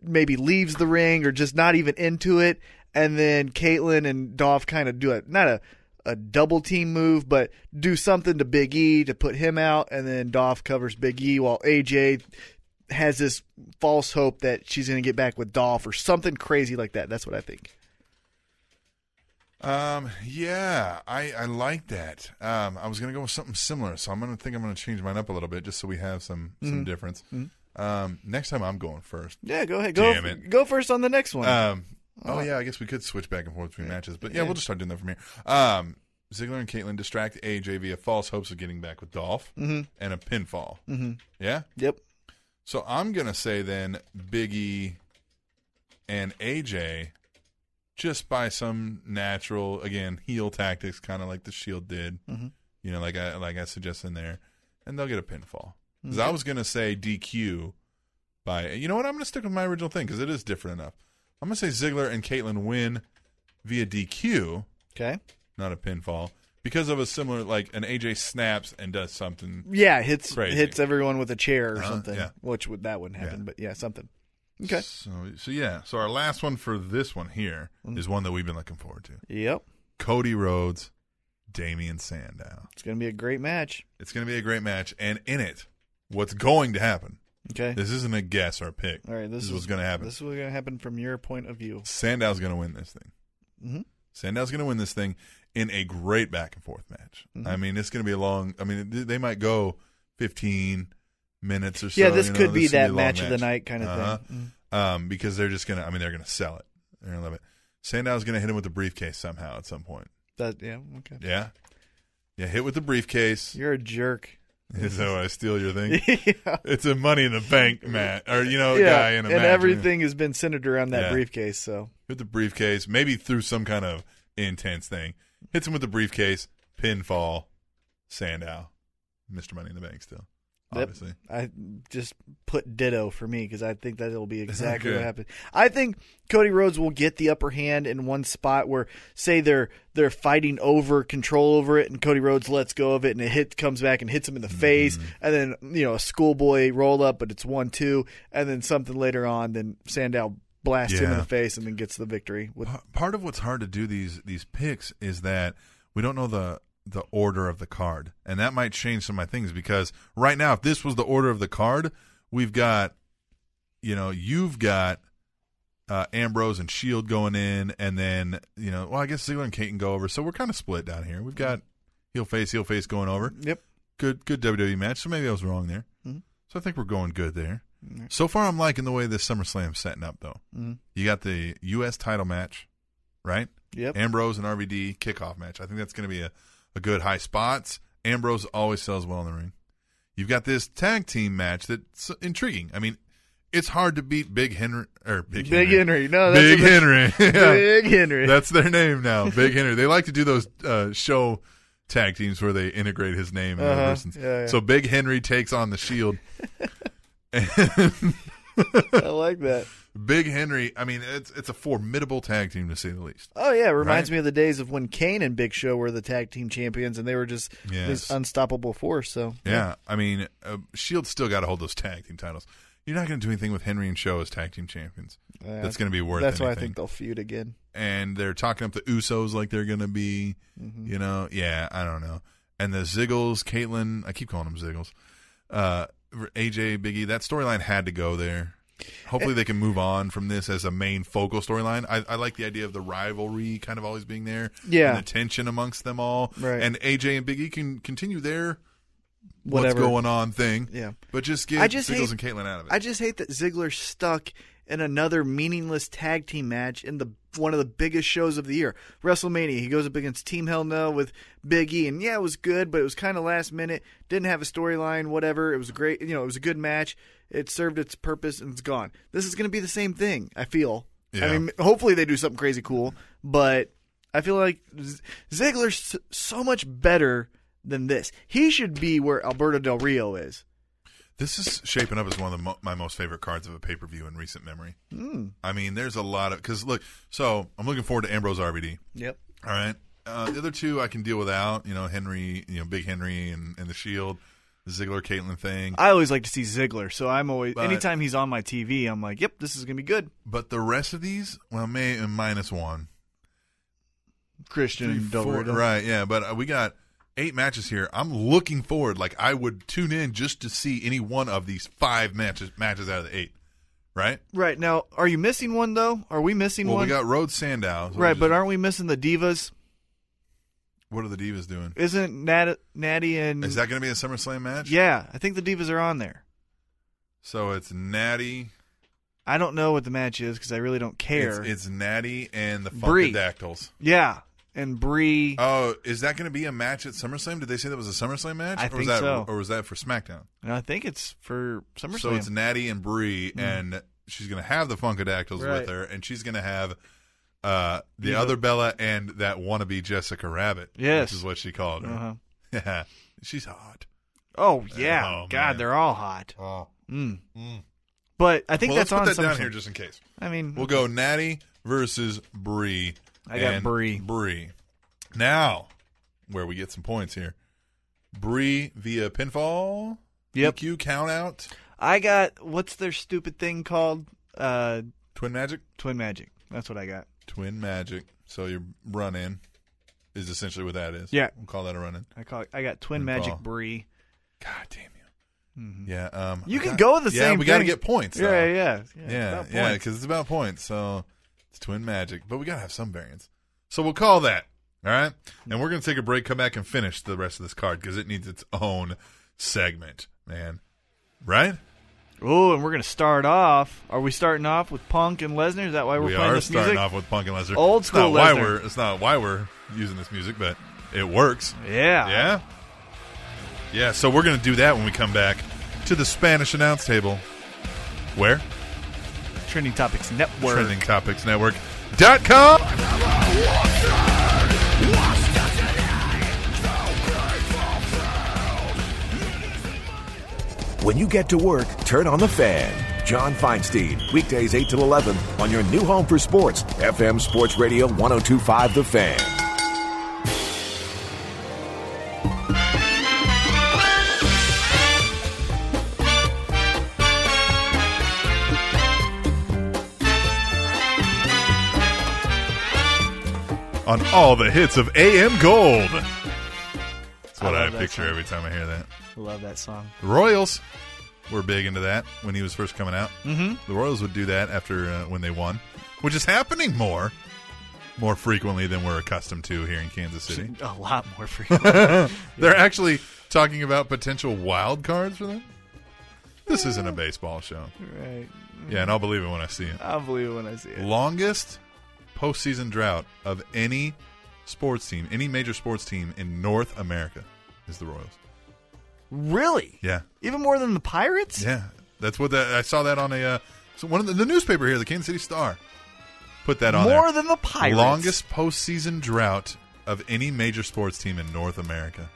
Speaker 2: maybe leaves the ring or just not even into it. And then Caitlyn and Dolph kind of do a not a, a double team move, but do something to Big E to put him out. And then Dolph covers Big E while AJ has this false hope that she's going to get back with Dolph or something crazy like that. That's what I think.
Speaker 1: Um, yeah, I, I like that. Um, I was gonna go with something similar, so I'm gonna think I'm gonna change mine up a little bit just so we have some some
Speaker 2: Mhm.
Speaker 1: difference.
Speaker 2: Mhm.
Speaker 1: Um, next time I'm going first.
Speaker 2: Yeah, go ahead. Go,
Speaker 1: Damn it.
Speaker 2: go first on the next one.
Speaker 1: Um, oh
Speaker 2: Alright.
Speaker 1: yeah, I guess we could switch back and forth between matches, but yeah,
Speaker 2: Yeah.
Speaker 1: we'll just start doing that from here. Um, Ziggler and Caitlyn distract AJ via false hopes of getting back with Dolph
Speaker 2: Mhm.
Speaker 1: and a pinfall.
Speaker 2: Mhm.
Speaker 1: Yeah.
Speaker 2: Yep.
Speaker 1: So I'm gonna say then Biggie and AJ just by some natural again heel tactics, kind of like the Shield did.
Speaker 12: Mhm.
Speaker 1: You know, like I like I suggest in there, and they'll get a pinfall. Because I
Speaker 12: Okay.
Speaker 1: was gonna say DQ by you know what I'm gonna stick with my original thing because it is different enough. I'm gonna say Ziggler and Caitlyn win via DQ.
Speaker 2: Okay.
Speaker 1: Not a pinfall because of a similar like an AJ snaps and does something.
Speaker 2: Yeah, hits
Speaker 1: crazy.
Speaker 2: hits everyone with a chair or
Speaker 1: Uh-huh,
Speaker 2: something.
Speaker 1: yeah.
Speaker 2: Which would that wouldn't happen, but yeah, something. Okay.
Speaker 1: So, so yeah. So our last one for this one here is
Speaker 2: Mm.
Speaker 1: one that we've been looking forward to.
Speaker 2: Yep.
Speaker 1: Cody Rhodes, Damian Sandow.
Speaker 2: It's gonna be a great match.
Speaker 1: It's gonna be a great match, and in it, what's going to happen?
Speaker 2: Okay.
Speaker 1: This isn't a guess or pick.
Speaker 2: All right, this,
Speaker 1: is what's gonna happen.
Speaker 2: This is what's gonna happen from your point of view.
Speaker 1: Sandow's gonna win this thing.
Speaker 2: Mm-hmm.
Speaker 1: Sandow's going to win this thing in a great back and forth match.
Speaker 2: Mhm.
Speaker 1: I mean, it's going to be a long. I mean, th- they might go fifteen minutes or so.
Speaker 2: Yeah, this
Speaker 1: you know,
Speaker 2: could be
Speaker 1: could
Speaker 2: that
Speaker 1: a long
Speaker 2: match of the night kinda thing. Mhm.
Speaker 1: Um, because they're just going to. I mean, they're going to sell it. They're going to love it. Sandow's going to hit him with the briefcase somehow at some point.
Speaker 2: That yeah, okay.
Speaker 1: Yeah, yeah, hit with the briefcase.
Speaker 2: You're a jerk.
Speaker 1: Is that what I steal your thing? It's a money in the bank, Matt, or you know,
Speaker 2: yeah,
Speaker 1: guy in a
Speaker 2: and
Speaker 1: match.
Speaker 2: everything has been centered around that
Speaker 1: Yeah.
Speaker 2: briefcase, so
Speaker 1: Hit the briefcase, maybe through some kind of intense thing. Hits him with the briefcase, pinfall, Sandow, Mr. Money in the Bank still.
Speaker 2: Yep.
Speaker 1: Obviously.
Speaker 2: I just put ditto for me because I think that'll be exactly
Speaker 1: Okay.
Speaker 2: what happens. I think Cody Rhodes will get the upper hand in one spot where, say, they're they're fighting over control over it, and Cody Rhodes lets go of it, and it hit comes back and hits him in
Speaker 1: Mm-hmm.
Speaker 2: the face, and then you know a schoolboy roll up, but it's one two, and then something later on, then Sandow blasts him in
Speaker 1: Yeah. Oh,
Speaker 2: the face, and then gets the victory. With
Speaker 1: Part of what's hard to do these these picks is that we don't know the the order of the card. And that might change some of my things because right now if this was the order of the card, we've got you know, you've got uh, Ambrose and Shield going in, and then you know, well, I guess Ziggler and Kate can go over. So we're kind of split down here. We've got heel face, heel face going over.
Speaker 2: Yep.
Speaker 1: Good, good WWE match. So E maybe I was wrong there.
Speaker 2: Mhm.
Speaker 1: So I think we're going good there. So far, I'm liking the way this SummerSlam's setting up, though.
Speaker 3: Mhm.
Speaker 1: You got the U.S. title match, right?
Speaker 3: Yep.
Speaker 1: Ambrose and RVD kickoff match. I think that's going to be a, a good high spots. Ambrose always sells well in the ring. You've got this tag team match that's intriguing. I mean, it's hard to beat Big Henry or Big,
Speaker 3: Big Henry. No, that's
Speaker 1: Big
Speaker 3: what they-
Speaker 1: Henry.
Speaker 3: Big Henry.
Speaker 1: That's their name now. Big Henry. They like to do those uh, show tag teams where they integrate his name and
Speaker 3: Uh-huh.
Speaker 1: other person's.
Speaker 3: Yeah, yeah.
Speaker 1: So Big Henry takes on the Shield.
Speaker 3: I like that.
Speaker 1: Big Henry. I mean, it's it's a formidable tag team to say the least.
Speaker 3: Oh yeah, it reminds
Speaker 1: Right?
Speaker 3: me of the days of when Kane and Big Show were the tag team champions, and they were just
Speaker 1: Yes.
Speaker 3: this unstoppable force. So
Speaker 1: Yeah, I mean, uh, Shield still got to hold those tag team titles. You're not going to do anything with Henry and Show as tag team champions.
Speaker 3: Yeah.
Speaker 1: that's going to be worth.
Speaker 3: That's why I
Speaker 1: anything.
Speaker 3: think they'll feud again.
Speaker 1: and they're talking up the Usos like they're gonna be,
Speaker 3: Mm-hmm.
Speaker 1: you know, yeah, I don't know. And the Ziggles, Caitlyn, I keep calling them Ziggles, uh, AJ, Biggie. That storyline had to go there. Hopefully,
Speaker 3: Eh.
Speaker 1: they can move on from this as a main focal storyline. I, I like the idea of the rivalry kind of always being there,
Speaker 3: Yeah.
Speaker 1: and the tension amongst them all,
Speaker 3: Right.
Speaker 1: And AJ and Biggie can continue their
Speaker 3: Whatever.
Speaker 1: what's going on thing,
Speaker 3: Yeah.
Speaker 1: But just get
Speaker 3: I just
Speaker 1: Ziggles
Speaker 3: hate,
Speaker 1: and Caitlyn out of it.
Speaker 3: I just hate that Ziggler's stuck in another meaningless tag team match in the one of the biggest shows of the year, WrestleMania. He goes up against Team Hell No with Big E, and yeah, it was good, but it was kind of last minute. Didn't have a storyline, whatever. It was great, you know, it was a good match. It served its purpose, and it's gone. This is going to be the same thing. I feel.
Speaker 1: Yeah.
Speaker 3: I mean, hopefully they do something crazy cool, but I feel like Z- Ziggler's s- so much better than this. He should be where Alberto Del Rio is.
Speaker 1: This is shaping up as one of the mo- my most favorite cards of a pay per view in recent memory.
Speaker 2: Hmm.
Speaker 3: Mm.
Speaker 1: I mean, there's a lot of because look, so I'm looking forward to Ambrose RVD.
Speaker 3: Yep.
Speaker 1: All right, uh, the other two I can deal without. You know, Henry, you know, Big Henry and, and the Shield, the Ziggler Caitlin thing.
Speaker 2: I always like to see Ziggler, so I'm always
Speaker 1: But-
Speaker 2: anytime he's on my TV, I'm like, "Yep, this is gonna be good."
Speaker 1: But the rest of these, well, may and minus one,
Speaker 2: Christian
Speaker 1: Three,
Speaker 2: and Del
Speaker 1: four-
Speaker 2: Rio.
Speaker 1: right? Yeah, but uh, we got eight matches here. I'm looking forward. Like I would tune in just to see any one of these five matches matches out of the eight. Right?
Speaker 2: Right now, are you missing one though? Are we missing
Speaker 1: Well,
Speaker 2: one?
Speaker 1: we got Road Sandow. so we
Speaker 2: right,
Speaker 1: just-
Speaker 2: but aren't we missing the divas?
Speaker 1: what are the Divas doing?
Speaker 2: Isn't Nat, Natty and
Speaker 1: Is that going to be a SummerSlam match?
Speaker 2: yeah? I think the divas are on there.
Speaker 1: So it's Natty.
Speaker 2: I don't know what the match is because I really don't care.
Speaker 1: It's, it's Natty and the
Speaker 2: Bree.
Speaker 1: Funkadactyls.
Speaker 2: yeah, and Bree.
Speaker 1: Oh, is that going to be a match at SummerSlam? Did they say that was a SummerSlam match?
Speaker 2: I
Speaker 1: or was
Speaker 2: think
Speaker 1: that,
Speaker 2: so.
Speaker 1: Or was that for SmackDown?
Speaker 2: and I think it's for SummerSlam. Mm-hmm.
Speaker 1: So it's Natty and Bree, and she's going to have the Funkadactyls
Speaker 2: Right.
Speaker 1: with her, and she's going to have uh, the
Speaker 2: Diva.
Speaker 1: other Bella and that wannabe Jessica Rabbit.
Speaker 2: Yes. Uh-huh.
Speaker 1: Which is what she called her. Yeah. She's hot.
Speaker 2: oh yeah,
Speaker 1: Oh,
Speaker 2: God,
Speaker 1: man.
Speaker 2: they're all hot.
Speaker 1: Oh.
Speaker 2: Mm.
Speaker 1: Mm.
Speaker 2: But I think
Speaker 1: well,
Speaker 2: that's
Speaker 1: let's
Speaker 2: on
Speaker 1: put that down
Speaker 2: SummerSlam.
Speaker 1: here just in case.
Speaker 2: I mean,
Speaker 1: We'll go Natty versus Bree.
Speaker 2: I got
Speaker 1: and
Speaker 2: Bree.
Speaker 1: Bree. Now, where we get some points here. Bree via pinfall.
Speaker 2: Yep.
Speaker 1: EQ count out.
Speaker 2: I got what's their stupid thing called? Uh,
Speaker 1: Twin magic.
Speaker 2: Twin magic. That's what I got.
Speaker 1: Twin magic. So your run in is essentially what that is.
Speaker 2: Yeah.
Speaker 1: We'll call that a run in.
Speaker 2: I call. I got twin
Speaker 1: Good
Speaker 2: magic
Speaker 1: call.
Speaker 2: Bree.
Speaker 1: God damn you. Yeah. Um,
Speaker 2: Ah, You
Speaker 1: I
Speaker 2: can
Speaker 1: got-
Speaker 2: go with the
Speaker 1: yeah,
Speaker 2: same
Speaker 1: we gotta
Speaker 2: thing.
Speaker 1: get points.
Speaker 2: Yeah,
Speaker 1: though.
Speaker 2: yeah, yeah. It's
Speaker 1: Yeah.
Speaker 2: about
Speaker 1: Yeah.
Speaker 2: points.
Speaker 1: Because it's about points. So it's twin magic. But we got to have some variance. So we'll call that. All right. And we're going to take a break, come back, and finish the rest of this card because it needs its own segment, man. Right?
Speaker 2: Oh, and we're gonna start off. Are we starting off with Punk and Lesnar? Is that why we're
Speaker 1: we
Speaker 2: playing
Speaker 1: are
Speaker 2: this
Speaker 1: starting
Speaker 2: music?
Speaker 1: off with Punk and Lesnar.
Speaker 2: Old
Speaker 1: It's not
Speaker 2: school
Speaker 1: why
Speaker 2: Lesnar.
Speaker 1: we're It's not why we're using this music, but it works.
Speaker 2: Yeah.
Speaker 1: Yeah. Yeah. So we're going to do that when we come back to the Spanish announce table. Where?
Speaker 2: Trending Topics Network.
Speaker 1: Trending Topics Network. Dot com.
Speaker 13: When you get to work, turn on the fan. John Feinstein, weekdays 8 till 11 on your new home for sports, FM Sports Radio 1025 The Fan.
Speaker 1: on all the hits of AM Gold. That's what
Speaker 2: I
Speaker 1: I,
Speaker 2: love that
Speaker 1: picture
Speaker 2: song.
Speaker 1: every time I hear that.
Speaker 2: Love that song.
Speaker 1: The Royals were big into that when he was first coming out.
Speaker 2: Mhm.
Speaker 1: The Royals would do that after uh, when they won, which is happening more, more frequently than we're accustomed to here in Kansas City.
Speaker 2: A lot more frequent.
Speaker 1: They're actually talking about potential wild cards for them. This isn't a baseball show.
Speaker 2: Right.
Speaker 1: Yeah, and I'll believe it when I see it.
Speaker 2: I'll believe it when I see it.
Speaker 1: Longest postseason drought of any sports team, any major sports team in North America is the Royals.
Speaker 2: Really?
Speaker 1: Yeah.
Speaker 2: Even more than the Pirates?
Speaker 1: Yeah, that's what that I saw that on a uh, so one of the, the newspaper here, the Kansas City Star, put that on
Speaker 2: More
Speaker 1: there.
Speaker 2: than the Pirates?
Speaker 1: Longest postseason drought of any major sports team in North America,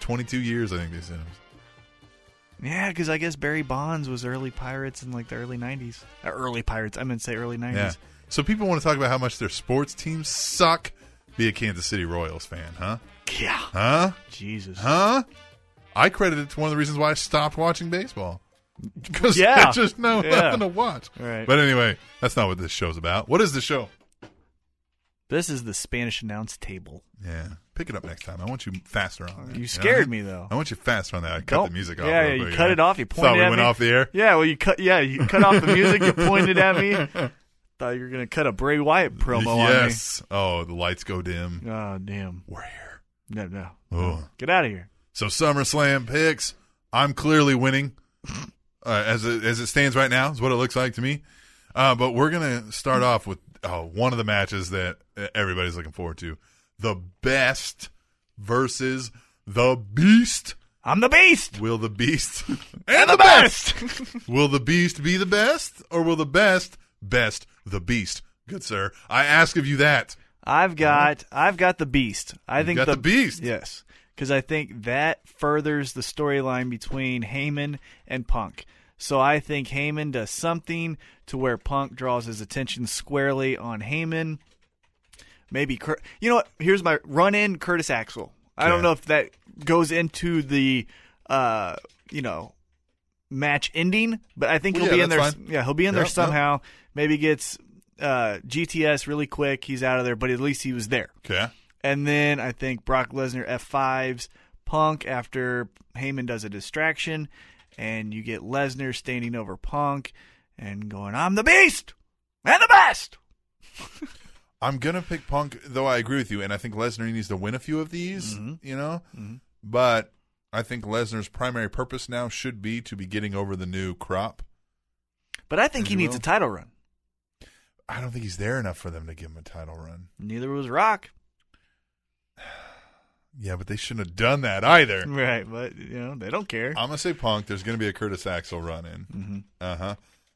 Speaker 1: twenty two years I think they said. It was.
Speaker 2: Yeah, because I guess Barry Bonds was early Pirates in like the early 90s. Uh, Early Pirates, I meant to say early 90s.
Speaker 1: Yeah. So people want to talk about how much their sports teams suck. Be a Kansas City Royals fan, huh?
Speaker 2: Yeah.
Speaker 1: Huh?
Speaker 2: Jesus.
Speaker 1: Huh? Uh-huh. I credit it to one of the reasons why I stopped watching baseball. Because
Speaker 2: Yeah.
Speaker 1: I just know
Speaker 2: Yeah.
Speaker 1: nothing to watch.
Speaker 2: Right.
Speaker 1: But anyway, that's not what this show's about. What is the show?
Speaker 2: This is the Spanish announce table.
Speaker 1: Yeah. Pick it up next time. I want you faster on that.
Speaker 2: You
Speaker 1: know?
Speaker 2: scared me, though.
Speaker 1: I want you faster on that. I cut
Speaker 2: Don't-
Speaker 1: the music off.
Speaker 2: Yeah,
Speaker 1: real
Speaker 2: you
Speaker 1: quick,
Speaker 2: cut
Speaker 1: yeah.
Speaker 2: it off. You pointed
Speaker 1: Thought we
Speaker 2: at
Speaker 1: went
Speaker 2: me.
Speaker 1: off the air.
Speaker 2: Yeah, well, you cut. Yeah, you cut off the music. You pointed at me. Thought you were gonna cut a Bray Wyatt promo
Speaker 1: yes. Oh, the lights go dim.
Speaker 2: on me. Oh damn.
Speaker 1: We're here.
Speaker 2: No, no.
Speaker 1: Oh.
Speaker 2: Get out of here.
Speaker 1: So SummerSlam picks. I'm clearly winning uh, as it, as it stands right now. Is what it looks like to me. Uh, but we're gonna start off with uh, one of the matches that uh, everybody's looking forward to: the best versus the beast.
Speaker 2: I'm the beast.
Speaker 1: Will the beast and the best? will the beast be the best, or will the best best the beast? Good sir, I ask of you that.
Speaker 2: I've got. I've got the beast. I think
Speaker 1: got the beast.
Speaker 2: Yes, because I think that furthers the storyline between Heyman and Punk. So I think Heyman does something to where Punk draws his attention squarely on Heyman. maybe Cur- you know what here's my run in curtis axel i don't
Speaker 1: Yeah.
Speaker 2: know if that goes into the uh you know match ending but i think
Speaker 1: Well,
Speaker 2: he'll
Speaker 1: yeah,
Speaker 2: be in there
Speaker 1: that's fine.
Speaker 2: yeah he'll be in there
Speaker 1: Yep, yep.
Speaker 2: somehow maybe gets uh gts really quick he's out of there but at least he was there
Speaker 1: Okay.
Speaker 2: and then I think Brock Lesnar F5s Punk after Heyman does a distraction. And you get Lesnar standing over Punk and going, I'm the beast and the best.
Speaker 1: I'm gonna pick Punk, though I agree with you, and I think Lesnar needs to win a few of these,
Speaker 2: Mm-hmm.
Speaker 1: you know. But I think Lesnar's primary purpose now should be to be getting over the new crop.
Speaker 2: But I think
Speaker 1: As
Speaker 2: he
Speaker 1: you
Speaker 2: needs
Speaker 1: will.
Speaker 2: a title run.
Speaker 1: I don't think he's there enough for them to give him a title run.
Speaker 2: Neither was Rock.
Speaker 1: Yeah, but they shouldn't have done that either.
Speaker 2: Right, but you know they don't care.
Speaker 1: I'm gonna say Punk. There's gonna be a Curtis Axel run in.
Speaker 2: Mhm.
Speaker 1: Uh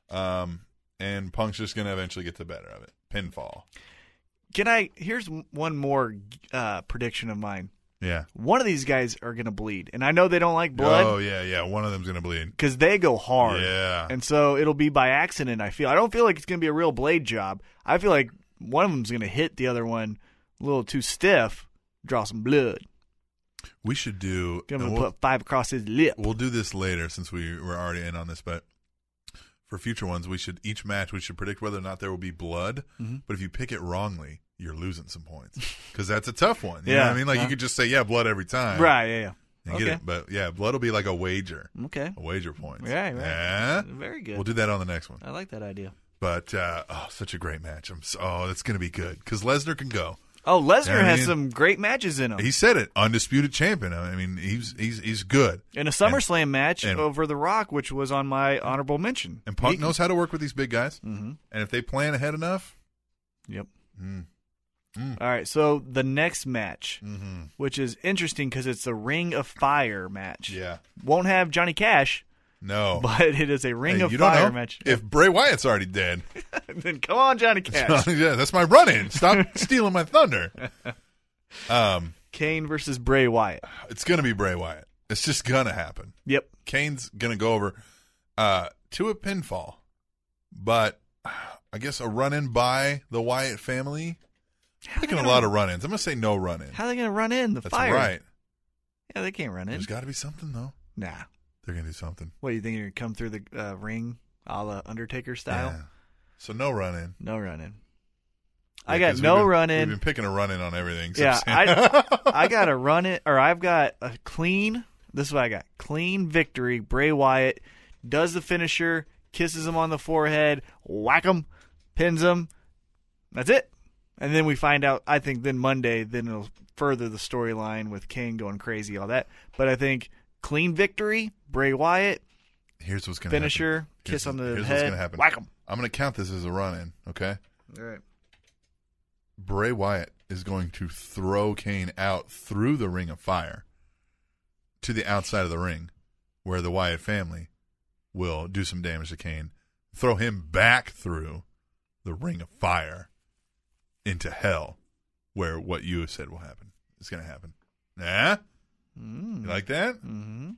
Speaker 1: huh. Um, and Punk's just gonna eventually get the better of it. Pinfall.
Speaker 2: Can I? Here's one more uh, prediction of mine.
Speaker 1: Yeah.
Speaker 2: One of these guys are gonna bleed, and I know they don't like blood
Speaker 1: Oh yeah, yeah. One of them's gonna bleed.
Speaker 2: because they go hard.
Speaker 1: Yeah.
Speaker 2: and so it'll be by accident. I feel. I don't feel like it's gonna be a real blade job. I feel like one of them's gonna hit the other one a little too stiff, draw some blood.
Speaker 1: We should do.
Speaker 2: Give him
Speaker 1: and
Speaker 2: to
Speaker 1: we'll-
Speaker 2: put five across his lip.
Speaker 1: We'll do this later since we were already in on this, but for future ones, we should each match we should predict whether or not there will be blood.
Speaker 2: Mm-hmm.
Speaker 1: But if you pick it wrongly, you're losing some points because that's a tough one. You know
Speaker 2: Yeah.
Speaker 1: what I mean, like you
Speaker 2: Uh-huh.
Speaker 1: could just say yeah, blood every time,
Speaker 2: Right? Yeah. yeah.
Speaker 1: And get it. But yeah, blood will be like a wager,
Speaker 2: Okay.
Speaker 1: a wager point.
Speaker 2: Yeah, right.
Speaker 1: Yeah?
Speaker 2: Very good.
Speaker 1: Eh? We'll do that on the next one.
Speaker 2: I like that idea.
Speaker 1: But uh, oh, such a great match. I'm so, oh, it's gonna be good because Lesnar can go.
Speaker 2: Oh, Lesnar
Speaker 1: Yeah, I
Speaker 2: has
Speaker 1: mean-
Speaker 2: some great matches in him.
Speaker 1: He said it, undisputed champion. I mean, he's he's he's good.
Speaker 2: in a SummerSlam match
Speaker 1: and-
Speaker 2: over The Rock, which was on my honorable mention.
Speaker 1: And Punk
Speaker 2: He-
Speaker 1: knows how to work with these big guys.
Speaker 2: Mm-hmm.
Speaker 1: And if they plan ahead enough,
Speaker 2: Yep.
Speaker 1: Mm. Mm.
Speaker 2: All right. So the next match,
Speaker 1: Mm-hmm.
Speaker 2: which is interesting because it's a Ring of Fire match.
Speaker 1: yeah,
Speaker 2: Won't have Johnny Cash,
Speaker 1: no.
Speaker 2: but it is a Ring
Speaker 1: Hey,
Speaker 2: of
Speaker 1: you don't
Speaker 2: Fire
Speaker 1: know.
Speaker 2: match.
Speaker 1: If Bray Wyatt's already dead,
Speaker 2: then come on, Johnny Cash.
Speaker 1: yeah, that's my run in. Stop stealing my thunder. Um,
Speaker 2: Kane versus Bray Wyatt.
Speaker 1: it's gonna be Bray Wyatt. It's just gonna happen.
Speaker 2: Yep.
Speaker 1: Kane's gonna go over uh, to a pinfall, but uh, I guess a run in by the Wyatt family. I'm picking a lot of run ins. I'm gonna say no run in.
Speaker 2: How are they going to run in the
Speaker 1: That's
Speaker 2: fire?
Speaker 1: right.
Speaker 2: Yeah, they can't run in.
Speaker 1: There's got to be something though.
Speaker 2: Nah.
Speaker 1: They're gonna do something.
Speaker 2: What do you think? You're going to come through the uh, ring a la Undertaker style?
Speaker 1: Yeah. So no run in.
Speaker 2: No run in. I got no run in.
Speaker 1: We've been picking a run in on everything. so
Speaker 2: Yeah,
Speaker 1: I'm saying-
Speaker 2: I, I got to run it, or I've got a clean. This is what I got: clean victory. Bray Wyatt does the finisher, kisses him on the forehead, whack him, pins him. That's it. And then we find out. I think then Monday, then it'll further the storyline with Kane going crazy, all that. But I think clean victory, Bray Wyatt,
Speaker 1: Here's what's going to happen.
Speaker 2: Finisher,
Speaker 1: Here's-
Speaker 2: kiss on the
Speaker 1: here's
Speaker 2: head.
Speaker 1: what's going to happen.
Speaker 2: Whack 'em.
Speaker 1: I'm going to count this as a run in, okay?
Speaker 2: All right.
Speaker 1: Bray Wyatt is going to throw Kane out through the ring of fire to the outside of the ring where the Wyatt family will do some damage to Kane, throw him back through the ring of fire into hell where what you have said will happen. It's going to happen. Nah? You like that? Mm-hmm.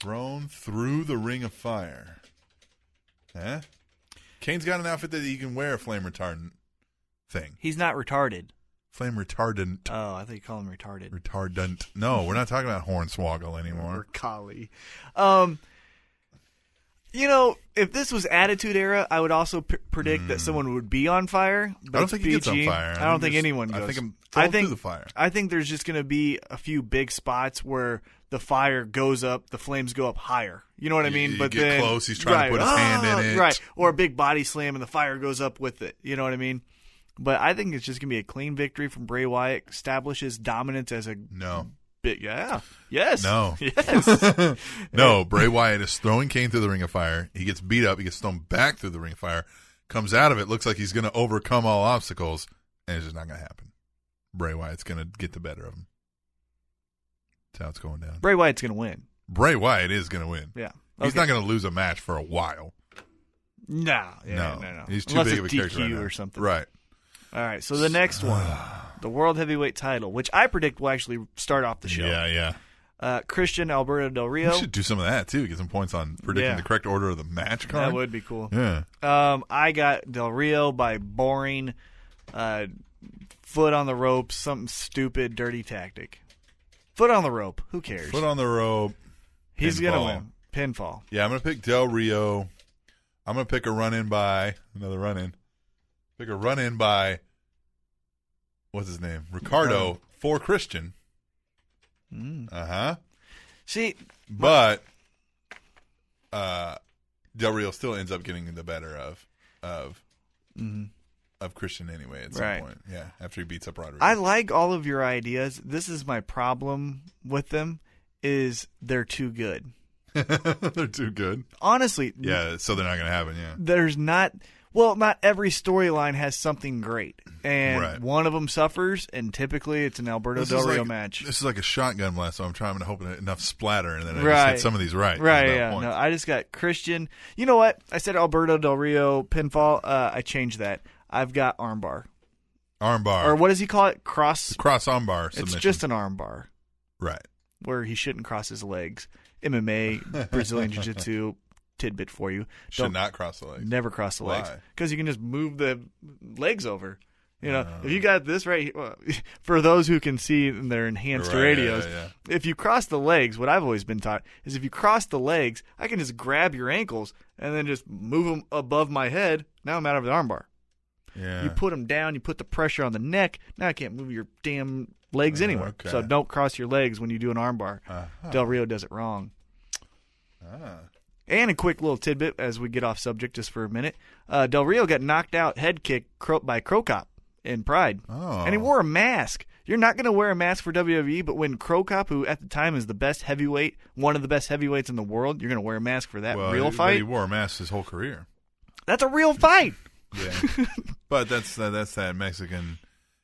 Speaker 1: Thrown through the ring of fire. Huh? Kane's got an outfit that he can wear a flame retardant thing.
Speaker 2: He's not retarded.
Speaker 1: Flame retardant.
Speaker 2: Oh, I thought you call him retarded.
Speaker 1: Retardant. No, we're not talking about Hornswoggle anymore.
Speaker 2: Collie. Um, you know, if this was Attitude Era, I would also p- predict that someone would be on fire.
Speaker 1: Hmm.
Speaker 2: But
Speaker 1: I don't
Speaker 2: it's
Speaker 1: think he
Speaker 2: PG.
Speaker 1: gets on fire.
Speaker 2: I don't
Speaker 1: think
Speaker 2: think
Speaker 1: it's-
Speaker 2: anyone
Speaker 1: I
Speaker 2: goes.
Speaker 1: think I'm
Speaker 2: I
Speaker 1: thrown
Speaker 2: think
Speaker 1: through the fire.
Speaker 2: I think there's just going to be a few big spots where the fire goes up, the flames go up higher. You know what I
Speaker 1: You-
Speaker 2: mean?
Speaker 1: you
Speaker 2: but
Speaker 1: get
Speaker 2: then,
Speaker 1: close, he's trying to
Speaker 2: right,
Speaker 1: put his hand in
Speaker 2: ah,
Speaker 1: it.
Speaker 2: right? Or a big body slam and the fire goes up with it. You know what I mean? But I think it's just going to be a clean victory from Bray Wyatt, establishes dominance as a
Speaker 1: No.
Speaker 2: big yeah yes
Speaker 1: No.
Speaker 2: yes
Speaker 1: no, Oh, Bray Wyatt is throwing Kane through the ring of fire. He gets beat up. He gets thrown back through the ring of fire. Comes out of it, looks like he's going to overcome all obstacles, and it's just not going to happen. Bray Wyatt's going to get the better of him. That's how it's going down.
Speaker 2: Bray Wyatt's going to win.
Speaker 1: Bray Wyatt is going to win.
Speaker 2: Yeah.
Speaker 1: He's
Speaker 2: Okay.
Speaker 1: not going to lose a match for a while.
Speaker 2: No, yeah,
Speaker 1: no.
Speaker 2: no, no,
Speaker 1: He's too
Speaker 2: Unless
Speaker 1: big
Speaker 2: it's
Speaker 1: of a character
Speaker 2: DQ
Speaker 1: right now.
Speaker 2: or something.
Speaker 1: Right.
Speaker 2: All right, so the next one, the world heavyweight title, which I predict will actually start off the show.
Speaker 1: Yeah, yeah.
Speaker 2: Uh, Christian Alberto Del Rio.
Speaker 1: We should do some of that too. Get some points on predicting
Speaker 2: Yeah.
Speaker 1: the correct order of the match card.
Speaker 2: That would be cool.
Speaker 1: Yeah.
Speaker 2: Um, I got Del Rio by boring, uh, foot on the rope, something stupid, dirty tactic. Foot on the rope. Who cares?
Speaker 1: Foot on the rope.
Speaker 2: He's gonna
Speaker 1: pinfall.
Speaker 2: win. Pinfall.
Speaker 1: Yeah, I'm gonna pick Del Rio. I'm gonna pick a run in by another run in. Pick a run in by what's his name? Ricardo for Christian.
Speaker 2: Mm.
Speaker 1: Uh huh.
Speaker 2: See,
Speaker 1: But uh Del Rio still ends up getting the better of of of Christian anyway at some
Speaker 2: Mm-hmm. Right.
Speaker 1: point. Yeah. After he beats up Rodriguez.
Speaker 2: I like all of your ideas. This is my problem with them: is they're too good.
Speaker 1: they're too
Speaker 2: Mm.
Speaker 1: good.
Speaker 2: Honestly,
Speaker 1: Yeah, so they're not gonna happen, yeah.
Speaker 2: there's not well not every storyline has something great and
Speaker 1: Right.
Speaker 2: one of them suffers and typically it's an alberto
Speaker 1: This
Speaker 2: del
Speaker 1: is
Speaker 2: rio
Speaker 1: like-
Speaker 2: match
Speaker 1: This is like a shotgun blast, so I'm trying to hope enough splatter and then I just
Speaker 2: right
Speaker 1: hit some of these right.
Speaker 2: right
Speaker 1: There's no
Speaker 2: yeah
Speaker 1: point.
Speaker 2: no i just got christian you know what i said alberto del rio pinfall uh, i changed that i've got armbar
Speaker 1: Armbar.
Speaker 2: or what does he call it cross
Speaker 1: Cross armbar
Speaker 2: it's
Speaker 1: submission.
Speaker 2: just an armbar
Speaker 1: right.
Speaker 2: where he shouldn't cross his legs mma brazilian jiu-jitsu tidbit for you
Speaker 1: Should
Speaker 2: Don't-
Speaker 1: not cross the legs.
Speaker 2: Never cross the legs
Speaker 1: Why?
Speaker 2: because you can just move the legs over. You know, if
Speaker 1: Oh.
Speaker 2: you got this right well, for those who can see in their enhanced
Speaker 1: Right, yeah,
Speaker 2: radios,
Speaker 1: yeah.
Speaker 2: if you cross the legs, what I've always been taught is if you cross the legs, I can just grab your ankles and then just move them above my head. Now I'm out of the armbar.
Speaker 1: Yeah.
Speaker 2: You put them down, you put the pressure on the neck. Now I can't move your damn legs anywhere.
Speaker 1: Oh, okay. Uh-huh.
Speaker 2: So don't cross your legs when you do an armbar. Del Rio does it wrong.
Speaker 1: Ah.
Speaker 2: And a quick little tidbit as we get off subject just for a minute. Uh, Del Rio got knocked out head kick cro- by Crocop in Pride.
Speaker 1: Oh.
Speaker 2: And he wore a mask. You're not going to wear a mask for WWE, but when Crocop, who at the time is the best heavyweight, one of the best heavyweights in the world, you're going to wear a mask for that
Speaker 1: well,
Speaker 2: real
Speaker 1: but He
Speaker 2: fight?
Speaker 1: wore a mask his whole career.
Speaker 2: That's a real fight.
Speaker 1: Yeah. but that's that, that's that Mexican.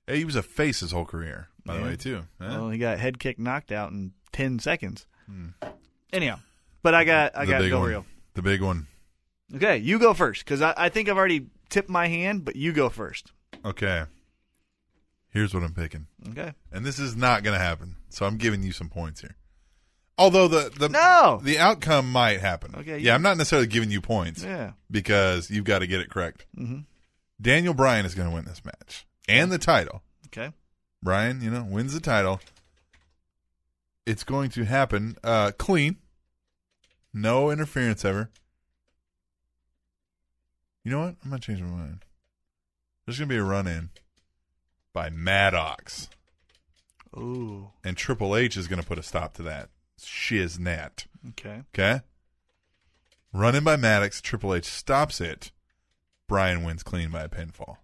Speaker 1: Hey, he was a face his whole career, by the
Speaker 2: Yeah.
Speaker 1: way, too. Huh? Hmm.
Speaker 2: Well, he got head kick knocked out in 10 seconds. Anyhow, but I got I
Speaker 1: the
Speaker 2: got
Speaker 1: big
Speaker 2: Del
Speaker 1: one.
Speaker 2: Rio.
Speaker 1: The big one.
Speaker 2: Okay, you go first because I, I think I've already tipped my hand, but you go first.
Speaker 1: Okay. Here's what I'm picking,
Speaker 2: Okay.
Speaker 1: and this is not going to happen. So I'm giving you some points here. Although the the
Speaker 2: No.
Speaker 1: the outcome might happen.
Speaker 2: Okay, you-
Speaker 1: Yeah, I'm not necessarily giving you points.
Speaker 2: Yeah.
Speaker 1: Because you've got to get it correct.
Speaker 2: hmm
Speaker 1: Daniel Bryan is going to win this match and the title.
Speaker 2: Okay.
Speaker 1: Brian, you know, wins the title. It's going to happen uh, clean, no interference ever. You know what? I'm gonna change my mind. There's gonna be a run in by Maddox,
Speaker 2: Ooh.
Speaker 1: and Triple H is gonna put a stop to that shiznat.
Speaker 2: Okay.
Speaker 1: Okay, run in by Maddox. Triple H stops it. Brian wins clean by a pinfall.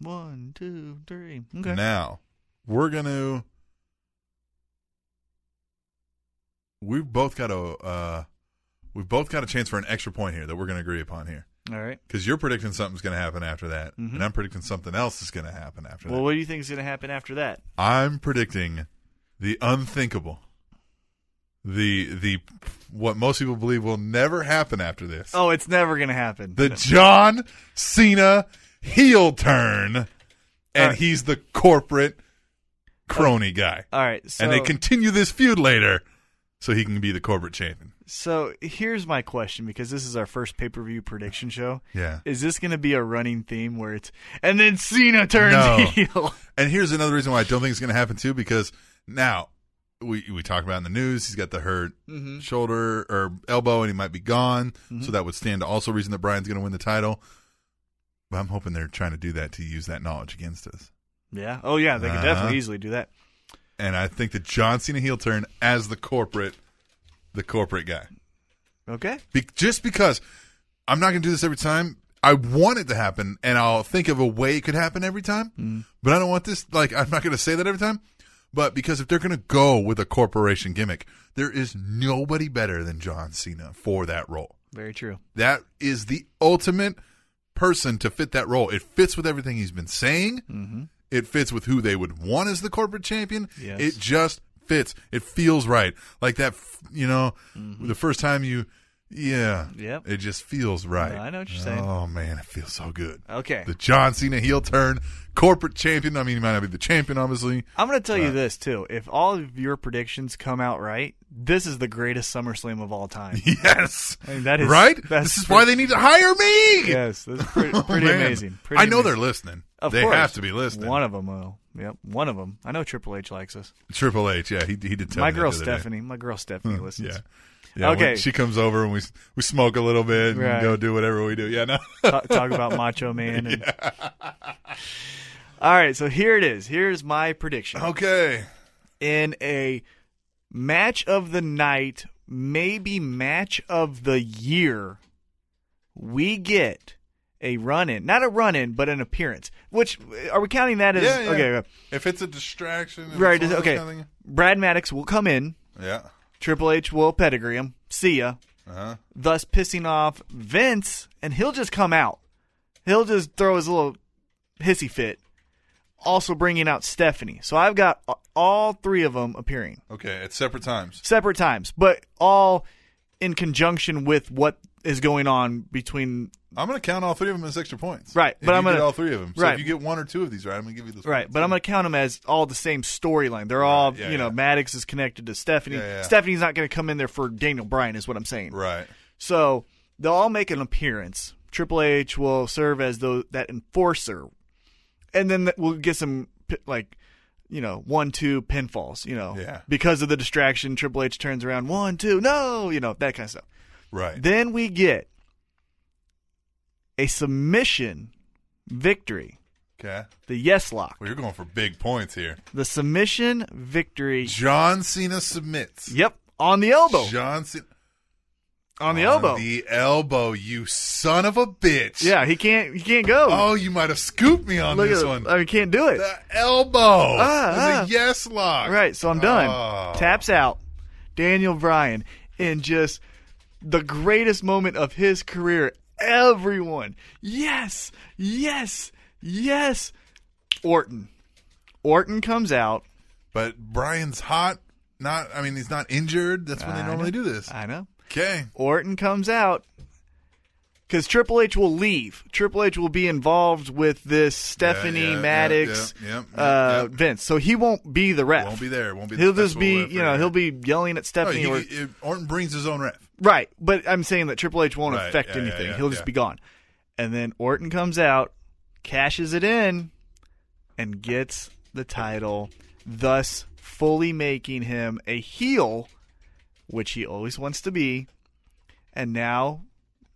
Speaker 2: One, two, three. Okay.
Speaker 1: Now, we're going to. We've both got a. Uh, We've both got a chance for an extra point here that we're going to agree upon here.
Speaker 2: All right.
Speaker 1: Because you're predicting something's going to happen after that,
Speaker 2: Mhm.
Speaker 1: and I'm predicting something else is going to happen after
Speaker 2: Well,
Speaker 1: that.
Speaker 2: what do you think is going to happen after that?
Speaker 1: I'm predicting the unthinkable, the the what most people believe will never happen after this.
Speaker 2: Oh, it's never going to happen.
Speaker 1: The John Cena heel turn, and
Speaker 2: All right.
Speaker 1: he's the corporate crony guy.
Speaker 2: all right,
Speaker 1: and they
Speaker 2: so-
Speaker 1: continue this feud later, so he can be the corporate champion.
Speaker 2: So here's my question because this is our first pay per view prediction show.
Speaker 1: Yeah.
Speaker 2: Is this going to be a running theme where it's, and then Cena turns
Speaker 1: No.
Speaker 2: heel?
Speaker 1: And here's another reason why I don't think it's going to happen too, because now we we talk about in the news he's got the hurt
Speaker 2: Mhm.
Speaker 1: shoulder or elbow, and he might be gone.
Speaker 2: Mhm.
Speaker 1: So that would stand to also reason that Brian's going to win the title. But I'm hoping they're trying to do that to use that knowledge against us.
Speaker 2: Yeah. Oh, yeah. They could
Speaker 1: Uh-huh.
Speaker 2: definitely easily do that.
Speaker 1: And I think that John Cena heel turn as the corporate, the corporate guy.
Speaker 2: Okay.
Speaker 1: Be- just because I'm not going to do this every time. I want it to happen, and I'll think of a way it could happen every time.
Speaker 2: Mm.
Speaker 1: But I don't want this. Like I'm not going to say that every time. But because if they're going to go with a corporation gimmick, there is nobody better than John Cena for that role.
Speaker 2: Very true.
Speaker 1: That is the ultimate person to fit that role. It fits with everything he's been saying. It fits with who they would want as the corporate champion.
Speaker 2: Mm-hmm. Yes.
Speaker 1: It just fits. It feels right. Like that, f- you know,
Speaker 2: Mm-hmm.
Speaker 1: the first time you, yeah,
Speaker 2: Yep.
Speaker 1: it just feels right.
Speaker 2: I know what you're saying.
Speaker 1: Oh man, it feels so good.
Speaker 2: Okay.
Speaker 1: Oh, The John Cena heel turn, corporate champion. I mean, he might not be the champion, obviously.
Speaker 2: I'm going to tell you
Speaker 1: But-
Speaker 2: this, too. If all of your predictions come out right, this is the greatest SummerSlam of all time.
Speaker 1: Yes.
Speaker 2: I mean, that is
Speaker 1: right.
Speaker 2: that's
Speaker 1: This is why they
Speaker 2: pretty-
Speaker 1: need to hire me.
Speaker 2: Yes, that's pretty,
Speaker 1: Oh,
Speaker 2: pretty
Speaker 1: man.
Speaker 2: amazing.
Speaker 1: I know
Speaker 2: amazing.
Speaker 1: they're listening.
Speaker 2: Of
Speaker 1: They
Speaker 2: course.
Speaker 1: have to be listening.
Speaker 2: One of them will. Yep, one of them. I know Triple H likes us.
Speaker 1: Triple H. Yeah, he he did. Tell
Speaker 2: my
Speaker 1: me that
Speaker 2: girl
Speaker 1: the other day.
Speaker 2: Stephanie. My girl Stephanie
Speaker 1: Hmm,
Speaker 2: listens.
Speaker 1: Yeah. Yeah, when
Speaker 2: Okay.
Speaker 1: She comes over and we we smoke a little bit and
Speaker 2: Right.
Speaker 1: go do whatever we do. Yeah. No.
Speaker 2: Ta- talk about Macho Man. And... All right, so here it is. Here's my prediction.
Speaker 1: Okay.
Speaker 2: In a match of the night, maybe match of the year, we get a run in. Not a run in, but an appearance. Which, are we counting that as.
Speaker 1: yeah, yeah.
Speaker 2: Okay, okay.
Speaker 1: If it's a distraction. if
Speaker 2: Right,
Speaker 1: it's all
Speaker 2: okay.
Speaker 1: that kind of
Speaker 2: Brad Maddox will come in.
Speaker 1: thing- yeah.
Speaker 2: Triple H will pedigree him. See ya.
Speaker 1: Uh-huh.
Speaker 2: thus pissing off Vince, and he'll just come out. He'll just throw his little hissy fit. Also bringing out Stephanie. So I've got a- all three of them appearing
Speaker 1: Okay. At separate times.
Speaker 2: separate times, but all in conjunction with what is going on between.
Speaker 1: I'm going to count all three of them as extra points.
Speaker 2: Right,
Speaker 1: If
Speaker 2: but I'm
Speaker 1: you get
Speaker 2: gonna-
Speaker 1: all three of them. So if
Speaker 2: right.
Speaker 1: you get one or two of these right, I'm going to give you those.
Speaker 2: Right,
Speaker 1: points.
Speaker 2: but I'm going to count them as all the same storyline. They're all,
Speaker 1: yeah,
Speaker 2: you know,
Speaker 1: yeah.
Speaker 2: Maddox is connected to Stephanie.
Speaker 1: Yeah, yeah.
Speaker 2: Stephanie's not going to come in there for Daniel Bryan, is what I'm saying.
Speaker 1: Right.
Speaker 2: So they'll all make an appearance. Triple H will serve as tho- that enforcer, and then th- we'll get some pi- like you know one two pinfalls. You know,
Speaker 1: Yeah.
Speaker 2: because of the distraction, Triple H turns around one two no, you know that kind of stuff.
Speaker 1: Right.
Speaker 2: Then we get a submission victory,
Speaker 1: Okay.
Speaker 2: the Yes Lock,
Speaker 1: Well, you're going for big points here.
Speaker 2: the submission victory.
Speaker 1: John Cena submits.
Speaker 2: Yep, on the elbow,
Speaker 1: John Cena.
Speaker 2: on the elbow.
Speaker 1: The elbow, you son of a bitch.
Speaker 2: yeah, he can't. He can't go.
Speaker 1: Oh, you might have scooped me on
Speaker 2: Look
Speaker 1: this
Speaker 2: at-
Speaker 1: one.
Speaker 2: I mean, can't do it.
Speaker 1: The elbow.
Speaker 2: Ah,
Speaker 1: That's
Speaker 2: ah.
Speaker 1: a yes lock.
Speaker 2: All right, so I'm done.
Speaker 1: Oh.
Speaker 2: Taps out. Daniel Bryan in just the greatest moment of his career. Everyone, yes, yes, yes. Orton. Orton comes out.
Speaker 1: But Brian's hot. Not. I mean, he's not injured. That's when they
Speaker 2: I
Speaker 1: normally
Speaker 2: know.
Speaker 1: do this.
Speaker 2: I know.
Speaker 1: Okay.
Speaker 2: Orton comes out because Triple H will leave. Triple H will be involved with this Stephanie
Speaker 1: yeah, yeah,
Speaker 2: Maddox
Speaker 1: yeah, yeah, yeah,
Speaker 2: uh,
Speaker 1: yeah.
Speaker 2: Vince, so he won't be the ref.
Speaker 1: Won't be there. Won't be the
Speaker 2: He'll just
Speaker 1: special
Speaker 2: be,
Speaker 1: referee,
Speaker 2: you know,
Speaker 1: yeah.
Speaker 2: he'll be yelling at
Speaker 1: No,
Speaker 2: Stephanie
Speaker 1: Oh, he-
Speaker 2: or
Speaker 1: he- Orton brings his own ref.
Speaker 2: Right, but I'm saying that Triple H won't
Speaker 1: Right,
Speaker 2: affect
Speaker 1: yeah, yeah,
Speaker 2: anything.
Speaker 1: yeah,
Speaker 2: He'll just
Speaker 1: yeah.
Speaker 2: be gone. And then Orton comes out, cashes it in, and gets the title, thus fully making him a heel, which he always wants to be. And now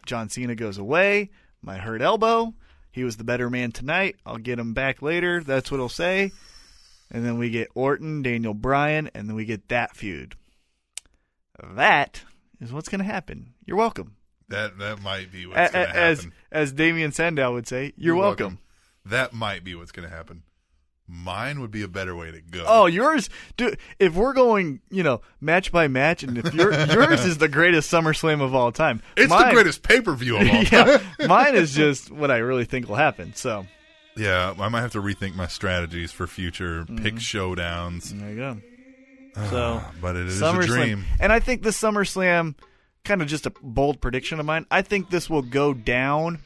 Speaker 2: John Cena goes away. My hurt elbow. He was the better man tonight. I'll get him back later. That's what he'll say. And then we get Orton, Daniel Bryan, and then we get that feud. That is what's going to happen. You're welcome.
Speaker 1: That that might be what's going
Speaker 2: A-
Speaker 1: to
Speaker 2: a- as
Speaker 1: happen.
Speaker 2: as Damian Sandow would say, you're, welcome.
Speaker 1: That might be what's going to happen. Mine would be a better way to go.
Speaker 2: Oh, yours, dude. If we're going, you know, match by match, and if your yours is the greatest SummerSlam of all time,
Speaker 1: It's the greatest pay-per-view of all time.
Speaker 2: yeah, mine is just what I really think will happen. So
Speaker 1: Yeah, I might have to rethink my strategies for future
Speaker 2: Mm-hmm.
Speaker 1: pick showdowns.
Speaker 2: there you go. So,
Speaker 1: Ah, but it is a
Speaker 2: SummerSlam.
Speaker 1: dream.
Speaker 2: And I think the SummerSlam, kind of just a bold prediction of mine, I think this will go down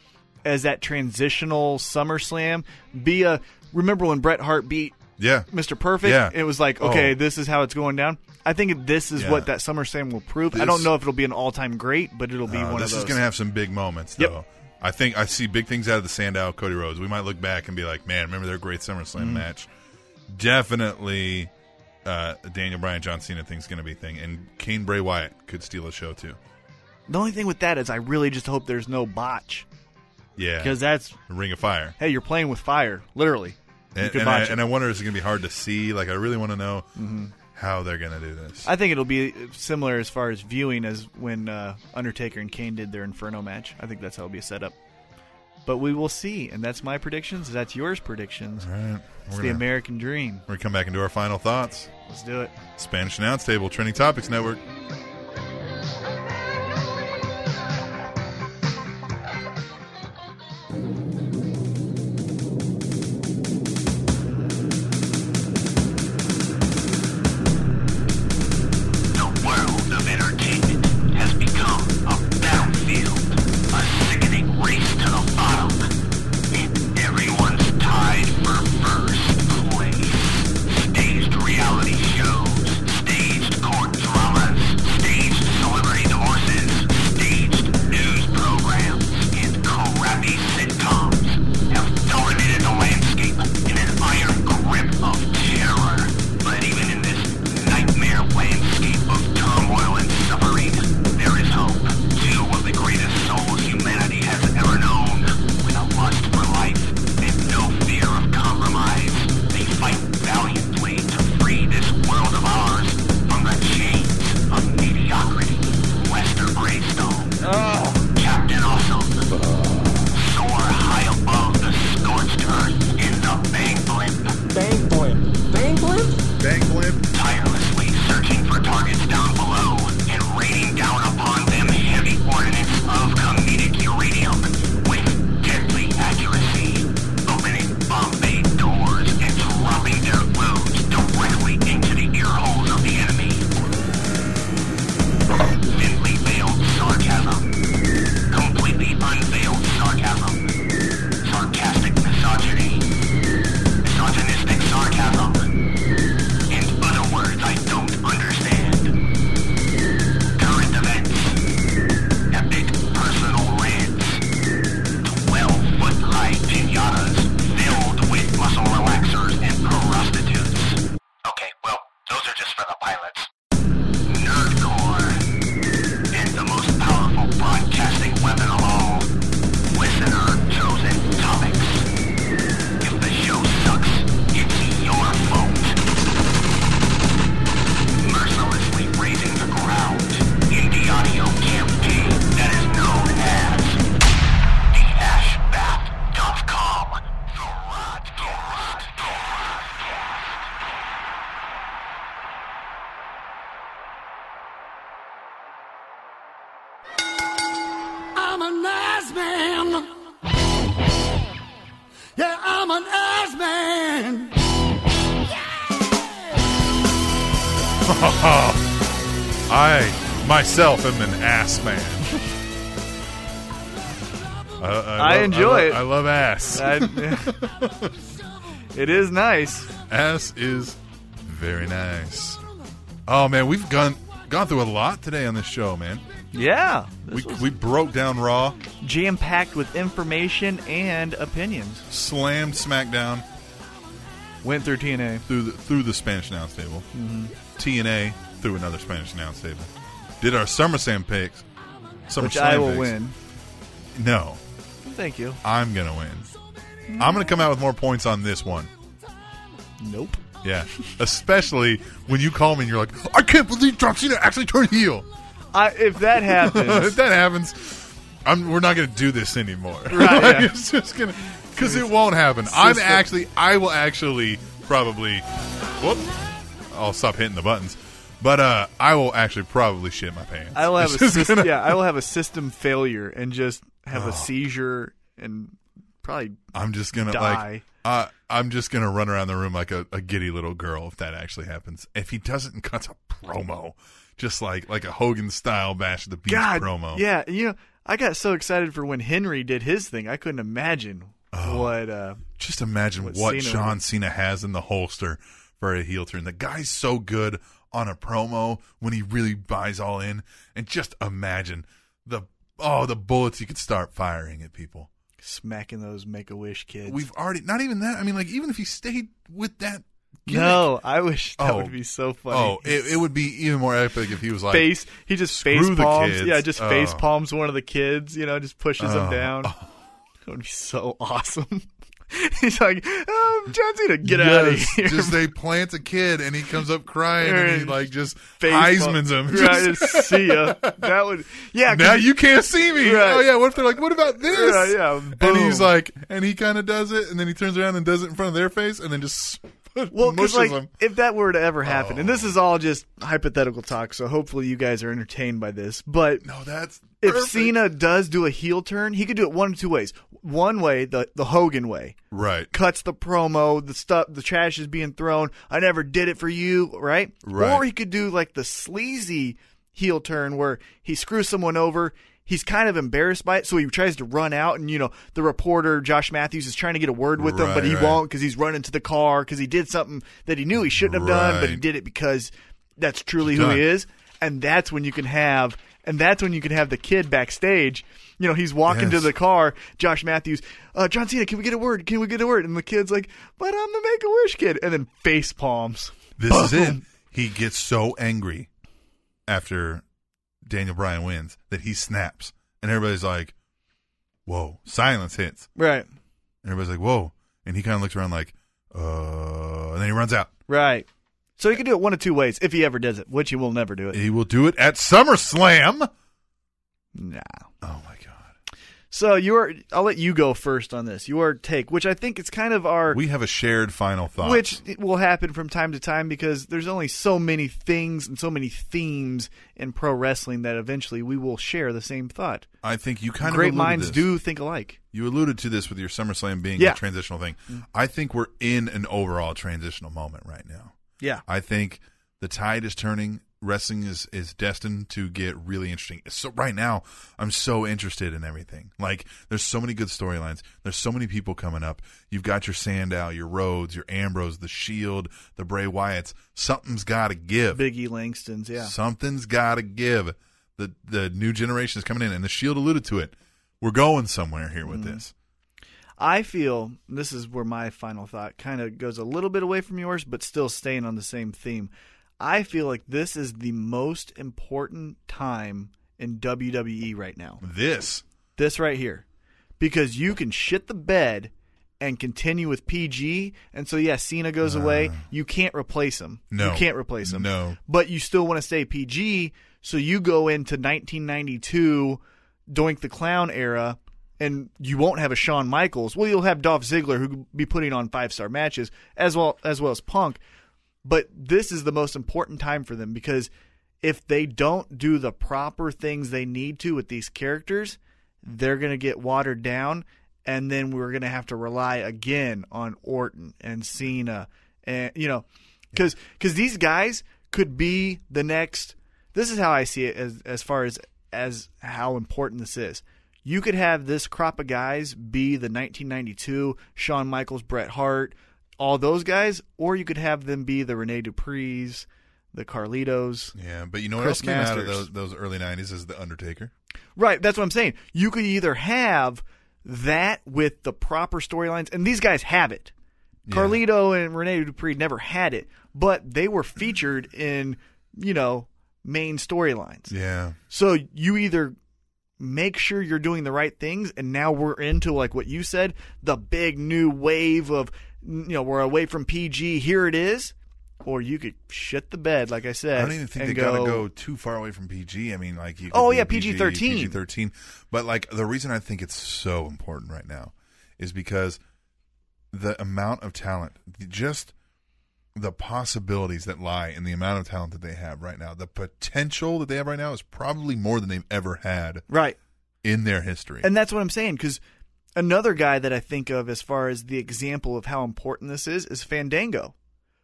Speaker 2: as that transitional SummerSlam. Be a remember when Bret Hart beat
Speaker 1: Yeah.
Speaker 2: Mr. Perfect?
Speaker 1: Yeah.
Speaker 2: It was like,
Speaker 1: Oh.
Speaker 2: okay, this is how it's going down. I think this is
Speaker 1: Yeah.
Speaker 2: what that SummerSlam will prove. I
Speaker 1: This-
Speaker 2: don't know if it'll be an all-time great, but it'll be
Speaker 1: Uh,
Speaker 2: one
Speaker 1: this
Speaker 2: of those.
Speaker 1: is going to have some big moments, though.
Speaker 2: Yep.
Speaker 1: I think I see big things out of the Sandow Cody Rhodes. We might look back and be like, man, remember their great SummerSlam
Speaker 2: Mhm.
Speaker 1: match? Definitely uh, Daniel Bryan, John Cena thing's going to be a thing. And Kane Bray Wyatt could steal a show, too.
Speaker 2: the only thing with that is I really just hope there's no botch.
Speaker 1: Yeah.
Speaker 2: 'Cause that's-
Speaker 1: Ring of Fire.
Speaker 2: Hey, you're playing with fire, literally. You
Speaker 1: And,
Speaker 2: could
Speaker 1: and I,
Speaker 2: botch it. Mm-hmm.
Speaker 1: and I wonder, is it going to be hard to see? Like, I really want to know how they're going to do this.
Speaker 2: I think it'll be similar as far as viewing as when uh, Undertaker and Kane did their Inferno match. I think that's how it'll be set up. But we will see, and that's my predictions. That's yours predictions.
Speaker 1: All right.
Speaker 2: It's
Speaker 1: We're
Speaker 2: the
Speaker 1: gonna-
Speaker 2: American dream.
Speaker 1: We're going to come back and do our final thoughts.
Speaker 2: Let's do it.
Speaker 1: Spanish Announce Table, Trending Topics Network.
Speaker 10: The world of entertainment has become a battlefield, a sickening race to the bottom, and everyone's tied for first place. Staged reality shows, staged court dramas, staged celebrity horses, staged news programs, and crappy sitcoms have dominated the landscape in an iron grip of terror. But even in this nightmare landscape of turmoil and suffering, there is hope. Two of the greatest souls humanity has ever known, with a lust for life and no fear of compromise, they fight valiantly to free this world of ours from the chains of mediocrity. Lester Greystone, Captain Awesome, soar high above the scorched earth in the Bang Blimp. Bang Blimp. Bang Blimp? Bang Blimp. Tirelessly searching for targets down below and raining down upon them heavy ordnance of comedic uranium with deadly accuracy, opening Bombay doors and dropping their loads directly into the ear holes of the enemy. Thinly veiled sarcasm. Completely unveiled sarcasm. Sarcastic misogyny. Misogynistic sarcasm. And other words I don't understand. Current events. Epic personal rants. Twelve foot high pinatas filled with muscle relaxers and prostitutes. Okay, well, those are just for the pilots. Nerdcore. And the most powerful broadcasting weapon of all. Listener chosen topics. If the show sucks, it's your fault. Mercilessly raising the ground in the audio campaign that is known as the ashbath.com.
Speaker 14: I'm a nice man. Yeah, I'm a nice man.
Speaker 1: I myself am an ass man. I,
Speaker 2: I
Speaker 1: love-
Speaker 2: enjoy
Speaker 1: love-
Speaker 2: it.
Speaker 1: I love ass.
Speaker 2: I- it is nice.
Speaker 1: ass is very nice. Oh man, we've gone gone through a lot today on this show, man.
Speaker 2: Yeah,
Speaker 1: We we broke down Raw,
Speaker 2: jam packed with information and opinions.
Speaker 1: slammed SmackDown,
Speaker 2: went through TNA
Speaker 1: through the, through the Spanish announce table,
Speaker 2: Mhm.
Speaker 1: TNA through another Spanish announce table. Did our SummerSlam picks, SummerSlam
Speaker 2: Which I will
Speaker 1: picks.
Speaker 2: win.
Speaker 1: No,
Speaker 2: Thank you.
Speaker 1: I'm gonna win. I'm gonna come out with more points on this one.
Speaker 2: Nope.
Speaker 1: Yeah, especially when you call me and you're like, I can't believe John Cena actually turned heel.
Speaker 2: I, if that happens,
Speaker 1: if that happens, I'm, we're not going to do this anymore.
Speaker 2: Right,
Speaker 1: Like,
Speaker 2: yeah.
Speaker 1: It's just going to. because it won't happen. I'm actually, I will actually probably, whoop, I'll stop hitting the buttons. But uh, I will actually probably shit my pants.
Speaker 2: I will have a
Speaker 1: This is
Speaker 2: system,
Speaker 1: gonna-
Speaker 2: yeah, I will have a system failure and just have
Speaker 1: Oh.
Speaker 2: a seizure and probably
Speaker 1: I'm just gonna
Speaker 2: die.
Speaker 1: like, uh, I'm just gonna run around the room like a, a giddy little girl if that actually happens. If he doesn't and cuts a promo, just like like a Hogan style bash at the beach
Speaker 2: God,
Speaker 1: promo.
Speaker 2: yeah, you know, I got so excited for when Henry did his thing. I couldn't imagine what uh,
Speaker 1: Just imagine what,
Speaker 2: What Cena
Speaker 1: John
Speaker 2: would-
Speaker 1: Cena has in the holster for a heel turn. The guy's so good on a promo when he really buys all in, and just imagine the oh the bullets he could start firing at people.
Speaker 2: smacking those Make a Wish kids.
Speaker 1: We've already not even that. I mean, like even if he stayed with that. gimmick-
Speaker 2: no, I wish that
Speaker 1: Oh.
Speaker 2: would be so funny.
Speaker 1: Oh, it, it would be even more epic if he was like
Speaker 2: face. He just
Speaker 1: "Screw
Speaker 2: face
Speaker 1: the
Speaker 2: palms.
Speaker 1: kids."
Speaker 2: Yeah, just face
Speaker 1: Oh.
Speaker 2: palms one of the kids. You know, just pushes
Speaker 1: Oh.
Speaker 2: them down. That would be so awesome. He's like, oh, John Cena, get out of
Speaker 1: Yes,
Speaker 2: here.
Speaker 1: Just they plant a kid and he comes up crying and he
Speaker 2: Right.
Speaker 1: like just
Speaker 2: Face
Speaker 1: Heisman's him.
Speaker 2: palm. Right, just see ya. That would, yeah. 'cause
Speaker 1: now
Speaker 2: it-
Speaker 1: you can't see me.
Speaker 2: Right.
Speaker 1: Oh yeah, what if they're like, what about this?
Speaker 2: Yeah, yeah,
Speaker 1: And he's
Speaker 2: boom.
Speaker 1: like, and he kind of does it, and then he turns around and does it in front of their face, and then just
Speaker 2: Well, because
Speaker 1: mushes Oh.
Speaker 2: like,
Speaker 1: them.
Speaker 2: if that were to ever happen, and this is all just hypothetical talk, so hopefully you guys are entertained by this. But
Speaker 1: No, that's
Speaker 2: if
Speaker 1: perfect.
Speaker 2: Cena does do a heel turn, he could do it one of two ways. One way, the the Hogan way,
Speaker 1: right,
Speaker 2: cuts the promo, the stuff, the trash is being thrown. I never did it for you, right?
Speaker 1: Right.
Speaker 2: Or he could do like the sleazy heel turn where he screws someone over. He's kind of embarrassed by it, so he tries to run out, and you know the reporter Josh Matthews is trying to get a word with him,
Speaker 1: Right,
Speaker 2: but he
Speaker 1: right.
Speaker 2: won't because he's running to the car because he did something that he knew he shouldn't have done, but he
Speaker 1: Right.
Speaker 2: did it because that's truly who
Speaker 1: done.
Speaker 2: he is, and that's when you can have, and that's when you can have the kid backstage. You know, he's walking to
Speaker 1: Yes.
Speaker 2: the car. Josh Matthews, uh, John Cena, can we get a word? Can we get a word? And the kid's like, but I'm the Make a Wish kid, and then face palms.
Speaker 1: this is it. He gets so angry after Daniel Bryan wins that he snaps, and everybody's like, "Whoa!" Silence hits,
Speaker 2: Right,
Speaker 1: and everybody's like, "Whoa!" And he kind of looks around like, "Uh," and then he runs out.
Speaker 2: right. So he can do it one of two ways if he ever does it, which he will never do it.
Speaker 1: He will do it at SummerSlam.
Speaker 2: Nah.
Speaker 1: Oh my god.
Speaker 2: So you are. I'll let you go first on this. Your take, which I think it's kind of our.
Speaker 1: We have a shared final thought.
Speaker 2: which it will happen from time to time because there's only so many things and so many themes in pro wrestling that eventually we will share the same thought.
Speaker 1: I think you kind
Speaker 2: Great
Speaker 1: of alluded
Speaker 2: minds
Speaker 1: this.
Speaker 2: do think alike.
Speaker 1: You alluded to this with your SummerSlam being
Speaker 2: Yeah. Mm.
Speaker 1: a transitional thing. I think we're in an overall transitional moment right now.
Speaker 2: Yeah.
Speaker 1: I think the tide is turning. Wrestling is is destined to get really interesting. So right now, I'm so interested in everything. Like there's so many good storylines. There's so many people coming up. You've got your Sandow, your Rhodes, your Ambrose, the Shield, the Bray Wyatts. Something's got to give.
Speaker 2: Biggie E Langston's, yeah.
Speaker 1: Something's got to give. The the new generation is coming in, and the Shield alluded to it. We're going somewhere here
Speaker 2: Mm-hmm.
Speaker 1: with this.
Speaker 2: I feel this is where my final thought kind of goes a little bit away from yours, but still staying on the same theme. I feel like this is the most important time in WWE right now.
Speaker 1: This
Speaker 2: This right here. Because you can shit the bed and continue with PG. And so, yeah, Cena goes away. You can't replace him.
Speaker 1: Uh. no,
Speaker 2: You can't replace him.
Speaker 1: No,
Speaker 2: But you still want to stay PG. So you go into 1992 Doink the Clown era and you won't have a Shawn Michaels. Well, you'll have Dolph Ziggler who could be putting on five-star matches as well as well as Punk. But this is the most important time for them because if they don't do the proper things they need to with these characters, they're going to get watered down and then we're going to have to rely again on Orton and Cena and you know cuz cuz these guys could be the next this is how I see it as as far as as how important this is. You could have this crop of guys be the 1992 Shawn Michaels, Bret Hart, all those guys, or you could have them be the Rene Dupree's, the Carlitos.
Speaker 1: yeah. But you know what
Speaker 2: Chris
Speaker 1: else came out of
Speaker 2: Masters.
Speaker 1: those those early '90s is the Undertaker.
Speaker 2: Right, that's what I'm saying. You could either have that with the proper storylines, and these guys have it. Carlito and Rene Dupree never had it, but they were featured in, you know, main storylines.
Speaker 1: Yeah,
Speaker 2: So you either make sure you're doing the right things, and now we're into like what you said, the big new wave of you know we're away from PG. Here it is, or you could shit the bed, like I said.
Speaker 1: I don't even think they
Speaker 2: and
Speaker 1: gotta go too far away from PG. I mean, like you. could
Speaker 2: Oh,
Speaker 1: do
Speaker 2: yeah, PG-13.
Speaker 1: PG thirteen. But like the reason I think it's so important right now is because the amount of talent, just the possibilities that lie in the amount of talent that they have right now, the potential that they have right now is probably more than they've ever had
Speaker 2: right
Speaker 1: in their history.
Speaker 2: And that's what I'm saying because another guy that I think of as far as the example of how important this is is Fandango.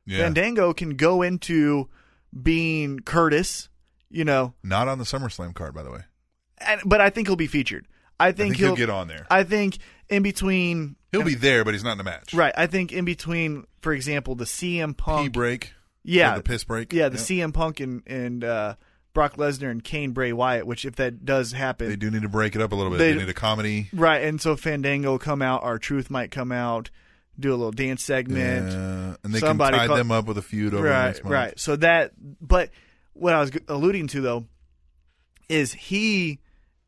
Speaker 1: Yeah.
Speaker 2: Fandango can go into being Curtis, you know,
Speaker 1: Not on the SummerSlam card, by the way.
Speaker 2: and, but I think he'll be featured. I think,
Speaker 1: think he'll get on there.
Speaker 2: I think in between
Speaker 1: He'll be there, but he's not in the match.
Speaker 2: right. I think in between, for example, the CM Punk
Speaker 1: Pee break.
Speaker 2: Yeah,
Speaker 1: Or the piss break.
Speaker 2: Yeah, the
Speaker 1: Yep.
Speaker 2: CM Punk and and uh, Brock Lesnar and Kane Bray Wyatt. Which if that does happen,
Speaker 1: They do need to break it up a little bit.
Speaker 2: They-
Speaker 1: They, need a comedy.
Speaker 2: right. And so Fandango will come out, our Truth might come out, do a little dance segment.
Speaker 1: Yeah, and they
Speaker 2: Somebody
Speaker 1: can tie
Speaker 2: call-
Speaker 1: them up with a feud over the
Speaker 2: right,
Speaker 1: next month.
Speaker 2: right. So that, but what I was g- alluding to though is he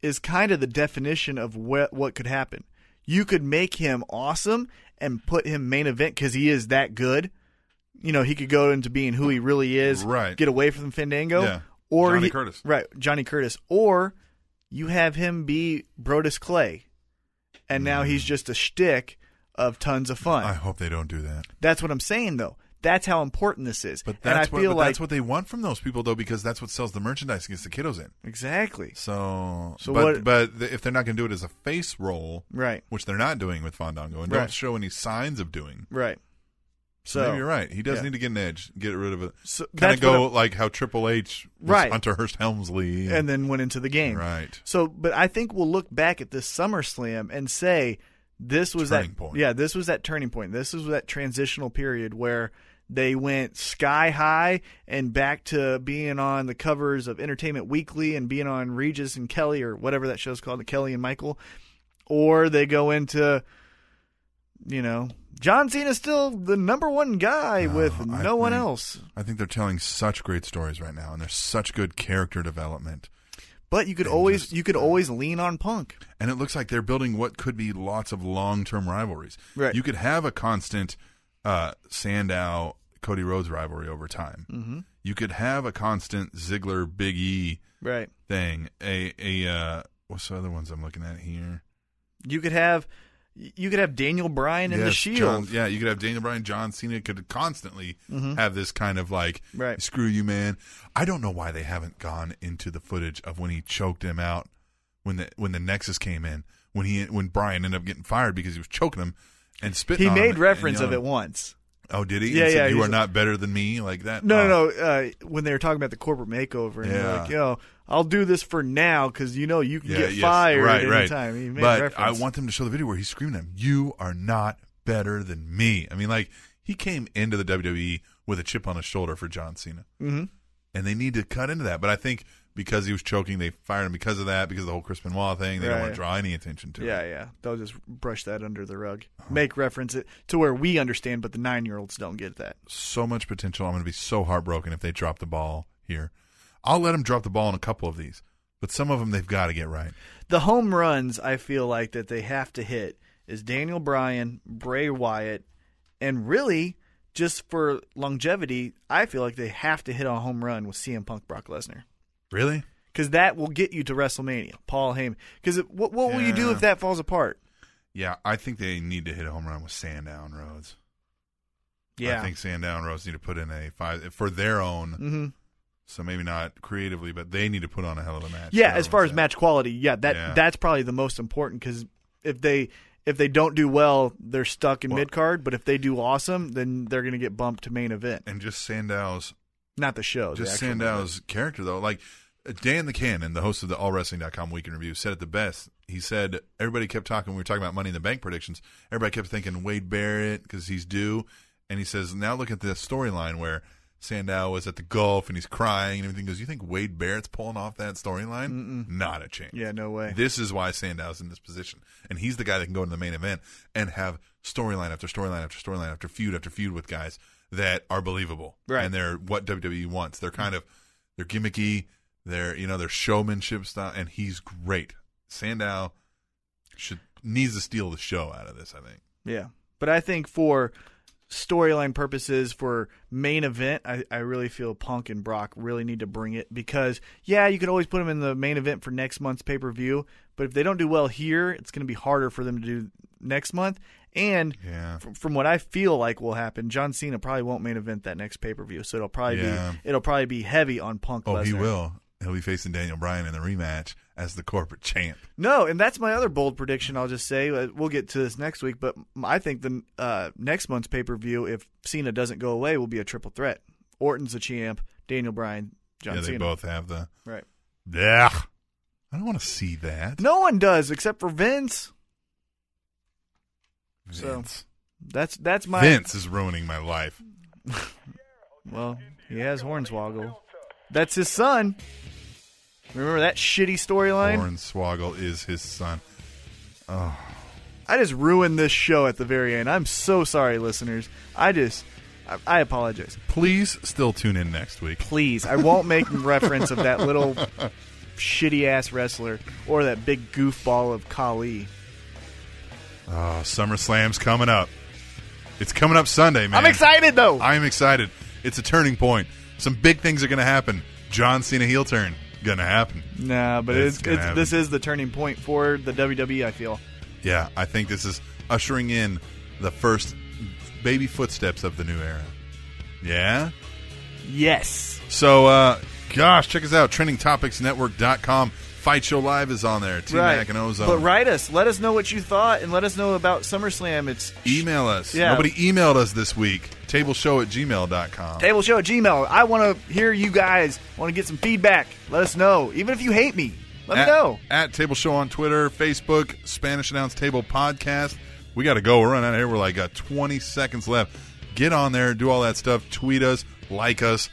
Speaker 2: is kind of the definition of what what could happen. You could make him awesome and put him main event because he is that good. You know, he could go into being who he really is.
Speaker 1: Right.
Speaker 2: Get away from Fandango.
Speaker 1: Yeah.
Speaker 2: Or
Speaker 1: Johnny
Speaker 2: he-
Speaker 1: Curtis.
Speaker 2: Right. Johnny Curtis. Or you have him be Brodus Clay, and now he's just a shtick of tons of fun.
Speaker 1: Hmm. I hope they don't do that.
Speaker 2: That's what I'm saying, though. That's how important this is.
Speaker 1: But
Speaker 2: and I
Speaker 1: that's what
Speaker 2: feel
Speaker 1: but
Speaker 2: like
Speaker 1: that's what they want from those people though, because that's what sells the merchandise and gets the kiddos in.
Speaker 2: exactly
Speaker 1: So,
Speaker 2: So
Speaker 1: but,
Speaker 2: what-
Speaker 1: but th- if they're not going to do it as a face roll,
Speaker 2: Right.
Speaker 1: which they're not doing with Fandango, and
Speaker 2: Right.
Speaker 1: don't show any signs of doing,
Speaker 2: right.
Speaker 1: so,
Speaker 2: So
Speaker 1: maybe you're right. He does
Speaker 2: yeah.
Speaker 1: need to get an edge, get rid of it.
Speaker 2: So
Speaker 1: kind
Speaker 2: that's
Speaker 1: of
Speaker 2: what
Speaker 1: go
Speaker 2: I'm-
Speaker 1: like how Triple H was
Speaker 2: Right.
Speaker 1: Hunter Hurst Helmsley,
Speaker 2: and then went into the game.
Speaker 1: Mm. right,
Speaker 2: So, but I think we'll look back at this SummerSlam and say this was
Speaker 1: Turning
Speaker 2: that
Speaker 1: point.
Speaker 2: yeah, this was that turning point. This was that transitional period where they went sky high and back to being on the covers of Entertainment Weekly and being on Regis and Kelly or whatever that show's called, Kelly and Michael, or they go into you know John Cena's still the number one guy with
Speaker 1: Oh, I
Speaker 2: no one
Speaker 1: think-
Speaker 2: else.
Speaker 1: I think they're telling such great stories right now, and there's such good character development.
Speaker 2: But you could
Speaker 1: And
Speaker 2: always
Speaker 1: just-
Speaker 2: you could always lean on Punk.
Speaker 1: and it looks like they're building what could be lots of long-term rivalries.
Speaker 2: Right.
Speaker 1: You could have a constant uh, Sandow Cody Rhodes rivalry over time.
Speaker 2: Mm-hmm.
Speaker 1: You could have a constant Ziggler Big E
Speaker 2: Right.
Speaker 1: thing. A a uh, what's the other ones I'm looking at here?
Speaker 2: You could have you could have Daniel Bryan in the
Speaker 1: Yes,
Speaker 2: Shield.
Speaker 1: John- yeah, you could have Daniel Bryan, John Cena could constantly
Speaker 2: Mhm.
Speaker 1: have this kind of like
Speaker 2: Right.
Speaker 1: screw you man. I don't know why they haven't gone into the footage of when he choked him out when the when the Nexus came in, when he when Bryan ended up getting fired because he was choking him and spitting
Speaker 2: He
Speaker 1: on him
Speaker 2: made
Speaker 1: and
Speaker 2: reference of
Speaker 1: yelling.
Speaker 2: it once.
Speaker 1: Oh, did he?
Speaker 2: Yeah,
Speaker 1: and said,
Speaker 2: yeah,
Speaker 1: You
Speaker 2: he's
Speaker 1: are
Speaker 2: like-
Speaker 1: not better than me like that.
Speaker 2: No,
Speaker 1: Oh,
Speaker 2: no, no. Uh, when they were talking about the corporate makeover, and they're
Speaker 1: Yeah.
Speaker 2: like, "Yo, I'll do this for now because you know you can
Speaker 1: Yeah,
Speaker 2: get
Speaker 1: yes,
Speaker 2: fired
Speaker 1: right,
Speaker 2: at
Speaker 1: right.
Speaker 2: any time." He made
Speaker 1: but I
Speaker 2: reference.
Speaker 1: want them to show the video where he's screaming at him, "You are not better than me." I mean, like he came into the WWE with a chip on his shoulder for John Cena,
Speaker 2: Mhm.
Speaker 1: and they need to cut into that. But I think because he was choking, they fired him because of that, because of the whole Chris Benoit thing. They don't
Speaker 2: Right.
Speaker 1: want to draw any attention to
Speaker 2: Yeah,
Speaker 1: it. Uh-huh.
Speaker 2: yeah. They'll just brush that under the rug, make reference it to where we understand, but the nine-year-olds don't get that.
Speaker 1: So much potential. I'm going to be so heartbroken if they drop the ball here. I'll let them drop the ball in a couple of these, but some of them they've got to get right.
Speaker 2: The home runs I feel like that they have to hit is Daniel Bryan, Bray Wyatt, and really just for longevity, I feel like they have to hit a home run with CM Punk, Brock Lesnar,
Speaker 1: Really?
Speaker 2: because that will get you to WrestleMania. Paul Heyman, because what what will you do
Speaker 1: Yeah.
Speaker 2: if that falls apart?
Speaker 1: Yeah, I think they need to hit a home run with Sandown Roads.
Speaker 2: Yeah,
Speaker 1: I think Sandown and Rose need to put in a five for their own.
Speaker 2: Mhm.
Speaker 1: So maybe not creatively, but they need to put on a hell of a match.
Speaker 2: yeah.
Speaker 1: for
Speaker 2: As far as
Speaker 1: everyone's
Speaker 2: match quality, yeah, that
Speaker 1: Yeah.
Speaker 2: that's probably the most important because if they if they don't do well, they're stuck in
Speaker 1: Well-
Speaker 2: mid card. But if they do awesome, then they're gonna get bumped to main event,
Speaker 1: sake. and just Sandow's
Speaker 2: not the show. the
Speaker 1: just
Speaker 2: actual main
Speaker 1: Sandow's character though. Like Dan the Cannon, the host of the AllWrestling.com Week in Review, said it the best. He said everybody kept talking. We were talking about Money in the Bank predictions. Everybody kept thinking Wade Barrett because he's due, and he says now look at the storyline where Sandow was at the Gulf and he's crying and everything. Goes, you think Wade Barrett's pulling off that storyline? Not a chance.
Speaker 2: Yeah, no way.
Speaker 1: This is why Sandow's in this position, and he's the guy that can go into the main event and have storyline after storyline after storyline after feud after feud with guys that are believable,
Speaker 2: Right.
Speaker 1: And they're what WWE wants. They're kind of they're gimmicky, they're you know they're showmanship style, and he's great. Sandow should needs to steal the show out of this. I think.
Speaker 2: Yeah. But I think for storyline purposes, for main event, I, I really feel Punk and Brock really need to bring it because, yeah, you could always put them in the main event for next month's pay per view, but if they don't do well here, it's going to be harder for them to do next month. And from, from what I feel like will happen, John Cena probably won't main event that next pay per view. So it'll probably
Speaker 1: Yeah.
Speaker 2: be it'll probably be heavy on Punk.
Speaker 1: Oh, he
Speaker 2: Lesnar.
Speaker 1: will. He'll be facing Daniel Bryan in the rematch as the corporate champ.
Speaker 2: No, and that's my other bold prediction. I'll just say uh, we'll get to this next week, but m- I think the uh, next month's pay per view, if Cena doesn't go away, will be a triple threat. Orton's the champ, Daniel Bryan, John
Speaker 1: yeah, they
Speaker 2: Cena.
Speaker 1: both have the.
Speaker 2: Right.
Speaker 1: Yeah. I don't want to see that.
Speaker 2: No one does except for Vince. So that's that's my
Speaker 1: Vince is ruining my life.
Speaker 2: Well, he has Hornswoggle. That's his son. Remember that shitty storyline?
Speaker 1: Hornswoggle is his son. Oh,
Speaker 2: I just ruined this show at the very end. I'm so sorry, listeners. I just, I, I apologize.
Speaker 1: please still tune in next week.
Speaker 2: Please, I won't make reference of that little shitty ass wrestler or that big goofball of Kali.
Speaker 1: Oh, SummerSlam's coming up. It's coming up Sunday, man.
Speaker 2: I'm excited though.
Speaker 1: I'm excited. It's a turning point. Some big things are going to happen. John Cena heel turn going to happen.
Speaker 2: Nah, but
Speaker 1: It's
Speaker 2: it's,
Speaker 1: gonna
Speaker 2: it's
Speaker 1: happen.
Speaker 2: this is the turning point for the WWE. I feel.
Speaker 1: Yeah, I think this is ushering in the first baby footsteps of the new era. Yeah?
Speaker 2: Yes.
Speaker 1: So, uh, gosh, check us out. TrendingTopicsNetwork.com. Fight Show Live is on there. T Mac and Ozone.
Speaker 2: But write us. Let us know what you thought and let us know about SummerSlam. It's
Speaker 1: Email us.
Speaker 2: Yeah.
Speaker 1: Nobody emailed us this week. Tableshow at gmail.com.
Speaker 2: Table Show at Gmail. I want to hear you guys. Want to get some feedback. Let us know. Even if you hate me, let
Speaker 1: at,
Speaker 2: me know.
Speaker 1: At Table Show on Twitter, Facebook, Spanish Announce Table Podcast. We got to go. We're running out of here. We're like got 20 seconds left. Get on there, do all that stuff. Tweet us, like us,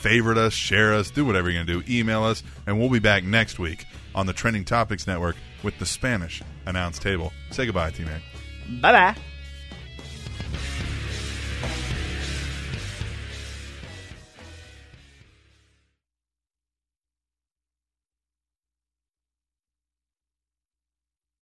Speaker 1: favorite us, share us, do whatever you're going to do. Email us, and we'll be back next week on the Trending Topics Network with the Spanish Announce Table. Say goodbye, T Mac.
Speaker 2: Bye bye.